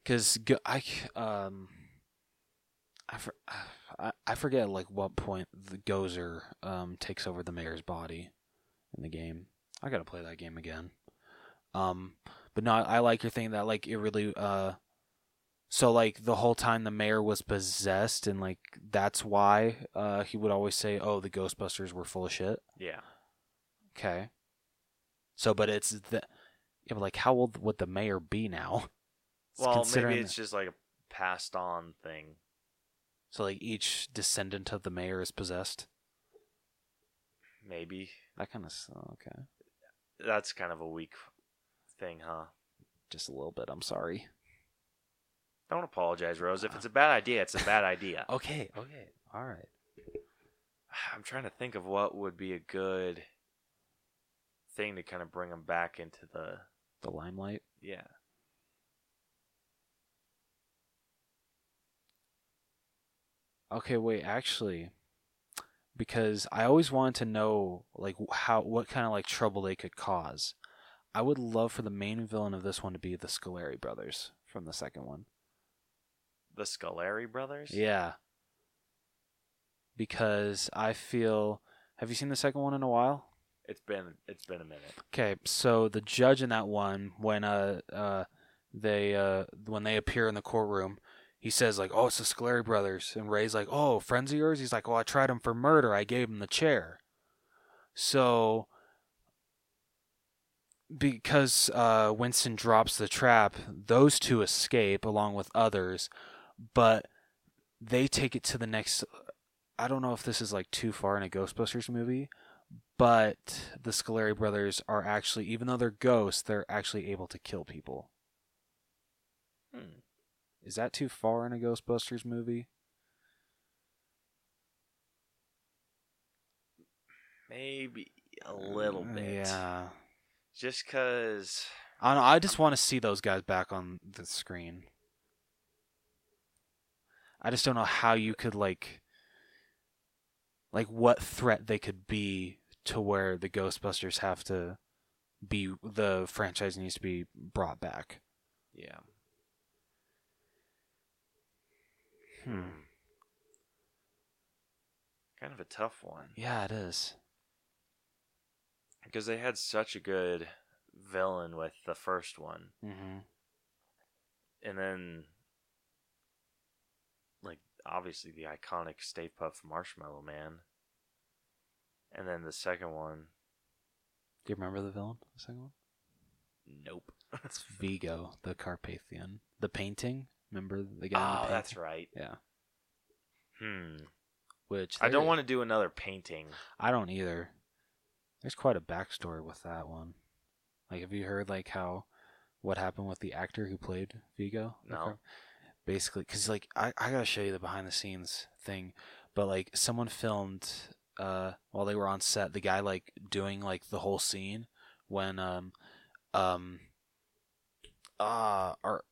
A: because I c- um, I, for, I I forget like what point the Gozer um takes over the mayor's body in the game. I gotta play that game again. Um, but no, I like your thing that like it really uh. So like the whole time the mayor was possessed and like that's why uh he would always say, "Oh, the Ghostbusters were full of shit."
B: (laughs) yeah.
A: Okay. So but it's the yeah, but like how old would the mayor be now? (laughs) It's
B: Well,
A: considering-
B: maybe it's just like a passed on thing.
A: so like each descendant of the mayor is possessed.
B: Maybe
A: That kind of okay.
B: that's kind of a weak thing, huh?
A: Just a little bit. I'm sorry.
B: Don't apologize, Rose. If it's a bad idea, it's a bad idea.
A: (laughs) Okay. Okay. All right.
B: (sighs) I'm trying to think of what would be a good thing to kind of bring them back into the
A: The limelight.
B: yeah.
A: Okay, wait, actually, because I always wanted to know like wh- how what kind of like trouble they could cause. I would love for the main villain of this one to be the Scolari brothers from the second one.
B: The Scolari brothers.
A: Yeah. Because I feel have you seen the second one in a while?
B: It's been it's been a minute.
A: Okay, so the judge in that one, when uh, uh, they uh, when they appear in the courtroom, he says like, "Oh, it's the Scolari brothers," and Ray's like, "Oh, friends of yours?" He's like, "Well, I tried him for murder. I gave him the chair." So, because uh, Winston drops the trap, those two escape along with others, but they take it to the next. I don't know if this is like too far in a Ghostbusters movie, but the Scolari brothers are actually, even though they're ghosts, they're actually able to kill people.
B: Hmm.
A: Is that too far in a Ghostbusters movie?
B: Maybe a little bit.
A: Mm, Yeah.
B: Just cause
A: I don't know, I just want to see those guys back on the screen. I just don't know how you could like, like what threat they could be to where the Ghostbusters have to be. The franchise needs to be brought back.
B: Yeah.
A: Hmm.
B: Kind of a tough one.
A: Yeah, it is.
B: Because they had such a good villain with the first one.
A: Mm-hmm.
B: And then like obviously the iconic Stay Puff Marshmallow Man. And then the second one,
A: Do you remember the villain? The second one.
B: nope. (laughs)
A: It's Vigo, the Carpathian. The painting. Remember the guy. in the
B: Oh,
A: painting?
B: that's right.
A: Yeah.
B: Hmm.
A: Which
B: I don't
A: there-
B: want to do another painting.
A: I don't either. There's quite a backstory with that one. Like, have you heard like how what happened with the actor who played Vigo?
B: No.
A: basically because like I, I gotta show you the behind the scenes thing but like someone filmed uh while they were on set the guy like doing like the whole scene when um um uh or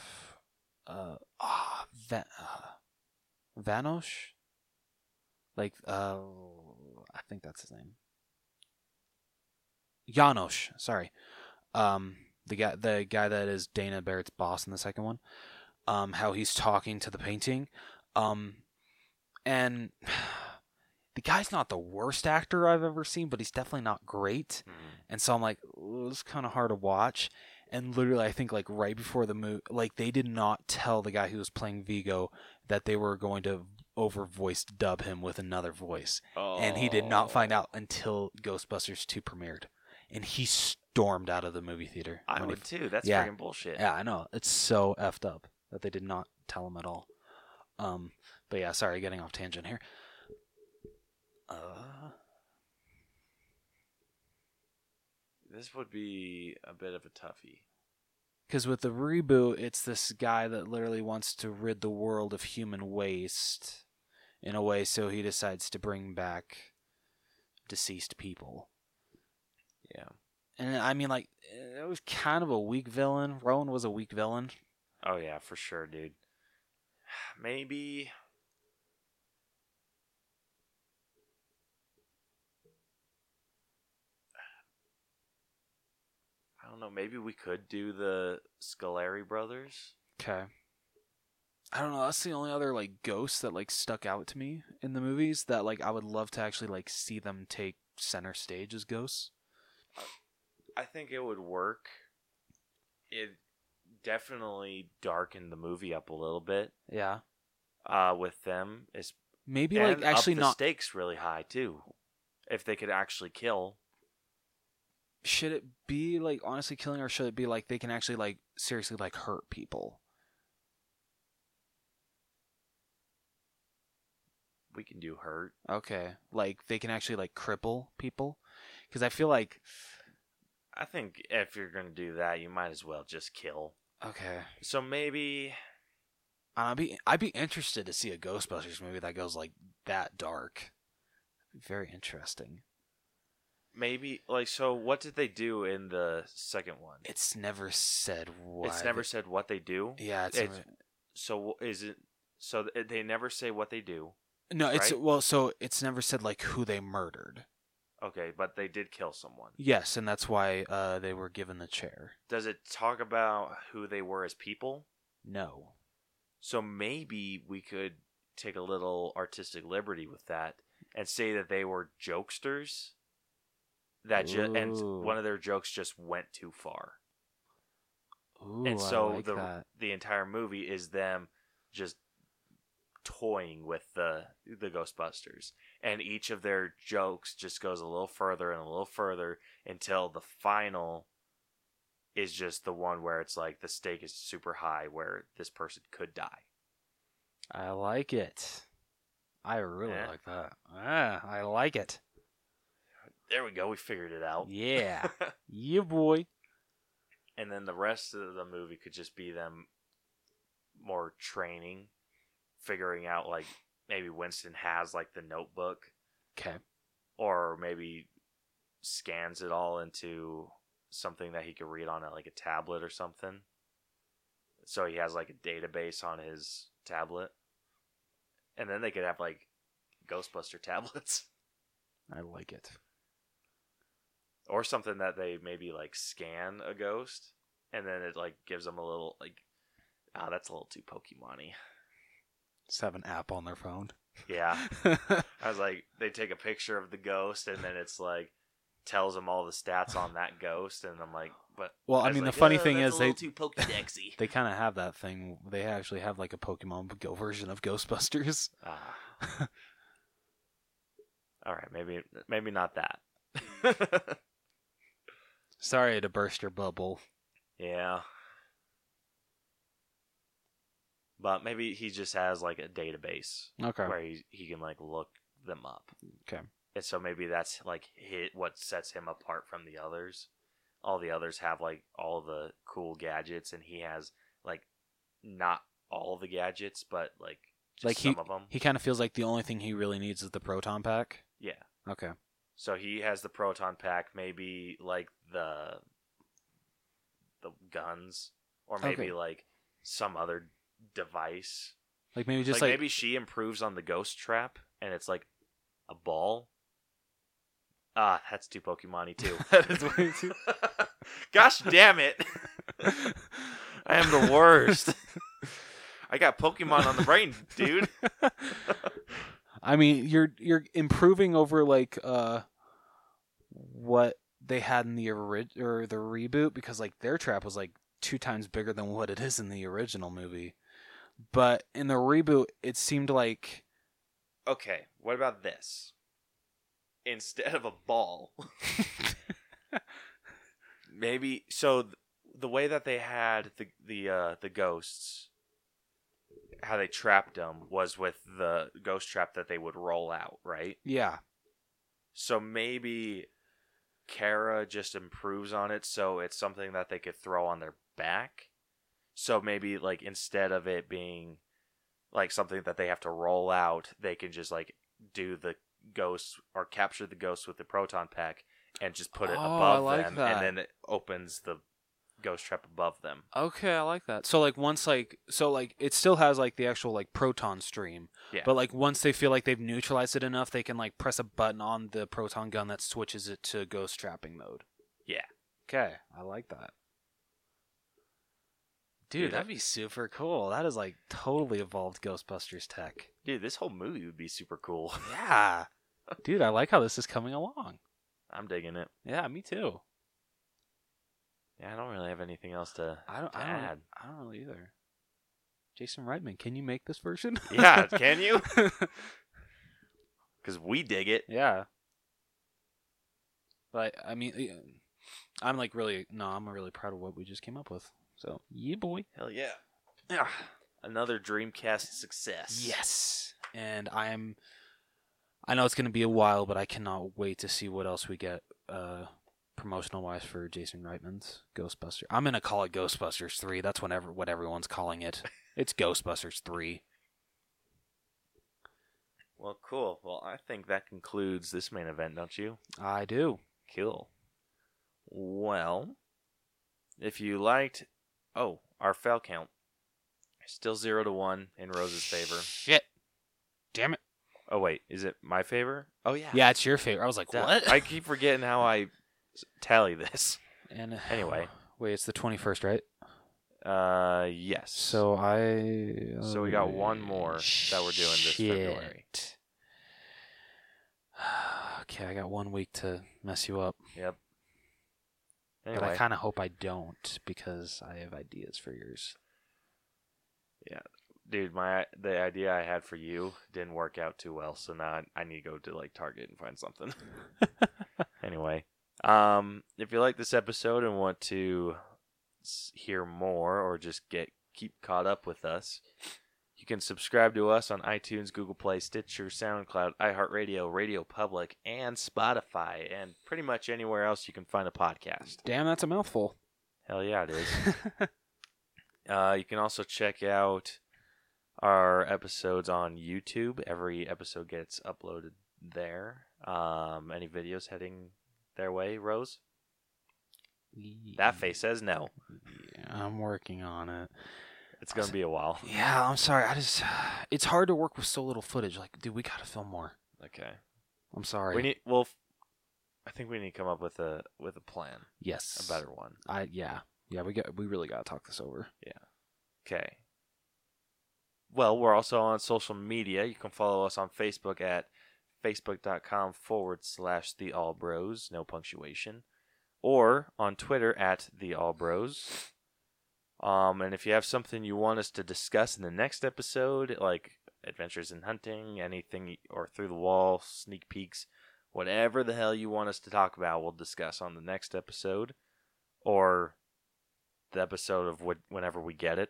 A: (sighs) uh ah Va- uh, vanosh like uh i think that's his name janosh sorry um the guy the guy that is dana barrett's boss in the second one um, how he's talking to the painting. Um, and (sighs) the guy's not the worst actor I've ever seen, but he's definitely not great.
B: Hmm.
A: And so I'm like, "Ooh, it's kind of hard to watch. And literally, I think like right before the movie, like they did not tell the guy who was playing Vigo that they were going to over voice dub him with another voice, and he did
B: Oh.
A: not find out until Ghostbusters 2 premiered, and he stormed out of the movie theater.
D: I
A: when he
D: would too. That's
A: yeah.
D: freaking bullshit.
A: yeah, I know. It's so effed up that they did not tell him at all. Um, but yeah, sorry, getting off tangent here. Uh,
D: This would be a bit of a toughie.
A: because with the reboot, it's this guy that literally wants to rid the world of human waste in a way, so he decides to bring back deceased people.
D: Yeah.
A: And I mean, like, eh, it was kind of a weak villain. Rowan was a weak villain.
D: Oh yeah, for sure, dude.
B: (sighs)
D: Maybe
B: I don't know. Maybe we could do the Scolari brothers.
A: Okay. I don't know. That's the only other like ghost that like stuck out to me in the movies that like I would love to actually like see them take center stage as ghosts.
B: I think it would work. It definitely darkened the movie up a little bit
A: Yeah.
B: uh, with them. It's
A: Maybe
B: and
A: like actually
B: up the
A: not
B: stakes really high too. If they could actually kill,
A: should it be like honestly killing or should it be like they can actually like seriously like hurt people?
B: we can do hurt.
A: Okay. Like they can actually like cripple people cuz I feel like
B: I think if you're gonna do that, you might as well just kill.
A: okay.
B: So maybe
A: I'd be I'd be interested to see a Ghostbusters movie that goes like that dark. Very interesting.
B: maybe like so what did they do in the second one
A: It's never said what
B: it's never said what they do
A: Yeah, it's,
B: It's- so wh- is it so th- they never say what they do
A: no, it's
B: right?
A: well, so it's never said like who they murdered.
B: okay but they did kill someone
A: Yes, and that's why uh, they were given the chair.
B: does it talk about who they were as people
A: No,
B: so maybe we could take a little artistic liberty with that and say that they were jokesters that ju- and
A: Ooh.
B: one of their jokes just went too far
A: Ooh,
B: and so
A: I like
B: the
A: that.
B: the entire movie is them just toying with the the Ghostbusters, and each of their jokes just goes a little further and a little further until the final is just the one where it's like the stake is super high, where this person could die.
A: I like it. I really
B: Yeah.
A: like that. Ah, I like it.
B: There we go, we figured it out. (laughs)
A: Yeah, yeah, boy.
B: and then the rest of the movie could just be them more training, figuring out like maybe Winston has like the notebook
A: Okay,
B: or maybe scans it all into something that he could read on it like a tablet or something so he has like a database on his tablet and then they could have like ghostbuster tablets (laughs)
A: I like it.
B: or something that they maybe like scan a ghost and then it like gives them a little like ah that's a little too pokemon
A: Just have an app on their phone.
B: (laughs) yeah i was like they take a picture of the ghost and then it's like tells them all the stats on that ghost and i'm like but
A: (laughs) well, I
B: was
A: mean,
B: like,
A: the funny
B: "Oh,
A: thing
B: that's
A: is
B: a
A: they
B: little too Pokedexy.
A: (laughs) they kind of have that thing. They actually have like a Pokemon Go version of Ghostbusters. (laughs)
B: Ah. All right, maybe maybe not
A: (laughs)
B: that.
A: Sorry to burst your bubble.
B: yeah. But maybe he just has like a database
A: Okay.
B: where he, he can like look them up.
A: Okay.
B: And so maybe that's like hit what sets him apart from the others. All the others have like all the cool gadgets and he has like not all the gadgets, but like just
A: Like,
B: some of them.
A: He kind of feels like the only thing he really needs is the proton pack.
B: yeah.
A: Okay.
B: So he has the proton pack, maybe like the the guns, or maybe
A: Okay.
B: like some other device.
A: Like maybe just
B: like,
A: like,
B: maybe she improves on the ghost trap, and it's like a ball. Ah, that's too Pokemon-y too.
A: (laughs) That is way too-
B: (laughs) Gosh damn it!
A: (laughs)
B: (laughs) I am the worst. (laughs) I got Pokemon on the brain, (laughs) dude.
A: I mean, you're you're improving over like uh what they had in the orig- or the reboot because like their trap was like two times bigger than what it is in the original movie. But in the reboot, it seemed like
B: Okay, what about this? Instead of a ball,
E: Maybe so. Th- the way that they had the the uh, the ghosts,
B: how they trapped them was with the ghost trap that they would roll out, right?
A: yeah,
B: So maybe Kara just improves on it so it's something that they could throw on their back. So maybe like instead of it being like something that they have to roll out, they can just like do the ghost or capture the ghost with the proton pack and just put it
A: Oh, I
B: above
A: like
B: them
A: that.
B: and then it opens the ghost trap above them.
A: okay, I like that. So like once like so like it still has like the actual like proton stream,
B: Yeah.
A: but like once they feel like they've neutralized it enough, they can like press a button on the proton gun that switches it to ghost trapping mode.
B: Yeah.
A: Okay, I like that. Dude,
B: Dude,
A: that'd
B: that-
A: be super cool. That is like totally evolved Ghostbusters
B: (laughs)
A: tech.
B: Dude, this whole movie would be super cool. (laughs)
A: Yeah. Dude, I like how this is coming along.
B: I'm digging it.
A: Yeah, me too.
B: Yeah, I don't really have anything else to
A: I don't
B: to
A: I don't,
B: add.
A: I don't really either. Jason Reitman, can you make this version? (laughs)
B: Yeah, can you? Because we dig it.
A: Yeah. But I mean, eh, I'm like really no, I'm really proud of what we just came up with. So yeah, boy.
B: Hell yeah. Another Dreamcast success.
A: Yes. And I'm. I know it's going to be a while, but I cannot wait to see what else we get uh, promotional wise for Jason Reitman's Ghostbusters. I'm going to call it Ghostbusters 3. That's whatever what everyone's calling (laughs) it. It's Ghostbusters 3.
B: Well, cool. Well, I think that concludes this main event, don't you?
A: I do.
B: Cool. Well, if you liked. Oh, our foul count. Still 0 to 1 in Rose's favor.
A: Shit. Damn it.
B: Oh, wait. Is it my favor? Oh, yeah.
A: Yeah, it's your favorite. I was like,
B: Duh.
A: what?
B: I keep forgetting how I s- tally this.
A: and uh,
B: Anyway.
A: Wait, it's the 21st, right?
B: Uh, yes.
A: So I.
B: So we got one more that we're doing this
A: Shit.
B: February.
A: (sighs) Okay, I got one week to mess you up.
B: Yep.
A: But
B: Anyway.
A: I kind of hope I don't because I have ideas for yours.
B: dude my the idea i had for you didn't work out too well so now i, I need to go to like target and find something anyway um if you like this episode and want to s- hear more or just get keep caught up with us you can subscribe to us on itunes google play stitcher soundcloud iheartradio radio public and spotify and pretty much anywhere else you can find a podcast
A: Damn, that's a mouthful. (laughs)
B: hell yeah it is uh, you can also check out our episodes on YouTube. Every episode gets uploaded there. Um, any videos heading their way, Rose? That face says no.
A: Yeah, I'm working on it.
B: It's going to be
A: (laughs)
B: a while.
A: Yeah, I'm sorry. I just (sighs) it's hard to work with so little footage. Like, dude, we gotta film more.
B: Okay.
A: I'm sorry.
B: We need. Well, f- I think we need to come up with a with a plan,
A: yes,
B: a better one.
A: I yeah yeah we got we really gotta talk this over.
B: Okay. Well, we're also on social media. You can follow us on Facebook at facebook.com forward slash the all bros, no punctuation, or on Twitter at the all bros. Um, and if you have something you want us to discuss in the next episode, like adventures in hunting, anything, or through the wall, sneak peeks, whatever the hell you want us to talk about, we'll discuss on the next episode or the episode of what, whenever we get it.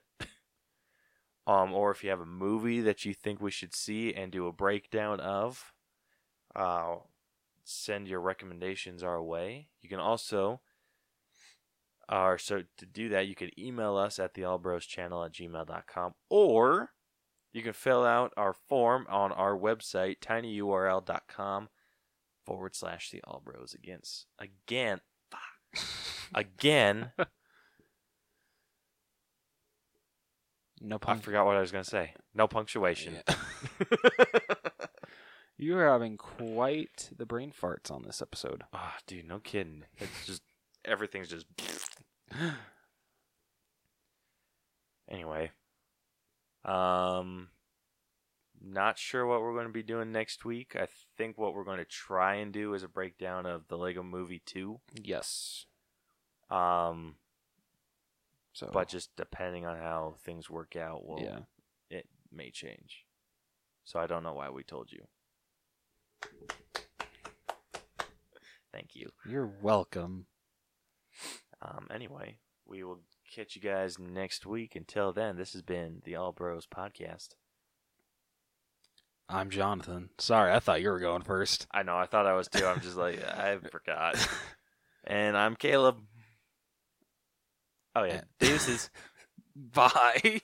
B: um, or if you have a movie that you think we should see and do a breakdown of, uh, send your recommendations our way. You can also Or so to do that, you could email us at the channel at gmail.com or you can fill out our form on our website, tinyurl.com forward slash the All Bros against. Again, fuck. again,
A: No
B: I
A: pun.
B: forgot what I was going to say. No punctuation.
A: (laughs)
B: (laughs)
A: You are having quite the brain farts on this episode.
B: Ah, dude, no kidding. It's just, everything's just. Anyway, um, not sure what we're going to be doing next week. I think what we're going to try and do is a breakdown of the Lego Movie 2.
A: (gasps) Yes.
B: Um,
A: So.
B: but just depending on how things work out, will
A: yeah.
B: it may change. So I don't know why we told you. Thank you.
A: You're welcome.
B: Um, anyway, we will catch you guys next week. Until then, this has been the All Bros Podcast.
A: I'm Jonathan. Sorry, I thought you were going (laughs) first.
B: I know, I thought I was too. I'm just like, (laughs) I forgot. And I'm Caleb. Oh, yeah. Deuces.
A: Bye.